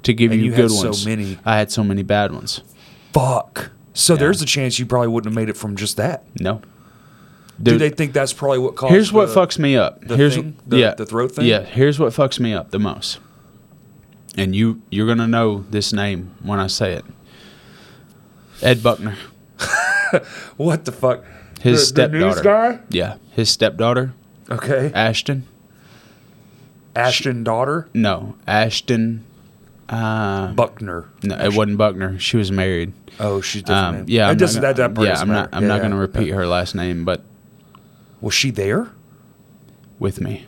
C: to give
B: And
C: you,
B: you had
C: good
B: so
C: ones.
B: many.
C: I had so many bad ones.
B: fuck. So there's a chance you probably wouldn't have made it from just that.
C: No.
B: Do
C: Dude,
B: they think that's probably what caused?
C: here's what
B: the-
C: fucks me up.
B: the
C: here's
B: thing? The-
C: yeah,
B: the throat thing?
C: Yeah, here's what fucks me up the most. And you you're gonna know this name when I say it. Ed Buckner.
B: What the fuck?
C: His
B: the, the news guy.
C: stepdaughter. Yeah, his stepdaughter
B: Okay.
C: Ashton.
B: Ashton daughter
C: No, Ashton. Uh,
B: Buckner.
C: no, it wasn't Buckner. She was married.
B: Oh, she's different.
C: Um,
B: name.
C: yeah,
B: It
C: I'm not
B: doesn't
C: gonna-
B: that that part
C: Yeah,
B: doesn't
C: I'm not.
B: matter.
C: I'm
B: Yeah,
C: not going to
B: yeah.
C: repeat her last name, but
B: Was she there?
C: with me,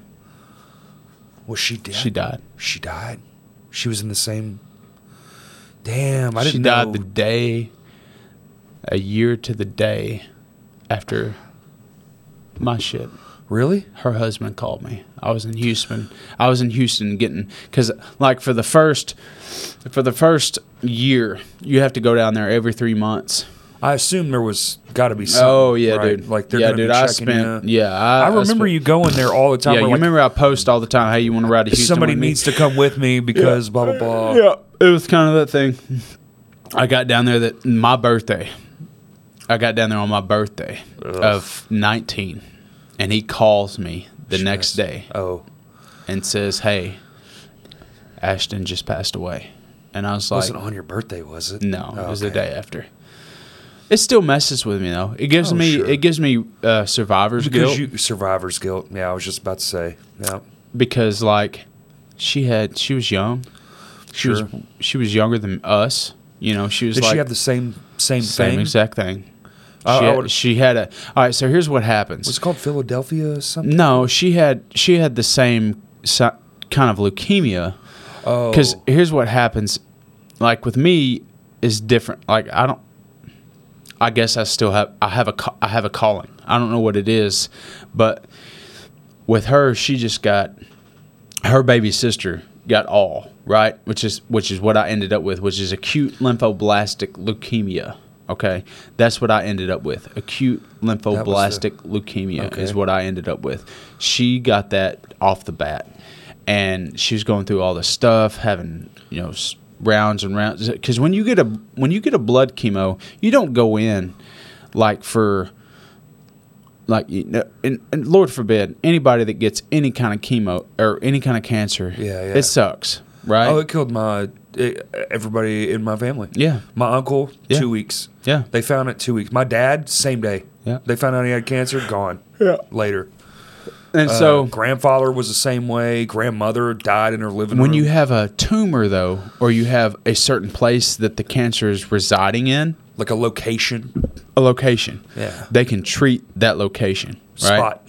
B: Was she dead?
C: she died.
B: She died. She was in the same. Damn, I
C: She
B: didn't
C: died
B: know.
C: the day, a year to the day, after my shit.
B: Really?
C: her husband called me. I was in Houston. I was in Houston getting because like for the first for the first year, you have to go down there every three months.
B: I assume there was got to be something.
C: oh yeah,
B: right?
C: dude.
B: Like they're
C: yeah,
B: gonna
C: dude.
B: be
C: I
B: checking
C: spent
B: you.
C: yeah. I,
B: I
C: I
B: remember
C: spent-
B: you going there all the time.
C: Yeah,
B: We're
C: you
B: like,
C: remember I post all the time. Hey, you want to ride to Houston?
B: somebody
C: with me?"
B: needs to come with me because blah blah blah.
C: Yeah, it was kind of that thing. I got down there that my birthday. I got down there on my birthday of nineteen, and he calls me the next day.
B: Oh,
C: and says, "Hey, Ashton just passed away," and I was like,
B: wasn't on your birthday, was it?
C: "No,
B: Oh,
C: it was the
B: okay.
C: day after." It still messes with me though. It gives
B: Oh,
C: me
B: sure.
C: it gives me uh, survivor's
B: Because
C: guilt
B: you survivor's guilt. Yeah, I was just about to say. Yeah.
C: because like she had she was young, she
B: Sure.
C: was she was younger than us. You know, she was
B: Did
C: like
B: she have the same same,
C: same
B: thing?
C: exact thing.
B: I-
C: she,
B: I
C: had,
B: would-
C: she had a all right. So here's what happens.
B: Was it called Philadelphia or something?
C: No, she had she had the same si- kind of leukemia.
B: Oh,
C: Because here's what happens, like with me, is different. Like I don't. I guess I still have I have a ca- I have a calling. I don't know what it is, but with her, she just got her baby sister got all right, which is which is what I ended up with, which is acute lymphoblastic leukemia. Okay, that's what I ended up with. Acute lymphoblastic leukemia
B: Okay.
C: is what I ended up with. She got that off the bat, and she was going through all the stuff, having you know s- rounds and rounds. Because when you get a when you get a blood chemo, you don't go in like for like you know, and, and Lord forbid anybody that gets any kind of chemo or any kind of cancer.
B: Yeah, yeah.
C: it sucks, right?
B: oh, it killed my it, everybody in my family.
C: yeah,
B: My uncle,
C: Yeah.
B: two weeks.
C: yeah,
B: They found it two weeks. My dad, same day.
C: Yeah.
B: They found out he had cancer. Gone.
C: Yeah.
B: Later.
C: and
B: Uh,
C: so.
B: grandfather was the same way. Grandmother died in her living room.
C: When you have a tumor, though, or you have a certain place that the cancer is residing in,
B: like a location
C: a location,
B: Yeah.
C: they can treat that location, right?
B: spot.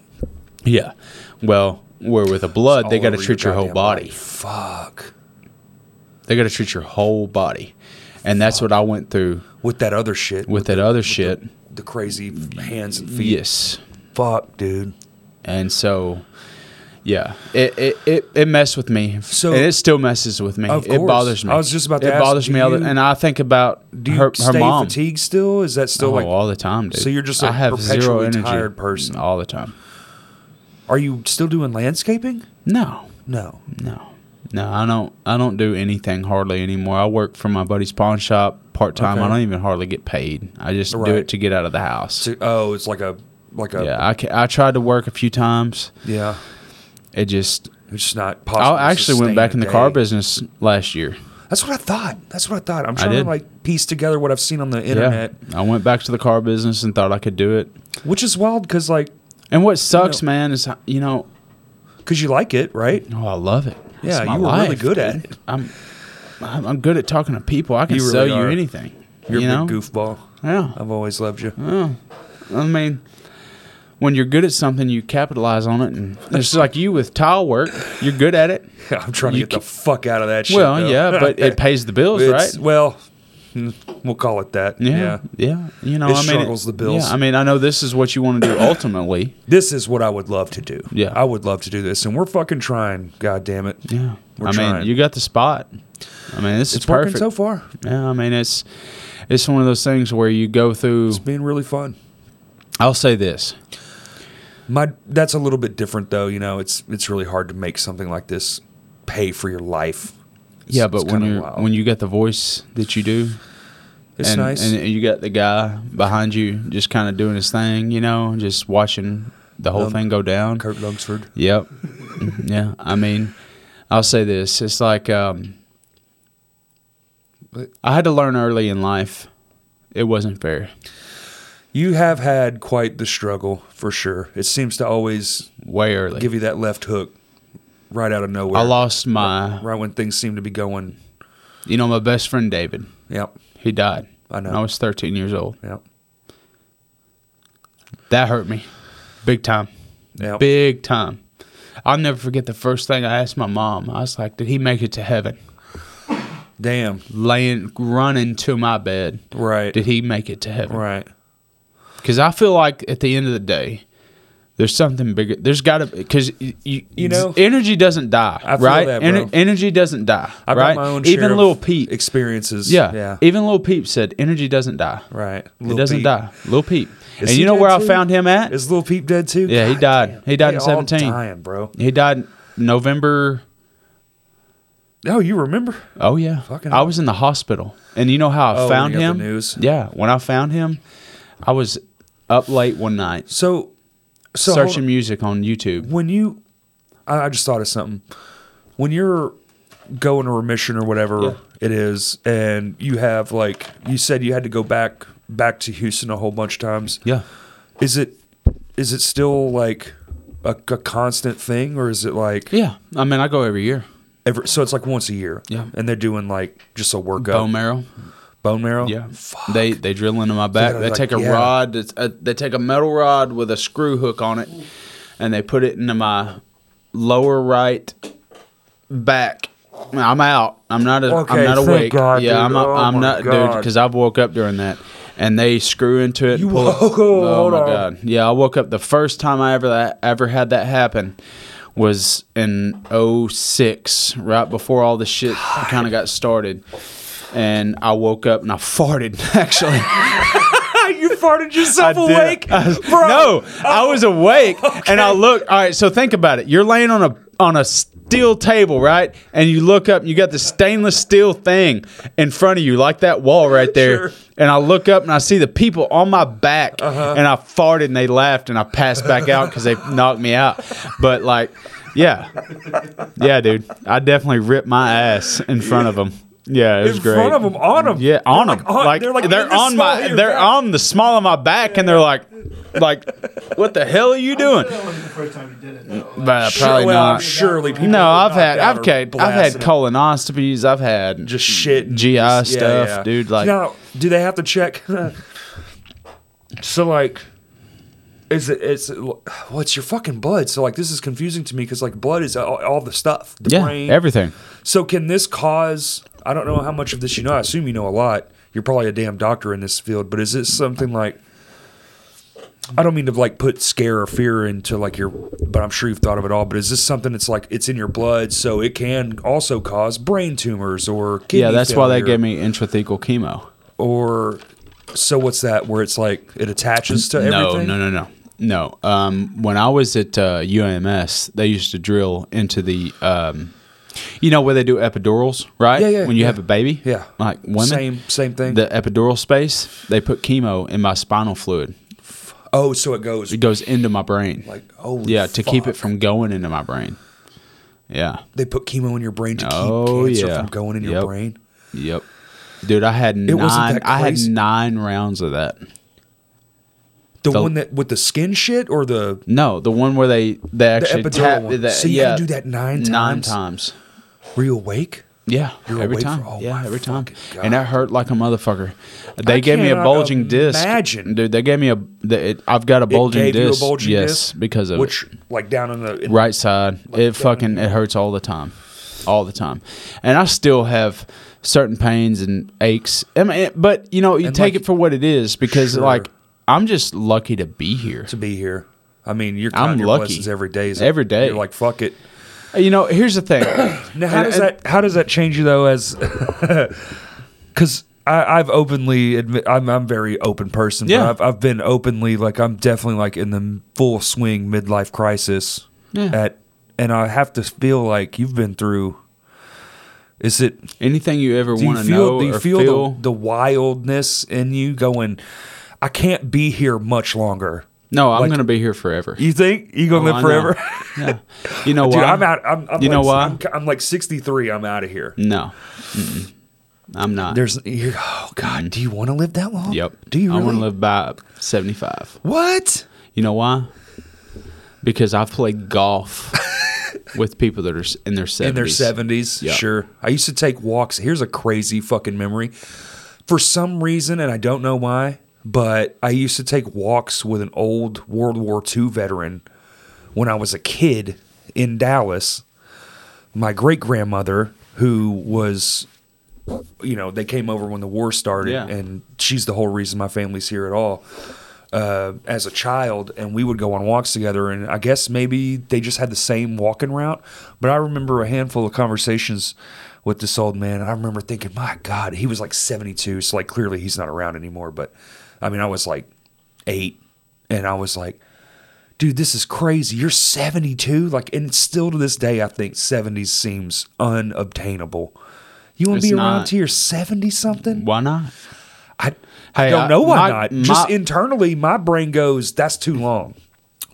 C: Yeah. Well, where with a blood, they
B: all
C: got to
B: over
C: treat your, whole
B: goddamn
C: body.
B: Fuck.
C: They got to treat your whole body, and that's what I went through
B: With that other shit.
C: with that other shit.
B: the crazy hands and feet.
C: Yes.
B: Fuck, dude.
C: and so yeah it it, it, it messed with me
B: So-
C: so and it still messes with me
B: Of
C: it
B: course.
C: bothers me
B: I was just about to
C: it
B: ask,
C: bothers
B: do
C: me all the-
B: you-
C: and i think about
B: Do you
C: her, her
B: stay
C: mom
B: fatigued still? Is that still
C: oh,
B: like?
C: all the time dude
B: So you're just a
C: I have zero
B: perpetually
C: energy
B: tired person.
C: all the time
B: Are you still doing landscaping?
C: no
B: No.
C: no no i don't i don't do anything hardly anymore i work for my buddy's pawn shop part-time
B: Okay.
C: i don't even hardly get paid i just
B: Right.
C: do it to get out of the house
B: So- oh, it's like a like a yeah.
C: yeah I, ca- I tried to work a few times it just
B: It's just not possible. to
C: i actually went
B: sustain
C: back
B: a
C: in the car
B: day.
C: business last year
B: That's what I thought. That's what I thought. I'm trying to
C: did.
B: like piece together what I've seen on the internet,
C: Yeah, I went back to the car business and thought I could do it.
B: which is wild because like
C: And what sucks,
B: know-
C: man, is you know,
B: because you like it, right?
C: oh, I love it.
B: Yeah,
C: It's my
B: you were really good at
C: dude.
B: it.
C: I'm, I'm, I'm good at talking to people. I can
B: You really
C: sell
B: are.
C: you anything.
B: You're
C: you
B: a
C: know?
B: big goofball.
C: Yeah.
B: I've always loved you.
C: I mean, when you're good at something, you capitalize on it, and it's like you with tile work. You're good at it.
B: I'm trying to
C: You
B: get the fuck out of that shit.
C: well,
B: though.
C: yeah, but it pays the bills,
B: It's-
C: right?
B: Well, mm, we'll call it that. Yeah.
C: Yeah, yeah, You know, I
B: It
C: mean,
B: struggles the bills.
C: Yeah, I mean, I know this is what you want to do ultimately.
B: This is what I would love to do.
C: Yeah.
B: I would love to do this, and we're fucking trying. God damn it.
C: Yeah,
B: We're
C: I
B: trying.
C: mean, you got the spot. I mean, this
B: It's
C: is perfect.
B: working so far.
C: Yeah, I mean it's it's one of those things where you go through.
B: It's being really fun.
C: I'll say this.
B: My that's a little bit different though. You know, it's it's really hard to make something like this pay for your life. It's-
C: Yeah, but
B: it's
C: when
B: kinda
C: you are
B: wild.
C: when you got the voice that you do,
B: it's
C: and,
B: nice.
C: and you got the guy behind you just kind of doing his thing, you know, just watching the whole
B: Um,
C: thing go down.
B: Kurt Lungsford.
C: Yep. yeah, I mean, I'll say this. It's like um, I had to learn early in life. It wasn't fair.
B: You have had quite the struggle for sure. It seems to always
C: Way early.
B: give you that left hook right out of nowhere.
C: I lost my,
B: right when things seem to be going.
C: you know, my best friend David.
B: Yep.
C: He died.
B: I know.
C: when I was 13 years old.
B: Yep.
C: That hurt me. Big time.
B: Yep.
C: Big time. I'll never forget the first thing I asked my mom. I was like, Did he make it to heaven?
B: Damn.
C: Laying, running to my bed.
B: Right.
C: Did he make it to heaven?
B: Right.
C: Because I feel like at the end of the day, There's something bigger. There's got to because you,
B: You know,
C: energy doesn't die,
B: I feel
C: right?
B: that,
C: Ener-
B: bro.
C: energy doesn't die,
B: I've
C: right?
B: got my own share
C: Even
B: of
C: little Pete,
B: experiences.
C: yeah,
B: yeah,
C: even little Peep said energy doesn't die.
B: right.
C: it
B: Lil
C: doesn't
B: Peep.
C: die. Little Peep,
B: Is
C: and
B: he
C: you know
B: dead
C: where I
B: too?
C: found him at?
B: Is Lil Peep dead too?
C: Yeah, he
B: God
C: died.
B: damn.
C: He died
B: They
C: in
B: all
C: 17.
B: dying, bro.
C: he died November.
B: No, you remember?
C: Oh yeah,
B: Fucking
C: I
B: hell.
C: was in the hospital, and you know how I
B: Oh,
C: found
B: you got
C: him?
B: the news.
C: Yeah, when I found him, I was up late one night
B: So, so hold
C: searching
B: on.
C: music on YouTube.
B: when you, I, I just thought of something. When you're going to remission or whatever
C: Yeah.
B: it is, and you have like you said, you had to go back back to Houston a whole bunch of times.
C: Yeah.
B: Is it is it still like a, a constant thing, or is it like
C: Yeah, I mean I go every year.
B: every? So it's like once a year.
C: Yeah.
B: And they're doing like just a workup.
C: Bone marrow.
B: Bone marrow.
C: Yeah,
B: Oh, Fuck.
C: they they drill into my back.
B: Dude, I
C: they
B: was
C: take
B: like,
C: a
B: yeah.
C: rod. It's a, they take a metal rod with a screw hook on it, and they put it into my lower right back. I'm out. I'm not. A,
B: Okay,
C: I'm not
B: thank
C: awake.
B: God,
C: yeah,
B: dude.
C: I'm. A,
B: Oh
C: I'm
B: my
C: not, dude,
B: God.
C: because I woke up during that, and they screw into it.
B: You
C: and pull it.
B: woke-
C: Oh
B: hold
C: my
B: on.
C: God. Yeah, I woke up. The first time I ever that ever had that happen was in 06, right before all the shit kind of got started. And I woke up and I farted. Actually,
B: you farted yourself
C: I did.
B: awake,
C: I was-
B: bro. Oh,
C: No, I was awake and I looked. All right, so think about it. You're laying on a on a steel table, right? And you look up and you got the stainless steel thing in front of you, like that wall right there.
B: Sure. Uh-huh.
C: And I look up and I see the people on my back, and I farted and they laughed and I passed back out because they knocked me out. But like, yeah, yeah, dude, I definitely ripped my ass in front of them. Yeah, it was
B: in
C: great.
B: front of them, on them.
C: Yeah, on them.
B: Like, on-
C: like, they're
B: they're like in the
C: on
B: small
C: my
B: of your
C: they're
B: back.
C: on the small of my back, and they're like, like, what the hell are you doing?
A: That wasn't the first time you did it. Though.
C: But
B: Sure-
C: Uh, probably
B: well,
C: not.
B: Surely people.
C: No,
B: were
C: I've
B: knocked
C: had
B: out
C: I've had
B: or
C: I've had
B: blasted them.
C: colonoscopies. I've had
B: just shit and
C: GI
B: just- yeah,
C: stuff,
B: yeah.
C: dude. Like,
B: now, do they have to check? so, like, is it? It's well, it's your fucking blood. So, like, this is confusing to me because like blood is all, all the stuff, the
C: yeah,
B: brain,
C: everything.
B: So, can this cause? I don't know how much of this you know. I assume you know a lot. You're probably a damn doctor in this field, but is this something like? I don't mean to like put scare or fear into like your, but I'm sure you've thought of it all. But is this something that's like it's in your blood, so it can also cause brain tumors or kidney
C: Yeah, that's why they
B: failure?
C: gave me intrathecal chemo.
B: or so what's that where it's like it attaches to everything?
C: No, no, no, no. No. Um, when I was at uh, UMS, they used to drill into the, um, you know, where they do epidurals, right?
B: Yeah, yeah,
C: When you
B: yeah.
C: have a baby,
B: Yeah.
C: like women,
B: Same- same thing.
C: The epidural space, they put chemo in my spinal fluid.
B: Oh, so it goes
C: It goes into my brain,
B: like oh
C: yeah, to keep it
B: fuck.
C: from going into my brain. Yeah.
B: They put chemo in your brain to keep
C: Oh,
B: cancer
C: yeah.
B: from going in
C: Yep.
B: your brain.
C: Yep. Dude, I had
B: wasn't
C: nine.
B: that
C: I had
B: crazy.
C: nine rounds of that.
B: The,
C: The-
B: one that with the skin shit or the
C: No, the one where they they actually
B: epidural
C: tap.
B: one.
C: the-
B: So you
C: yeah,
B: had to do that nine
C: Nine
B: times?
C: times.
B: were you awake?
C: Yeah,
B: You're
C: every
B: awake
C: time.
B: for- oh
C: yeah,
B: my
C: every time.
B: fucking
C: And that
B: God.
C: hurt like a motherfucker. They
B: I
C: gave me a
B: cannot
C: bulging disc.
B: imagine.
C: dude. They gave me a. The, it, I've got a bulging
B: it gave
C: disc.
B: you a bulging
C: yes,
B: disc?
C: because of
B: which
C: it.
B: like down in the in-
C: right side. it fucking it hurts all the time, all the time. And I still have certain pains and aches. I mean, it- but you know, you
B: And,
C: take
B: like,
C: it for what it is because
B: sure.
C: like I'm just lucky to be here.
B: to be here. I mean, you're
C: I'm
B: counting your
C: lucky.
B: blessings every day. It's
C: Every
B: like,
C: day.
B: You're like fuck it.
C: You know, here's the thing.
B: Now, how
C: And-
B: does
C: and-
B: that how does that change you though? As because I've openly admit I'm I'm a very open person.
C: Yeah.
B: but I've I've been openly like I'm definitely like in the full swing midlife crisis.
C: Yeah.
B: At and I have to feel like you've been through. Is it?
C: Anything you ever
B: Do
C: want
B: you
C: to
B: feel?
C: know
B: Do you
C: or
B: feel,
C: feel?
B: The, the wildness in you going? I can't be here much longer.
C: no, I'm
B: like-
C: gonna be here forever.
B: You think you gonna
C: Oh, I
B: live
C: know.
B: forever?
C: Yeah. You know
B: Dude,
C: why?
B: I'm out. I'm, I'm
C: You
B: like,
C: know why?
B: I'm, I'm like 63. I'm out of here.
C: No, Mm-mm. I'm not.
B: There's, you're, oh God, do you want to live that long?
C: Mm-hmm. yep.
B: Do you
C: I
B: really?
C: want to live by 75.
B: What?
C: You know why? Because I've played golf with people that are s- in their 70s.
B: In their 70s?
C: Yeah.
B: Sure. I used to take walks. Here's a crazy fucking memory. For some reason, and I don't know why, but I used to take walks with an old World War II veteran when I was a kid in Dallas. My great grandmother, who was, you know, they came over when the war started,
C: Yeah.
B: and she's the whole reason my family's here at all. uh, as a child, and we would go on walks together. And I guess maybe they just had the same walking route. But I remember a handful of conversations with this old man. And I remember thinking, my God, he was like 72. So, like, clearly he's not around anymore. But I mean, I was like eight, and I was like, dude, this is crazy. You're 72. Like, and still to this day, I think 70 seems unobtainable. You want to
C: It's
B: be around
C: not.
B: till you're 70 something?
C: Why not?
B: I, I
C: Hey,
B: don't
C: I-
B: know why
C: my-
B: not.
C: my-
B: Just internally, my brain goes, that's too long.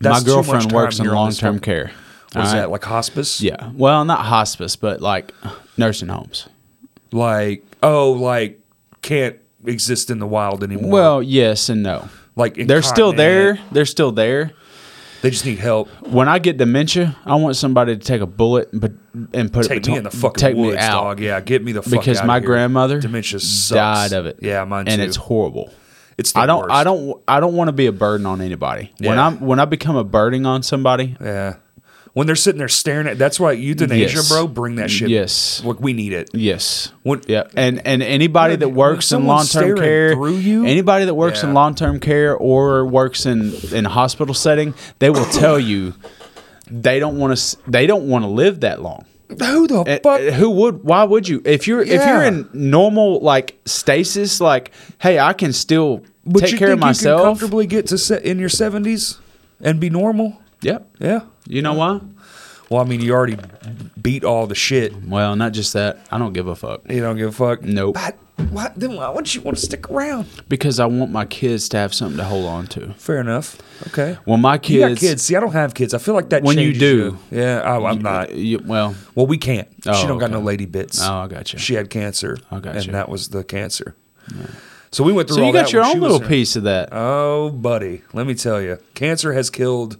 B: That's
C: my
B: too much
C: girlfriend
B: time
C: works in
B: here on
C: long
B: this
C: term
B: one."
C: care.
B: What is
C: All right?
B: that, like hospice?
C: Yeah. Well, not hospice, but like nursing homes.
B: Like, oh, like can't exist in the wild anymore.
C: Well, yes and no.
B: like
C: They're still there.
B: incontinent.
C: They're still there.
B: They just need help.
C: When I get dementia, I want somebody to take a bullet and put, and put it
B: Take me
C: between-
B: in the fucking
C: take
B: woods,
C: me out.
B: dog. Yeah, get me the fuck
C: Because
B: outta
C: my
B: here.
C: grandmother
B: dementia sucks.
C: Died of it.
B: Yeah, mine
C: and
B: too.
C: it's horrible.
B: It's the
C: I don't.
B: worst.
C: I don't. I don't want to be a burden on anybody. When
B: Yeah.
C: I'm when I become a burden on somebody,
B: Yeah. When they're sitting there staring at, that's why euthanasia,
C: Yes.
B: bro. Bring that shit.
C: Yes.
B: Look, we need it.
C: Yes.
B: When-
C: yeah. And and anybody
B: When-
C: that
B: when
C: works in long
B: someone's
C: term
B: staring
C: care
B: through you?
C: anybody that works in
B: Yeah.
C: long term care or works in in hospital setting, they will tell you they don't want to they don't want to live that long.
B: Who the
C: And-
B: fuck?
C: and who would? Why would you? If you're if you're
B: Yeah.
C: in normal like stasis, like hey, I can still
B: but
C: take
B: you
C: care
B: think
C: of myself.
B: You can comfortably get to se- in your seventies and be normal.
C: yep.
B: Yeah.
C: You know why?
B: Well, I mean, you already beat all the shit.
C: Well, not just that. I don't give a fuck
B: You don't give a fuck.
C: Nope.
B: But why, then why would you want to stick around?
C: because I want my kids to have something to hold on to.
B: Fair enough. Okay.
C: When my
B: you got
C: kids,
B: kids. See, I don't have kids. I feel like that.
C: When you
B: changes
C: do.
B: Yeah, I, I'm not.
C: You- well,
B: Well, we can't.
C: Oh,
B: she don't got
C: okay.
B: no lady bits.
C: Oh, I got you.
B: She had cancer.
C: I got
B: and
C: you.
B: that was the cancer. So we went through.
C: So
B: all
C: you got
B: that
C: your
B: when
C: own
B: she
C: little
B: was in-
C: piece of that.
B: Oh, buddy, let me tell you, cancer has killed.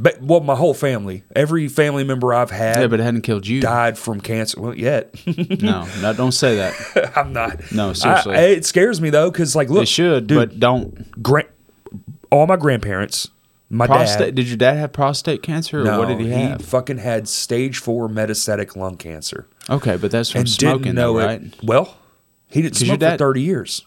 B: But well, my whole family, every family member I've had,
C: yeah, but it hadn't killed you.
B: died from cancer. Well, yet
C: No, no, don't say that.
B: I'm not.
C: No, seriously.
B: I- it scares me though, because like, look,
C: It should,
B: dude,
C: but don't.
B: gran- all my grandparents, my
C: Prostate?
B: dad,
C: Did your dad have prostate cancer, or
B: no,
C: what did he have?
B: fucking had stage four metastatic lung cancer.
C: okay, but that's from
B: and
C: smoking,
B: didn't know
C: though,
B: it.
C: right?
B: Well, he didn't
C: 'Cause your
B: smoke for
C: dad-
B: thirty years.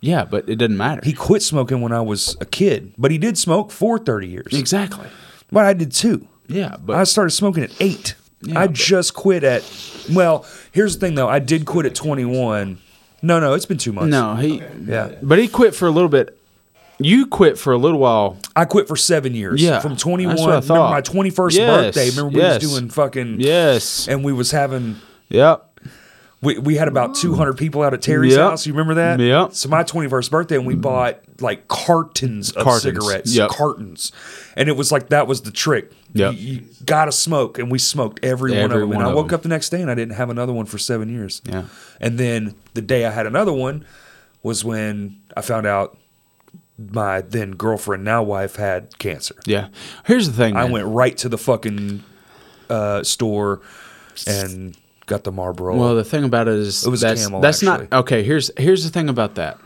C: Yeah, but it doesn't matter.
B: He quit smoking when I was a kid, but he did smoke for thirty years.
C: exactly.
B: But I did too.
C: Yeah, but
B: I started smoking at eight.
C: Yeah,
B: I
C: but-
B: just quit at. Well, here's the thing though. I did quit at twenty one. No, no, it's been two months.
C: no, he.
B: Yeah.
C: but he quit for a little bit. You quit for a little while.
B: I quit for seven years.
C: Yeah,
B: from
C: that's what I
B: twenty one.
C: thought.
B: Remember my twenty first
C: Yes,
B: birthday. Remember we
C: yes.
B: was doing fucking.
C: Yes.
B: And we was having.
C: Yep.
B: We, we had about 200 people out at Terry's
C: Mm. Yep.
B: house. You remember that?
C: Yep. Mm-hmm.
B: So my 21st birthday, and we bought like cartons of
C: Cartons.
B: cigarettes,
C: Yep.
B: cartons, and it was like that was the trick.
C: Yep.
B: You, you gotta smoke, and we smoked every, one of
C: Every
B: them.
C: one
B: And I
C: of
B: woke
C: them.
B: up the next day, and I didn't have another one for seven years.
C: Yeah.
B: And then the day I had another one was when I found out my then girlfriend, now wife, had cancer.
C: Yeah. Here's the thing.
B: I
C: man.
B: went right to the fucking uh, store and got the Marlboro.
C: Well, the thing about it is,
B: It was a
C: that's
B: Camel,
C: that's
B: actually.
C: not okay. Here's here's the thing about that.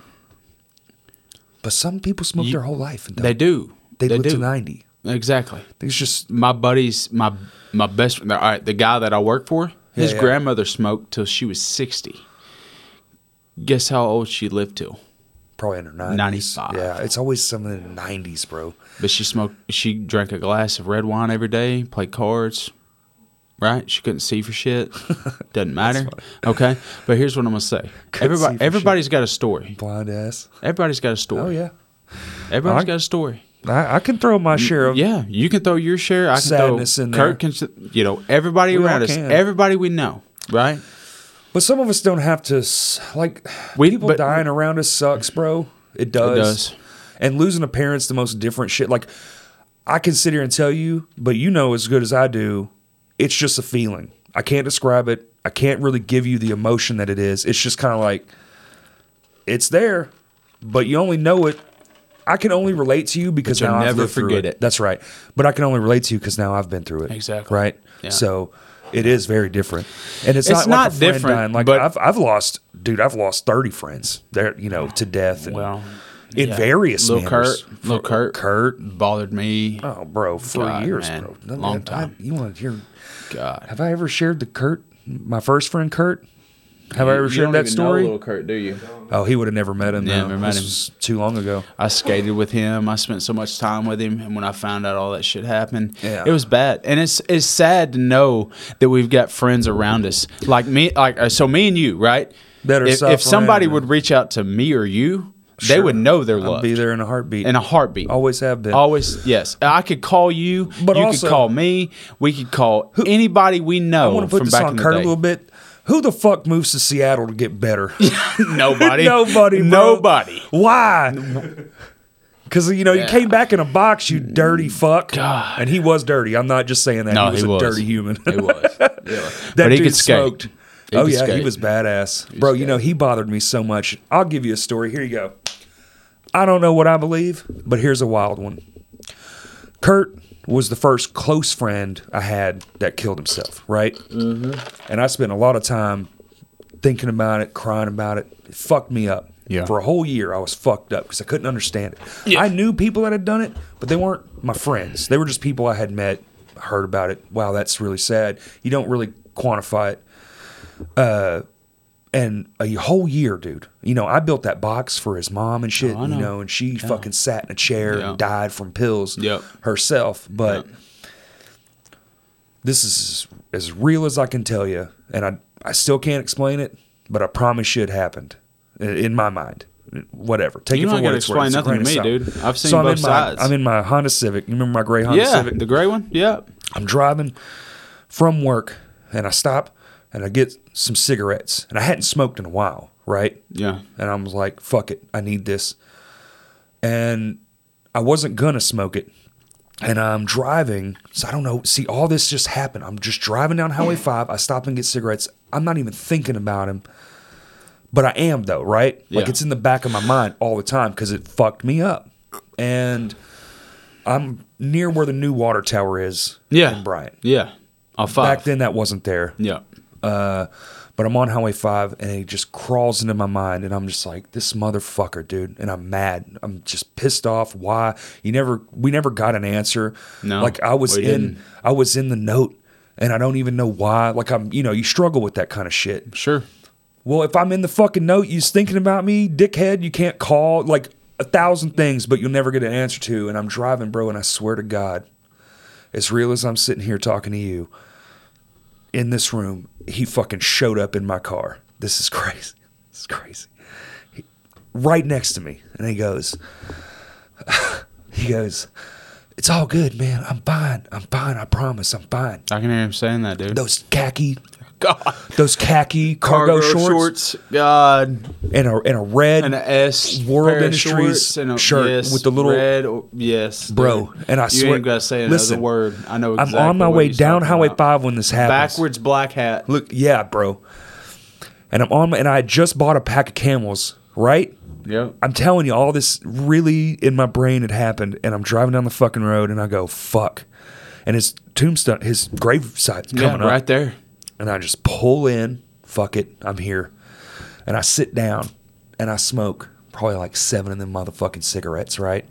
B: But some people smoke their whole life and
C: They
B: don't.
C: do.
B: They, live
C: do.
B: to ninety.
C: Exactly.
B: It's just
C: my buddies, my my best, all right, the guy that I work for, his
B: yeah.
C: grandmother smoked till she was sixty. Guess how old she lived till?
B: probably under nineties.
C: 95.
B: Yeah, it's always something in the nineties, bro.
C: But she smoked. She drank a glass of red wine every day. Played cards. Right? She couldn't see for shit. Doesn't matter. okay. But here's what I'm gonna say.
B: Couldn't see
C: Everybody,
B: for
C: everybody's got a story.
B: Blind ass.
C: Everybody's got a story.
B: Oh yeah,
C: Everybody's
B: I-
C: got a story.
B: I, I can throw my share of.
C: Yeah, you can throw your share. I can
B: Sadness
C: throw
B: in
C: Kurt can. You know, everybody
B: We all
C: around us,
B: can.
C: everybody we know, right?
B: But some of us don't have to. s- Like
C: We-
B: people
C: but-
B: dying around us sucks, bro. It does.
C: does.
B: And losing a parent's the most different shit. Like I can sit here and tell you, but you know as good as I do, it's just a feeling. I can't describe it. I can't really give you the emotion that it is. It's just kind of like it's there, but you only know it. I can only relate to you because
C: you'll
B: now I've
C: never
B: lived through
C: forget it.
B: That's right. But I can only relate to you because now I've been through it.
C: Exactly.
B: Right.
C: Yeah.
B: So it is very different, and it's,
C: It's
B: not, like
C: not
B: a friend
C: different,
B: dying. Like
C: but-
B: I've I've lost, dude. I've lost thirty friends. There, you know, to death. And
C: Well,
B: in
C: yeah.
B: various
C: Lil
B: manners.
C: Kurt, Lil
B: For-
C: Kurt.
B: Kurt.
C: bothered me.
B: Oh, bro, for
C: God,
B: years,
C: man.
B: bro.
C: Long
B: I-
C: time.
B: you want to hear?
C: God,
B: Have I ever shared the Kurt? My first friend, Kurt. Have I ever
D: you
B: shared
D: don't
B: that
D: even
B: story?
D: Know little Kurt, do you?
B: Oh, he would have never met him.
C: Yeah,
B: though.
C: never met
B: This
C: him.
B: was too long ago.
C: I skated with him. I spent so much time with him, and when I found out all that shit happened,
B: Yeah.
C: it was bad. And it's it's sad to know that we've got friends around us like me, like uh, so me and you, right?
B: That are
C: if, if somebody
B: suffering.
C: would reach out to me or you, they
B: Sure.
C: would know they're
B: I'll
C: loved
B: be there in a heartbeat.
C: in a Oh, heartbeat.
B: Always have been.
C: Always, yes. I could call you,
B: But
C: but you
B: also-
C: could call me. We could call anybody we
B: I
C: know
B: want to put
C: from
B: this
C: back
B: on
C: in the
B: Kurt a
C: day.
B: little bit. Who the fuck moves to Seattle to get better?
C: Nobody,
B: Nobody. bro.
C: nobody.
B: Why? Because you know you came back in a box, you dirty fuck.
C: God.
B: And he was dirty. I'm not just saying that.
C: No,
B: he was
C: he
B: a
C: was.
B: dirty human.
C: It was, yeah.
B: that
C: but he
B: dude
C: could skate.
B: smoked.
C: He
B: oh
C: could
B: yeah, he
C: skate.
B: was badass, bro. You know he bothered me so much. I'll give you a story. Here you go. I don't know what I believe, but here's a wild one. Kurt was the first close friend I had that killed himself, right? Mm-hmm. And I spent a lot of time thinking about it, crying about it. It fucked me up.
C: Yeah.
B: For a whole year, I was fucked up because I couldn't understand it. I knew people that had done it, but they weren't my friends. They were just people I had met, heard about it. Wow, that's really sad. You don't really quantify it Uh, and a whole year, dude. You know, I built that box for his mom and shit.
C: Oh, I
B: You
C: know.
B: know, and she fucking sat in a chair
C: Yeah.
B: and died from pills
C: Yep.
B: herself. But this is as real as I can tell you, and I I still can't explain it, but I promise you it happened i- in my mind. Whatever, take
C: You
B: it
C: don't
B: for what
C: gotta
B: it's worth.
C: explain
B: It's a
C: nothing to
B: grain of
C: me,
B: salt.
C: dude. I've seen
B: I'm
C: both
B: in my-
C: sides.
B: I'm in my Honda Civic. You remember my gray Honda
C: Yeah,
B: Civic?
C: the gray one. Yeah,
B: I'm driving from work and I stop and I get some cigarettes and I hadn't smoked in a while, right?
C: yeah.
B: And I was like, fuck it, I need this. And I wasn't gonna smoke it. And I'm driving, so I don't know. See, all this just happened. I'm just driving down Highway 5. I stop and get cigarettes. I'm not even thinking about him, but I am, though, right? Like
C: Yeah.
B: it's in the back of my mind all the time because it fucked me up. And I'm near where the new water tower is
C: Yeah.
B: in Bryant.
C: Yeah. I'll
B: Back
C: five.
B: then, that wasn't there.
C: Yeah.
B: Uh, but I'm on Highway 5 and it just crawls into my mind. And I'm just like, this motherfucker, dude. And I'm mad. I'm just pissed off. Why? You never, we never got an answer.
C: No,
B: Like I was
C: we
B: in,
C: didn't.
B: I was in the note and I don't even know why. Like I'm, you know, you struggle with that kind of shit.
C: Sure.
B: Well, if I'm in the fucking note, you're thinking about me, dickhead. You can't call like a thousand things, but you'll never get an answer to. And I'm driving, bro, and I swear to God, as real as I'm sitting here talking to you in this room, he fucking showed up in my car. This is crazy. This is crazy. He- right next to me, and he goes, he goes, it's all good, man. I'm fine. I'm fine. I promise. I'm fine.
C: I can hear him saying that, dude.
B: Those khaki,
C: God.
B: those khaki cargo, shorts
C: God.
B: and a and a red
C: An S.
B: World
C: pair of
B: Industries
C: shorts and a,
B: shirt
C: yes,
B: with the little-
C: Red or, yes.
B: Bro,
C: dude.
B: and I
C: you
B: swear-
C: ain't got to say another
B: Listen,
C: word. I know exactly.
B: I'm on my
C: what
B: way
C: he's
B: down
C: talking
B: Highway
C: about.
B: Five when this happens.
C: Backwards black hat.
B: Look, yeah, bro. And I'm on, my- and I had just bought a pack of Camels, right?
C: Yep.
B: I'm telling you, all this really in my brain had happened, and I'm driving down the fucking road, and I go, "Fuck!" And his tombstone, his gravesite's
C: Yeah,
B: coming up,
C: right there.
B: and I just pull in. Fuck it, I'm here, and I sit down, and I smoke probably like seven of them motherfucking cigarettes, right?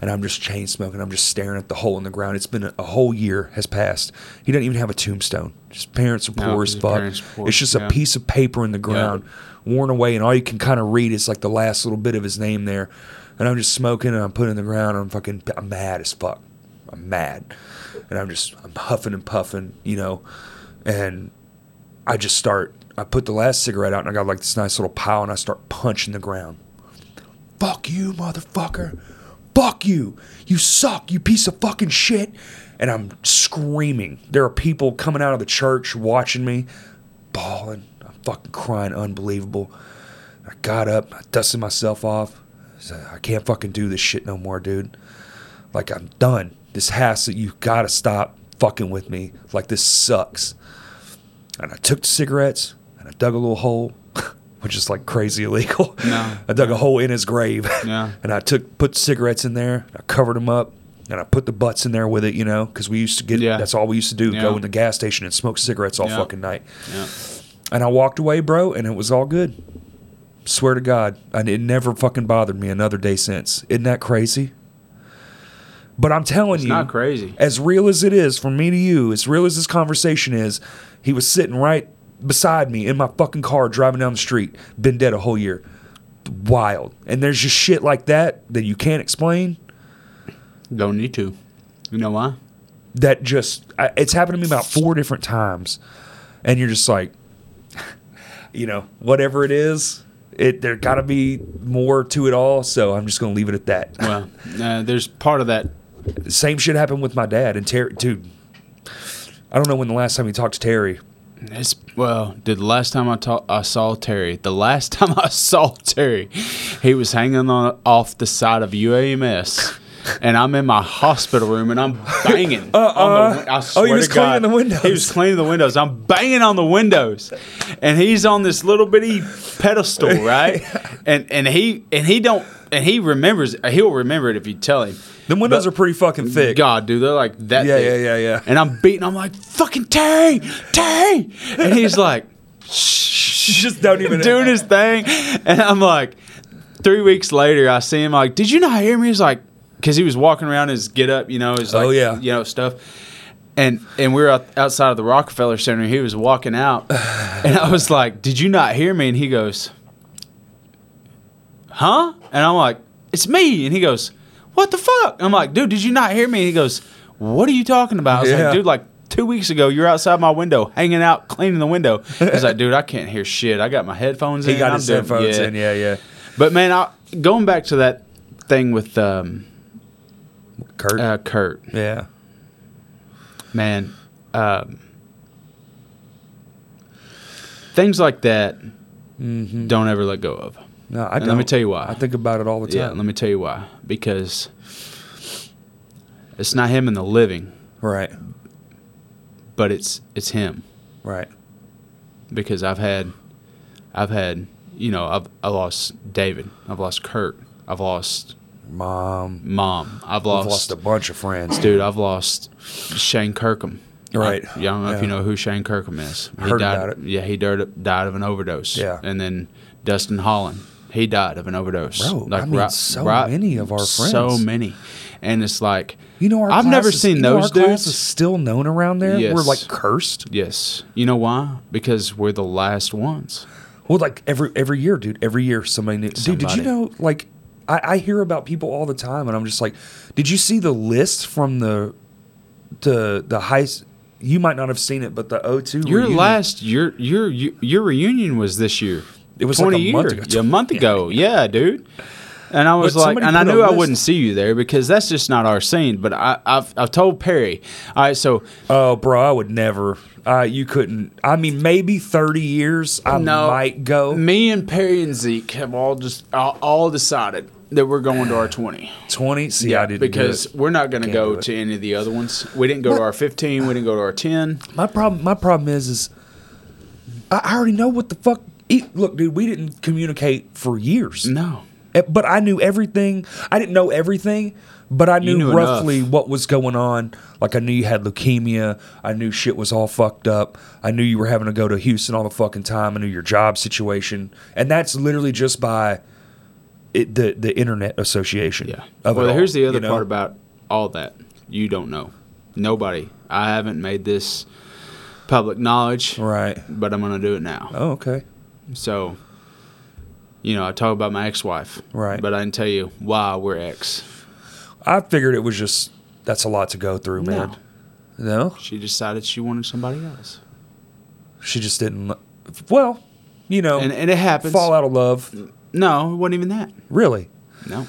B: And I'm just chain smoking. I'm just staring at the hole in the ground. It's been a, a whole year has passed. He doesn't even have a tombstone. His parents are
C: No,
B: poor
C: 'cause
B: as
C: his
B: fuck.
C: parents are poor,
B: It's just
C: yeah.
B: a piece of paper in the ground, worn away, and all you can kind of read is like the last little bit of his name there. And I'm just smoking, and I'm putting it in the ground. And I'm fucking, I'm mad as fuck. I'm mad, and I'm just, I'm huffing and puffing, you know, and I just start. I put the last cigarette out, and I got like this nice little pile, and I start punching the ground. Fuck you, motherfucker. Fuck you. You suck, you piece of fucking shit. And I'm screaming. There are people coming out of the church watching me, bawling. I'm fucking crying, unbelievable. I got up, I dusted myself off. I said, I can't fucking do this shit no more, dude. Like, I'm done. This has to, you gotta stop fucking with me. Like, this sucks. And I took the cigarettes and I dug a little hole, which is like crazy illegal.
C: No.
B: I dug a hole in his grave.
C: Yeah.
B: and I took put cigarettes in there. I covered them up, and I put the butts in there with it. You know, because we used to get
C: Yeah.
B: that's all we used to do.
C: Yeah.
B: Go in the gas station and smoke cigarettes all
C: Yeah.
B: fucking night.
C: Yeah.
B: And I walked away, bro, and it was all good. Swear to God, and it never fucking bothered me another day since. Isn't that crazy? But I'm telling
C: It's
B: you,
C: not crazy.
B: as real as it is from me to you, as real as this conversation is, he was sitting right beside me in my fucking car driving down the street, been dead a whole year. Wild. And there's just shit like that that you can't explain.
C: Don't need to. You know why?
B: That just I, it's happened to me about four different times, and you're just like, you know, whatever it is, it there got to be more to it all. So I'm just gonna leave it at that.
C: Well, uh, there's part of that.
B: Same shit happened with my dad and Terry, dude. I don't know when the last time he talked to Terry.
C: It's, well, did the last time I, ta- I saw Terry, the last time I saw Terry, he was hanging on off the side of UAMS. And I'm in my hospital room and I'm banging. on the, win- I swear
B: Oh, he was
C: to
B: cleaning
C: God.
B: the windows.
C: He was cleaning the windows. I'm banging on the windows, and he's on this little bitty pedestal, right? And and he and he don't and he remembers. He'll remember it if you tell him.
B: The windows
C: But-
B: are pretty fucking thick.
C: God, dude, they're like that.
B: Yeah,
C: thick.
B: yeah, yeah, yeah.
C: And I'm beating. I'm like, fucking Terry, Terry, and he's like,
B: Just don't even
C: doing his thing. And I'm like, three weeks later, I see him like, did you not hear me? He's like, because he was walking around his get up, you know, his like,
B: Oh, yeah.
C: you know, stuff. And and we were out, outside of the Rockefeller Center. He was walking out, and I was like, did you not hear me? And he goes, huh? And I'm like, it's me. And he goes, what the fuck? I'm like, dude, did you not hear me? And he goes, what are you talking about? I was
B: Yeah.
C: like, dude, like two weeks ago, you're outside my window, hanging out, cleaning the window. He's like, dude, I can't hear shit. I got my headphones in.
B: He got
C: I'm
B: his
C: doing-
B: headphones
C: yeah.
B: in. Yeah, yeah.
C: But man, I, going back to that thing with um,
B: Kurt.
C: uh, Kurt,
B: yeah.
C: man, um, things like that don't ever let go of.
B: Mm-hmm. No, I
C: And let me tell you why.
B: I think about it all the time.
C: Yeah, let me tell you why. Because it's not him in the living,
B: Right.
C: but it's it's him.
B: Right.
C: Because I've had, I've had, you know, I've I lost David, I've lost Kurt, I've lost
B: Mom.
C: Mom, I've
B: I've
C: lost,
B: lost a bunch of friends.
C: dude, I've lost Shane Kirkham.
B: Right.
C: I, yeah, I don't know if
B: Yeah.
C: you know who Shane Kirkham is. He
B: Heard
C: died,
B: about it.
C: Yeah, he died, died of an overdose.
B: Yeah.
C: And then Dustin Holland, he died of an overdose.
B: Bro, I mean, so many of our
C: So
B: friends.
C: many. And it's like,
B: You know, our
C: I've
B: class
C: never
B: is-
C: seen
B: you know
C: those
B: our class
C: dudes.
B: is still known around there. We're
C: Yes.
B: like cursed.
C: yes. You know why? Because we're the last ones.
B: Well, like every every year, dude. Every year, somebody new. Dude, did
C: Somebody.
B: you know? Like, I, I hear about people all the time, and I'm just like, did you see the list from the the the high? s- You might not have seen it, but the O2
C: Your
B: reunion-
C: last, your, your, your reunion was this year.
B: It was like
C: 20
B: a month
C: year-
B: ago.
C: A month ago. yeah, dude. And I was
B: But
C: like,
B: somebody
C: and I
B: put a
C: knew I
B: list-
C: wouldn't see you there because that's just not our scene. But I, I've, I've told Perry. All right, so
B: Oh, bro, I would never. Uh, you couldn't. I mean, maybe 30 years, I might go.
C: Me and Perry and Zeke have all just all, all decided that we're going to our twenty.
B: 20? See, I didn't. do
C: because
B: it.
C: we're not going to
B: Can't
C: go
B: do it.
C: to any of the other ones. We didn't go to our fifteen. We didn't go to our ten.
B: my problem, my problem is, is I, I already know what the fuck. e look, dude, we didn't communicate for years.
C: No,
B: Eh, But I knew everything. I didn't know everything, but I knew,
C: knew
B: roughly
C: enough.
B: what was going on. Like, I knew you had leukemia. I knew shit was all fucked up. I knew you were having to go to Houston all the fucking time. I knew your job situation. And that's literally just by it, the, the internet association.
C: yeah.
B: of it
C: well,
B: all,
C: here's the
B: you
C: other
B: know?
C: part about all that you don't know. Nobody. I haven't made this public knowledge,
B: Right.
C: but I'm going to do it now.
B: Oh, okay.
C: So, you know, I talk about my ex-wife,
B: Right.
C: But I didn't tell you why we're ex.
B: I figured it was just that's a lot to go through, man. No,
C: She decided she wanted somebody else,
B: she just didn't. lo- Well, you know,
C: and and it happens.
B: fall out of love.
C: No, it wasn't even that.
B: Really?
C: No,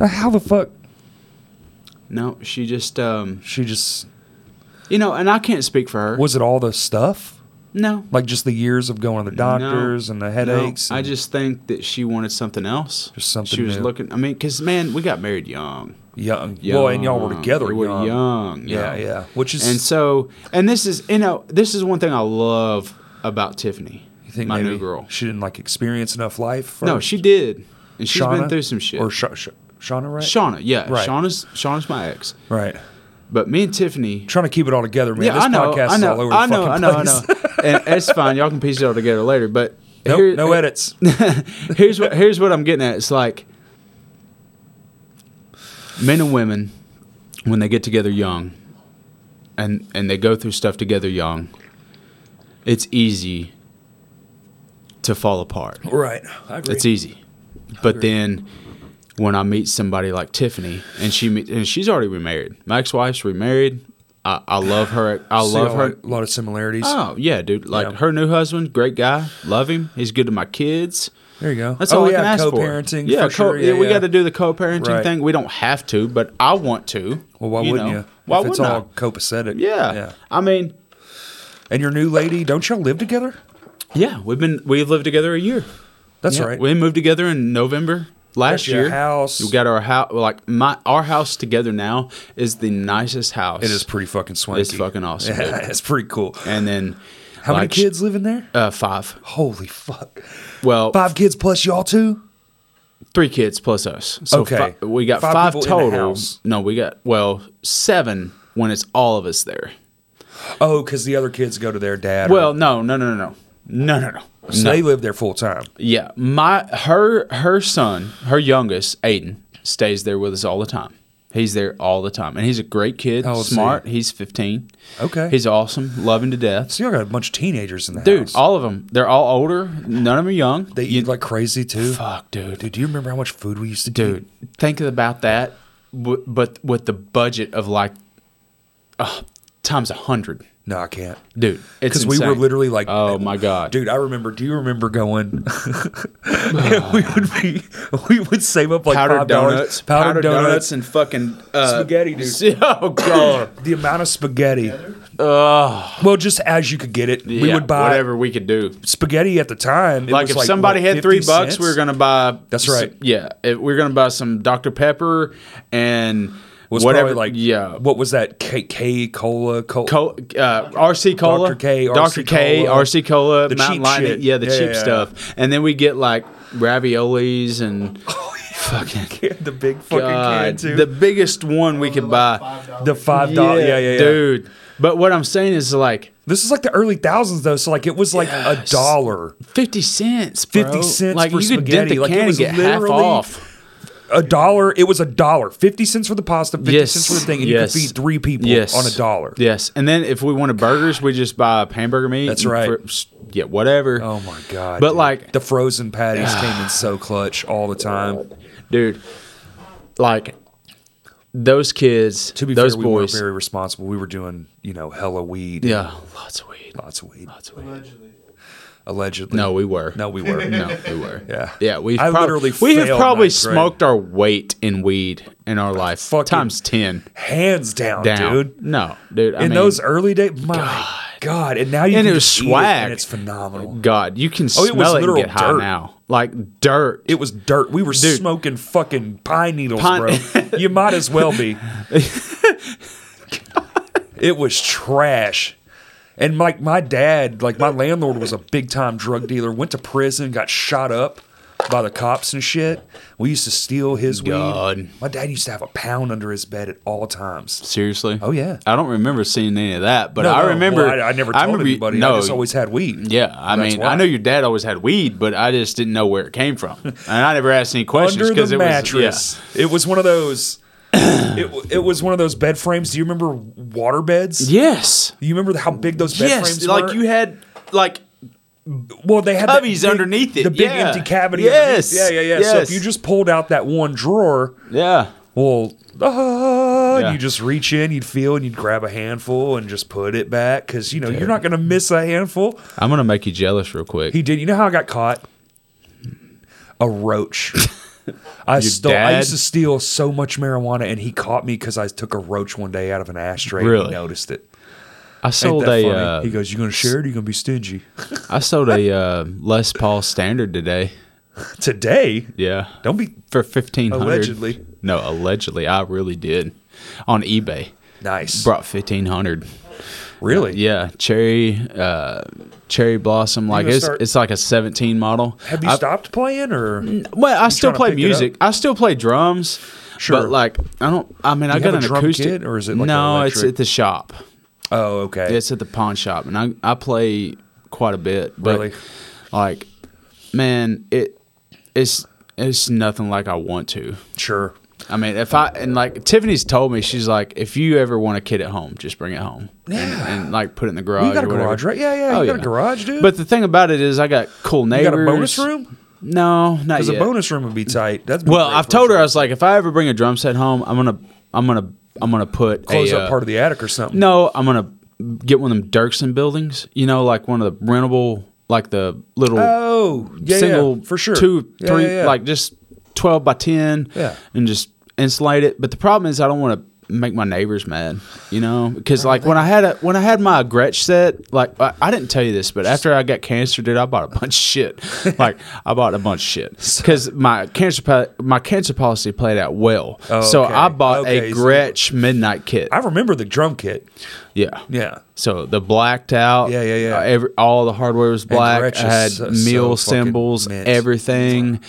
B: Uh, How the fuck?
C: no. She just, um,
B: She just
C: you know, and I can't speak for her.
B: was it all the stuff?
C: no
B: Like just the years of going to the doctors
C: No.
B: and the
C: No.
B: headaches.
C: I
B: and-
C: just think that she wanted something else.
B: Just something
C: She was
B: new.
C: looking. I mean, because man, we got married young.
B: young. Well, and y'all were
C: Young.
B: together.
C: We were
B: young.
C: young,
B: Yeah,
C: young.
B: yeah. Which is
C: And so, and this is, you know, this is one thing I love about Tiffany,
B: you think
C: my
B: maybe
C: new girl.
B: She didn't like experience enough life.
C: No,
B: first?
C: she did, and she's been
B: Shauna?
C: through some shit.
B: Or Sha- Sha- Shauna, right?
C: Shauna, yeah,
B: Right.
C: Shauna's Shauna's my ex,
B: Right.
C: but me and Tiffany.
B: Trying to keep it all together, man.
C: yeah,
B: this
C: I know,
B: podcast
C: I
B: is
C: know,
B: all over the
C: I know, I
B: fucking
C: know, I
B: place.
C: know, and it's fine. Y'all can piece it all together later. But
B: Nope,
C: here-
B: no edits.
C: here's what here's what I'm getting at. It's like men and women when they get together young and and they go through stuff together young, it's easy to fall apart.
B: Right. I agree.
C: It's easy. But then when I meet somebody like Tiffany and she meet, and she's already remarried. My ex-wife's remarried. I, I love her. I
B: See
C: love
B: a
C: her.
B: lot- lot of similarities.
C: Oh, yeah, dude. Like
B: Yeah.
C: her new husband, great guy. Love him. He's good to my kids.
B: there you go.
C: That's
B: oh,
C: all
B: yeah,
C: I can ask
B: co-parenting.
C: for. Yeah,
B: for sure.
C: yeah, we got to do the co-parenting
B: Right.
C: thing. We don't have to, but I want to.
B: Well, why wouldn't
C: know?
B: you?
C: Why
B: if it's
C: wouldn't I?
B: all copacetic.
C: Yeah.
B: Yeah.
C: I mean,
B: And your new lady, don't y'all live together?
C: yeah, we've been we've lived together a year.
B: That's
C: Yeah,
B: right.
C: We moved together in November last
B: Got you a
C: year.
B: house.
C: We got our house. Like my our house together now is the nicest house.
B: it is pretty fucking swanky.
C: It's fucking awesome. dude.
B: Yeah, it's pretty cool.
C: And then
B: How many
C: like,
B: kids live in there?
C: Uh, five.
B: Holy fuck.
C: Well,
B: Five kids plus y'all two?
C: three kids plus us. So
B: Okay.
C: fi- we got
B: Five
C: five,
B: people in the
C: total.
B: house.
C: No, we got well seven when it's all of us there.
B: Oh, because the other kids go to their dad. or-
C: Well, no, no, no, no, no, no, no. no.
B: so they live there full time.
C: Yeah, my her her son, her youngest, Aiden, stays there with us all the time. He's there all the time, and he's a great kid,
B: How old is he?
C: smart. He's fifteen.
B: Oh, Okay.
C: he's awesome, loving to death.
B: So y'all got a bunch of teenagers in the
C: Dude,
B: house.
C: all of them. They're all older. None of them are young.
B: they eat like crazy too.
C: fuck, dude.
B: Dude, do you remember how much food we used to
C: dude think about that w- but with the budget of like uh, times a hundred
B: No, I can't.
C: dude it's
B: Because we were
C: insane.
B: literally like,
C: oh my god
B: dude, I remember. Do you remember going? we would be, we would save up like
C: powdered
B: five
C: donuts
B: dollars, powdered, donuts,
C: and fucking uh,
B: Spaghetti, dude.
C: oh god
B: the amount of spaghetti. well, just as you could get it, we
C: Yeah,
B: would buy
C: whatever we could do
B: spaghetti at the time. It
C: like
B: was
C: if somebody
B: what,
C: had three
B: 50
C: bucks
B: cents?
C: we were gonna buy
B: That's right.
C: yeah if we are gonna buy some dr pepper and
B: was
C: whatever
B: probably like
C: yeah
B: what was that K, K cola cola
C: Co- uh, RC Cola,
B: Dr. K,
C: Dr.
B: RC
C: K,
B: Cola.
C: RC Cola,
B: The
C: Mountain
B: cheap
C: Lightning,
B: shit.
C: yeah, the
B: Yeah,
C: cheap
B: yeah, yeah.
C: stuff, and then we get like raviolis and fucking
B: the big fucking can
C: God,
B: too
C: the biggest one we could buy,
B: the five dollar yeah yeah yeah,
C: dude. But what I'm saying is like
B: This is like the early thousands though, so like it was like a
C: Yes.
B: dollar,
C: fifty cents, bro.
B: fifty cents
C: Like
B: for
C: you could
B: spaghetti.
C: dent the
B: like
C: can
B: it
C: and
B: was
C: get half
B: literally
C: off.
B: A dollar. It was a dollar. Fifty cents for the pasta. Fifty
C: Yes.
B: cents for the thing, and
C: Yes.
B: you could feed three people
C: Yes,
B: on a dollar.
C: Yes, and then if we wanted burgers, we just buy hamburger meat.
B: That's
C: and
B: right.
C: fr- yeah, whatever.
B: Oh my god!
C: But
B: dude.
C: like-
B: the frozen patties came in so clutch all the time.
C: dude. Like those kids,
B: To be
C: those
B: fair,
C: boys,
B: we were very responsible. We were doing you know hella weed,
C: yeah, lots of weed.
B: lots of weed,
C: Lots of weed.
A: Allegedly.
B: allegedly.
C: No, we were.
B: no, we were.
C: no, we were.
B: Yeah.
C: yeah. We've
B: I
C: prob-
B: literally
C: we have
B: failed
C: probably
B: ninth grade.
C: smoked our weight in weed in our life
B: Fucking
C: times ten
B: hands down,
C: down.
B: Oh, dude.
C: no, dude. I
B: In
C: mean,
B: those er early days, my god. and now you
C: And
B: can
C: it was
B: just eat
C: swag.
B: and it's phenomenal.
C: God, you can
B: Oh, it was
C: smell it, and
B: literal
C: get high
B: dirt.
C: now, like dirt.
B: It was dirt. We were
C: Dude.
B: smoking fucking pine needles,
C: Pine-
B: bro. you might as well be. it was trash. And like my dad, like my landlord was a big time drug dealer, went to prison, got shot up by the cops and shit. We used to steal his
C: God.
B: weed. My dad used to have a pound under his bed at all times.
C: Seriously?
B: Oh, yeah.
C: I don't remember seeing any of that, but
B: No,
C: I
B: no,
C: remember.
B: well, I, I never told
C: remember-
B: anybody.
C: No,
B: I just always had weed.
C: Yeah, I
B: That's
C: mean,
B: why.
C: I know your dad always had weed, but I just didn't know where it came from, and I never asked any questions
B: under
C: because
B: the
C: it was
B: mattress. It was one of those. it, w- it was one of those bed frames. Do you remember water beds?
C: yeah. yes,
B: You remember how big those bed
C: yes,
B: frames
C: like
B: were?
C: you had like
B: well, they had that
C: cubbies
B: big-
C: underneath it.
B: The big
C: Yeah.
B: empty cavity.
C: Yes.
B: underneath. Yeah, yeah, yeah. So
C: Yes.
B: if you just pulled out that one drawer,
C: yeah,
B: well, ah,
C: Yeah.
B: you just reach in, you'd feel, and you'd grab a handful and just put it back because you know you're not gonna miss a handful.
C: I'm gonna make you jealous real quick.
B: He did. You know how I got caught? A roach. I stole. I
C: dad?
B: used to steal so much marijuana, and he caught me because I took a roach one day out of an ashtray.
C: Really?
B: and he noticed it.
C: I
B: Ain't
C: sold
B: that
C: a
B: funny?
C: uh,
B: he goes, "You gonna share it? or You gonna be stingy?"
C: I sold a uh, Les Paul Standard today.
B: Today,
C: Yeah,
B: don't be
C: for fifteen hundred.
B: Allegedly.
C: no, allegedly, I really did on eBay.
B: nice.
C: Brought fifteen hundred.
B: Really?
C: Yeah, cherry, uh, cherry blossom. Like
B: gonna
C: it's
B: start-
C: it's like a seventeen model.
B: Have you
C: I-
B: stopped playing or?
C: Well, I still
B: trying to
C: play
B: pick it up?
C: music. I still play drums.
B: Sure.
C: But like, I don't. I mean, I
B: you
C: got an
B: have a drum
C: acoustic.
B: kit, or is it like an
C: no? It's
B: electric-
C: at the shop.
B: Oh, okay.
C: It's at the pawn shop, and I I play quite a bit. But
B: Really?
C: like, man, it it's it's nothing like I want to.
B: Sure.
C: I mean, if I and like Tiffany's told me, she's like, if you ever want a kid at home, just bring it home. Yeah. And, and, like put it in the garage.
B: you got a
C: or whatever.
B: garage, right? Yeah, yeah.
C: Oh,
B: you got
C: yeah.
B: a garage, dude.
C: But the thing about it is, I got cool
B: you
C: neighbors.
B: got a bonus room?
C: No, not
B: Because
C: yet.
B: a bonus room would be tight. That's
C: well, I've told her I was like, if I ever bring a drum set home, I'm gonna, I'm gonna, I'm gonna put
B: close
C: a,
B: up
C: uh,
B: part of the attic or something.
C: No, I'm gonna get one of them Dirksen buildings. You know, like one of the rentable, like the little
B: Oh, yeah, yeah,
C: single
B: for sure.
C: two,
B: Yeah,
C: three,
B: yeah, yeah.
C: like just twelve by ten,
B: Yeah.
C: and just insulate it. But the problem is, I don't want to make my neighbors mad, you know, because like when I had a when I had my Gretsch set, like I, I didn't tell you this, but after I got cancer, dude, I bought a bunch of shit. like I bought a bunch of shit because my cancer po- my cancer policy played out well,
B: Oh,
C: so
B: okay.
C: I bought
B: Okay,
C: a
B: so-
C: Gretsch midnight kit.
B: I remember the drum kit.
C: yeah,
B: Yeah.
C: so the blacked out,
B: Yeah, yeah, yeah.
C: uh, every, all the hardware was black.
B: Gretsch
C: I had
B: is so-
C: meal
B: so fucking
C: symbols,
B: mint.
C: everything,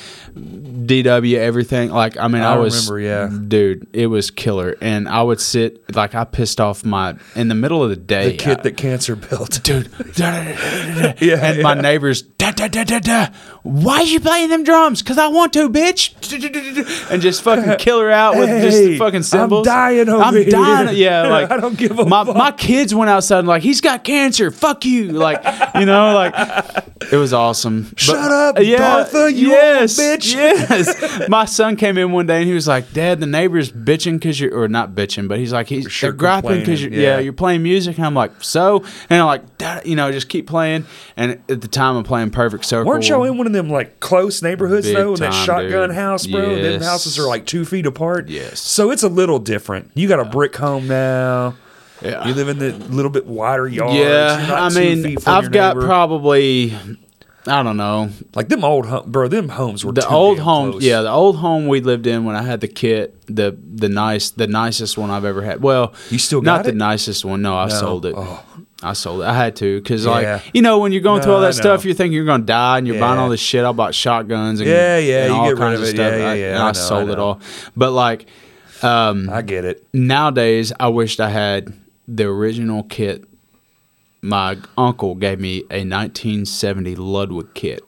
C: DW, everything. Like I mean, I,
B: I
C: was,
B: remember, yeah.
C: dude, it was killer. And I would sit like I pissed off my in the middle of the day.
B: The kit
C: I-
B: that cancer built.
C: dude, da, da, da, da, da, da.
B: Yeah,
C: and my
B: yeah.
C: neighbors, da, da, da, da, da. why you playing them drums? Cause I want to, bitch. And just fucking kill her out with just
B: Hey,
C: the fucking
B: I'm
C: cymbals.
B: dying over
C: I'm dying.
B: here.
C: Yeah, like
B: I don't give a
C: my
B: fuck.
C: my kids went outside and like he's got cancer. Fuck you. Like you know, like it was awesome. But-
B: Shut up, Martha, you
C: yes,
B: old bitch.
C: Yes. my son came in one day and he was like, Dad, the neighbor's bitching because you're or not bitching, but he's like he's
B: Sure
C: they're griping because you're
B: complaining,
C: yeah
B: yeah.
C: you're you're playing music and i'm like so and i'm like "Duh," you know just keep playing and at the time i'm playing perfect circle
B: Weren't y'all in one of them like close neighborhoods
C: Big
B: though? In that
C: time,
B: shotgun
C: dude.
B: house, bro. And Them
C: Yes.
B: houses are like two feet apart.
C: Yes.
B: So it's a little different. You got a brick home now.
C: Yeah.
B: You live in the little bit wider yard.
C: yeah i mean i've got probably i don't know
B: like them old home, bro. Them homes were
C: the
B: too
C: old
B: damn
C: home
B: close.
C: yeah the old home we lived in when i had the kit the the nice the nicest one i've ever had well
B: You still
C: not
B: got
C: the
B: it?
C: nicest one no i sold it
B: Oh.
C: I sold it. I had to because,
B: Yeah.
C: like, you know, when you're going through
B: No,
C: all
B: I
C: that stuff,
B: know.
C: you think you're going to die, and you're buying
B: Yeah.
C: all this shit. I bought shotguns and
B: Yeah, yeah,
C: and
B: you
C: all
B: get rid
C: kinds
B: of
C: of
B: it.
C: stuff.
B: Yeah, yeah,
C: I-
B: yeah,
C: and
B: I
C: I,
B: know, I
C: sold it
B: know.
C: all. But like,
B: I get it.
C: nowadays I wished I had the original kit. My uncle gave me a 1970 Ludwig kit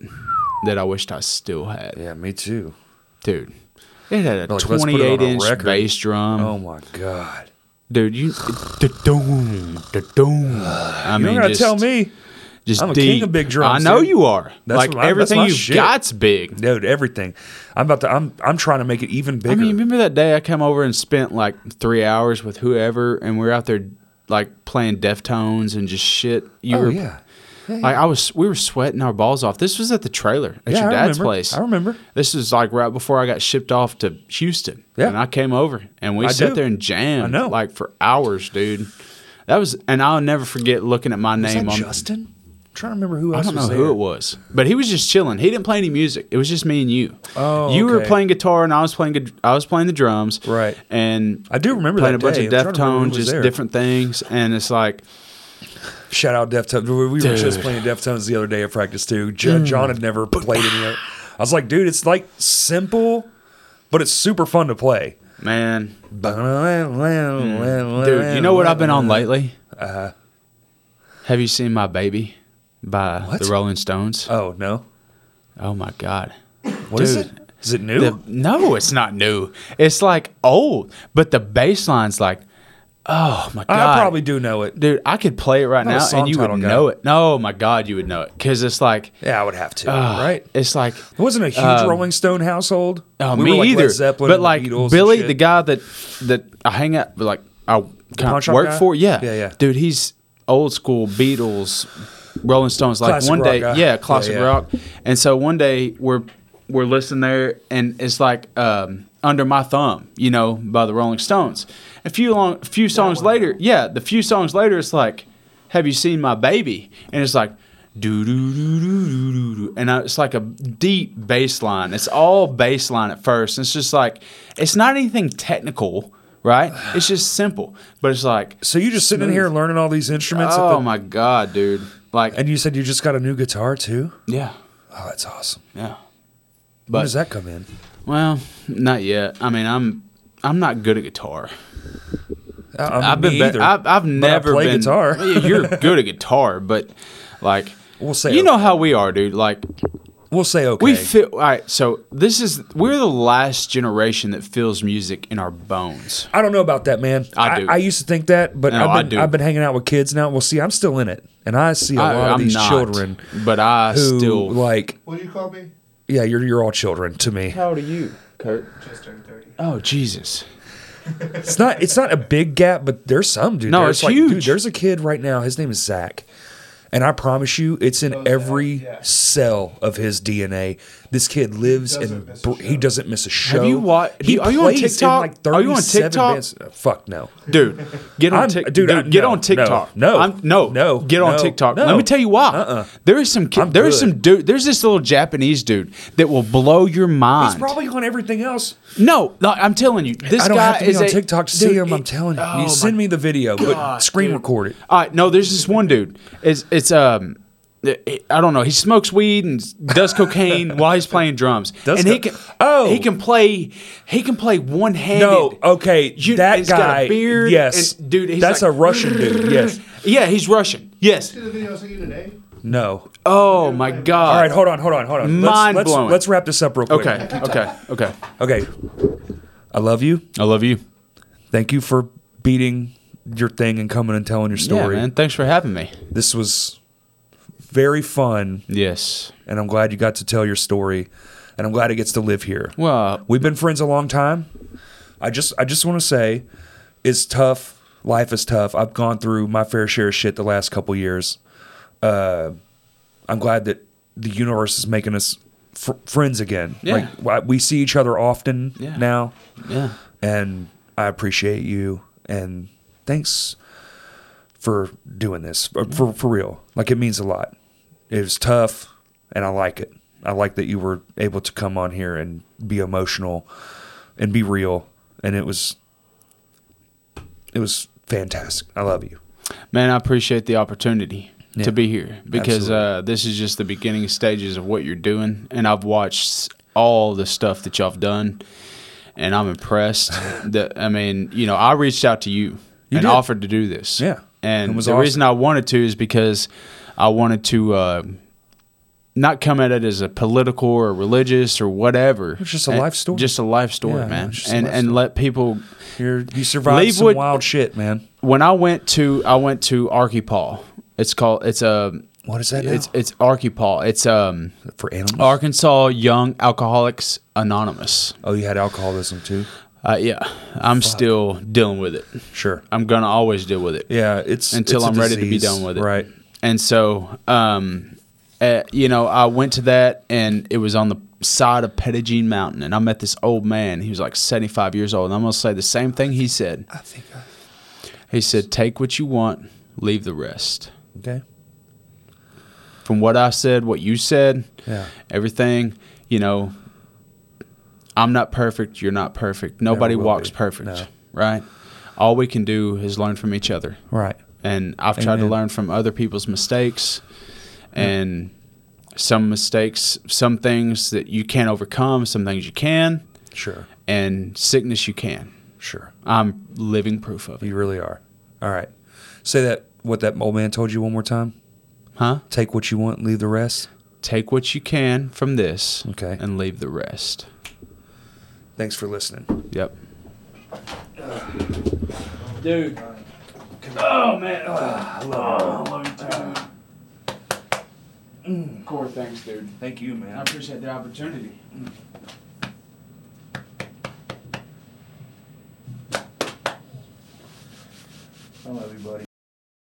C: that I wished I still had,
B: Yeah, me too.
C: dude. It had a
B: Like, let's put it on a
C: 28 inch
B: record.
C: bass drum,
B: Oh my god.
C: dude. You, da-doom, da-doom. I
B: You're
C: mean,
B: not gonna
C: just-
B: tell me,
C: Just
B: I'm a king
C: deep.
B: of big drums,
C: I know
B: dude.
C: you are.
B: That's
C: like
B: what I- that's
C: everything
B: my
C: you've
B: shit.
C: got's big.
B: dude. Everything. I'm about to. I'm. I'm trying to make it even bigger.
C: I mean, remember that day I came over and spent like three hours with whoever, and we were out there like playing Deftones and just shit. You
B: oh
C: were,
B: yeah.
C: Like I was, we were sweating our balls off. This was at the trailer at
B: Yeah,
C: your
B: I
C: dad's
B: remember.
C: place.
B: I remember.
C: This was like right before I got shipped off to Houston.
B: Yeah.
C: and I came over and we
B: I
C: sat
B: do.
C: there and jammed.
B: I know.
C: like for hours, dude. That was, and I'll never forget looking at my
B: Was
C: name
B: that
C: on.
B: Justin? I'm trying to remember who
C: I
B: else
C: don't know
B: was
C: who
B: there.
C: it was, but he was just chilling. He didn't play any music. It was just me and you.
B: Oh,
C: you were
B: okay.
C: playing guitar and I was playing. gu- I was playing the drums.
B: Right.
C: And
B: I do remember
C: playing
B: that
C: a bunch
B: day.
C: of
B: I'm trying to remember
C: Deftones,
B: who was
C: just
B: there.
C: different things, and it's like,
B: Shout out Deftones. We we were just
C: Dude. Mm.
B: playing Deftones the other day at practice too. Jo- John had never played any of it. I was like, dude, it's like simple, but it's super fun to play.
C: man,
B: Dude,
C: dude, you know what I've been on lately? Uh,
B: Uh-huh.
C: Have you seen My Baby by
B: What?
C: the Rolling Stones?
B: Oh no,
C: oh my god.
B: what is
C: Dude.
B: it? Is it new?
C: The- no, it's not new. It's like old, but the bass line's like, oh my god.
B: I probably do know it.
C: dude, I could play it right
B: Not a
C: now
B: song
C: and you would
B: title guy.
C: know it. No, oh my God, you would know it because it's like,
B: Yeah, I would have to.
C: uh,
B: right?
C: It's like,
B: It wasn't a huge
C: um,
B: Rolling Stone household.
C: oh,
B: We
C: me
B: were like
C: either.
B: Led Zeppelin
C: but
B: and the
C: like
B: Beatles and
C: Billy,
B: shit.
C: the guy that that I hang out, like I kind
B: pawn
C: of
B: shop
C: work
B: guy?
C: for, yeah,
B: Yeah, yeah.
C: dude, he's old school Beatles, Rolling Stones. Like
B: Classic
C: one
B: rock
C: day,
B: guy.
C: yeah,
B: Yeah,
C: classic
B: yeah.
C: rock. And so one day we're we're listening there, and it's like um, under my thumb, you know, by the Rolling Stones. A few long, a few songs later, yeah, the few songs later, it's like, "Have you seen my baby?" And it's like. Do do do do do do do, and I, it's like a deep bass line. It's all bass line at first. And it's just like it's not anything technical, right? It's just simple, but it's like,
B: So you just sitting in here learning all these instruments, at
C: oh
B: the,
C: my god, dude! Like,
B: and you said you just got a new guitar too.
C: yeah,
B: Oh, that's awesome.
C: yeah.
B: when
C: But-
B: does that come in?
C: Well, not yet. I mean, I'm I'm not good at guitar.
B: I, Uh, I mean,
C: I've been
B: me
C: be-
B: either.
C: I've, I've never
B: play
C: been
B: guitar.
C: Yeah, You're good at guitar, but like
B: We'll say
C: you know
B: okay.
C: how we are, dude. Like
B: We'll say okay.
C: We feel all right. So this is we're the last generation that feels music in our bones.
B: I don't know about that, man.
C: I do.
B: I, used to think that, but
C: No,
B: I've been,
C: I do.
B: I've been hanging out with kids now. Well, see, I'm still in it, and I see a
C: I,
B: lot
C: am
B: of these
C: not,
B: children
C: but I
B: who
C: still
B: like.
A: What do you call me?
B: Yeah, you're you're all children to me.
C: How old are you, Kurt?
A: Just turned thirty.
C: Oh Jesus!
B: It's not it's not a big gap, but there's some dude.
C: No,
B: there's
C: it's
B: like, dude,
C: huge.
B: there's a kid right now. His name is Zach, and I promise you, it's in every
A: yeah.
B: cell of his DNA. This kid lives
A: doesn't
B: and
A: miss a
B: br-
A: show.
B: he doesn't miss a show.
C: you wa-
B: He
C: are you on
B: plays in,
C: TikTok?
B: like
C: Are you on
B: 37
C: TikTok?
B: bands. Uh, Fuck no.
C: Dude, get on
B: I'm-
C: TikTok.
B: dude,
C: Dude,
B: I-
C: get
B: no,
C: on
B: no,
C: TikTok.
B: no,
C: I'm, no,
B: no,
C: get on
B: no,
C: TikTok.
B: no.
C: Let me tell you why.
B: Uh-uh.
C: There is some kid.
B: I'm
C: There is
B: good.
C: some dude. There's this little Japanese dude that will blow your mind.
B: He's probably on everything else.
C: no, no, I'm telling you, this
B: I don't
C: guy
B: have to be
C: is
B: on
C: a-
B: TikTok to see
C: dude,
B: him. I'm
C: it-
B: telling you,
C: oh
B: you send me the video, but
C: God,
B: screen
C: dude.
B: record it.
C: All right, no, there's this one dude. It's it's um. I I don't know. He smokes weed and does cocaine while he's playing drums.
B: Does
C: and he
B: co-
C: can
B: Oh.
C: he can play he can play one handed.
B: No, Oh, okay, that
C: he's
B: guy.
C: got a beard.
B: yes,
C: and, dude. He's
B: that's
C: like,
B: a Russian dude. Yes,
C: Yeah, he's Russian. Yes.
A: See the video I sent you today?
B: no.
C: Oh my god.
B: All right, hold on, hold on, hold on.
C: Mind
B: let's,
C: blowing.
B: let's, let's wrap this up real quick.
C: Okay. Okay. Okay.
B: Okay. I love you.
C: I love you.
B: Thank you for beating your thing and coming and telling your story.
C: Yeah, man. Thanks for having me.
B: This was very fun,
C: Yes.
B: and I'm glad you got to tell your story, and I'm glad it gets to live here.
C: Well,
B: We've been friends a long time. I just I just want to say it's tough. Life is tough. I've gone through my fair share of shit the last couple years. Uh, I'm glad that the universe is making us fr- friends again.
C: Yeah.
B: Like why- we see each other often
C: Yeah.
B: now,
C: yeah.
B: and I appreciate you. And thanks for doing this for- for for real. Like it means a lot. It was tough, and I like it. I like that you were able to come on here and be emotional and be real. And it was it was fantastic. I love you.
C: Man, I appreciate the opportunity
B: Yeah.
C: to be here because uh, this is just the beginning stages of what you're doing, and I've watched s- all the stuff that y'all have done, and I'm impressed. that I mean, you know, I reached out to you,
B: You
C: and
B: did.
C: offered to do this,
B: Yeah.
C: and
B: It was
C: the
B: awesome.
C: reason I wanted to is because I wanted to. Uh, not come at it as a political or religious or whatever.
B: It's just a
C: And-
B: life story.
C: Just a life story,
B: Yeah,
C: man.
B: it's just a
C: And
B: life
C: and
B: story.
C: let people
B: You're, you survived
C: Leave
B: some
C: what-
B: wild shit, man.
C: when I went to I went to Archipal. It's called it's a
B: What is that? Now?
C: it's it's Archipal. It's um
B: for animals.
C: Arkansas Young Alcoholics Anonymous.
B: oh, you had alcoholism too.
C: Uh, yeah, I'm still dealing with it.
B: Sure.
C: I'm gonna always deal with it
B: Yeah, it's
C: until
B: it's a
C: I'm ready to be
B: disease,
C: done with it.
B: Right.
C: And so, um, uh, you know, I went to that and it was on the side of Pettigene Mountain, and I met this old man. He was like 75 years old, and I'm gonna say the same thing he said.
B: I think. I,
C: He said, "Take what you want, leave the rest."
B: okay.
C: from what I said, what you said,
B: Yeah.
C: everything, you know, I'm not perfect. You're not perfect. Nobody
B: will
C: walks
B: be.
C: perfect,
B: No.
C: right? All we can do is learn from each other.
B: Right.
C: And I've tried to
B: Amen.
C: learn from other people's mistakes and some mistakes, some things that you can't overcome, some things you can,
B: Sure.
C: and sickness you can.
B: Sure.
C: I'm living proof of it.
B: You really are. All right. Say that what that old man told you one more time.
C: Huh?
B: Take what you want, leave the rest.
C: Take what you can from this
B: Okay.
C: and leave the rest.
B: Thanks for listening.
C: Yep. Dude. Oh man. I love you. Core, thanks, dude.
B: Thank you,
C: I
B: man.
C: appreciate the opportunity.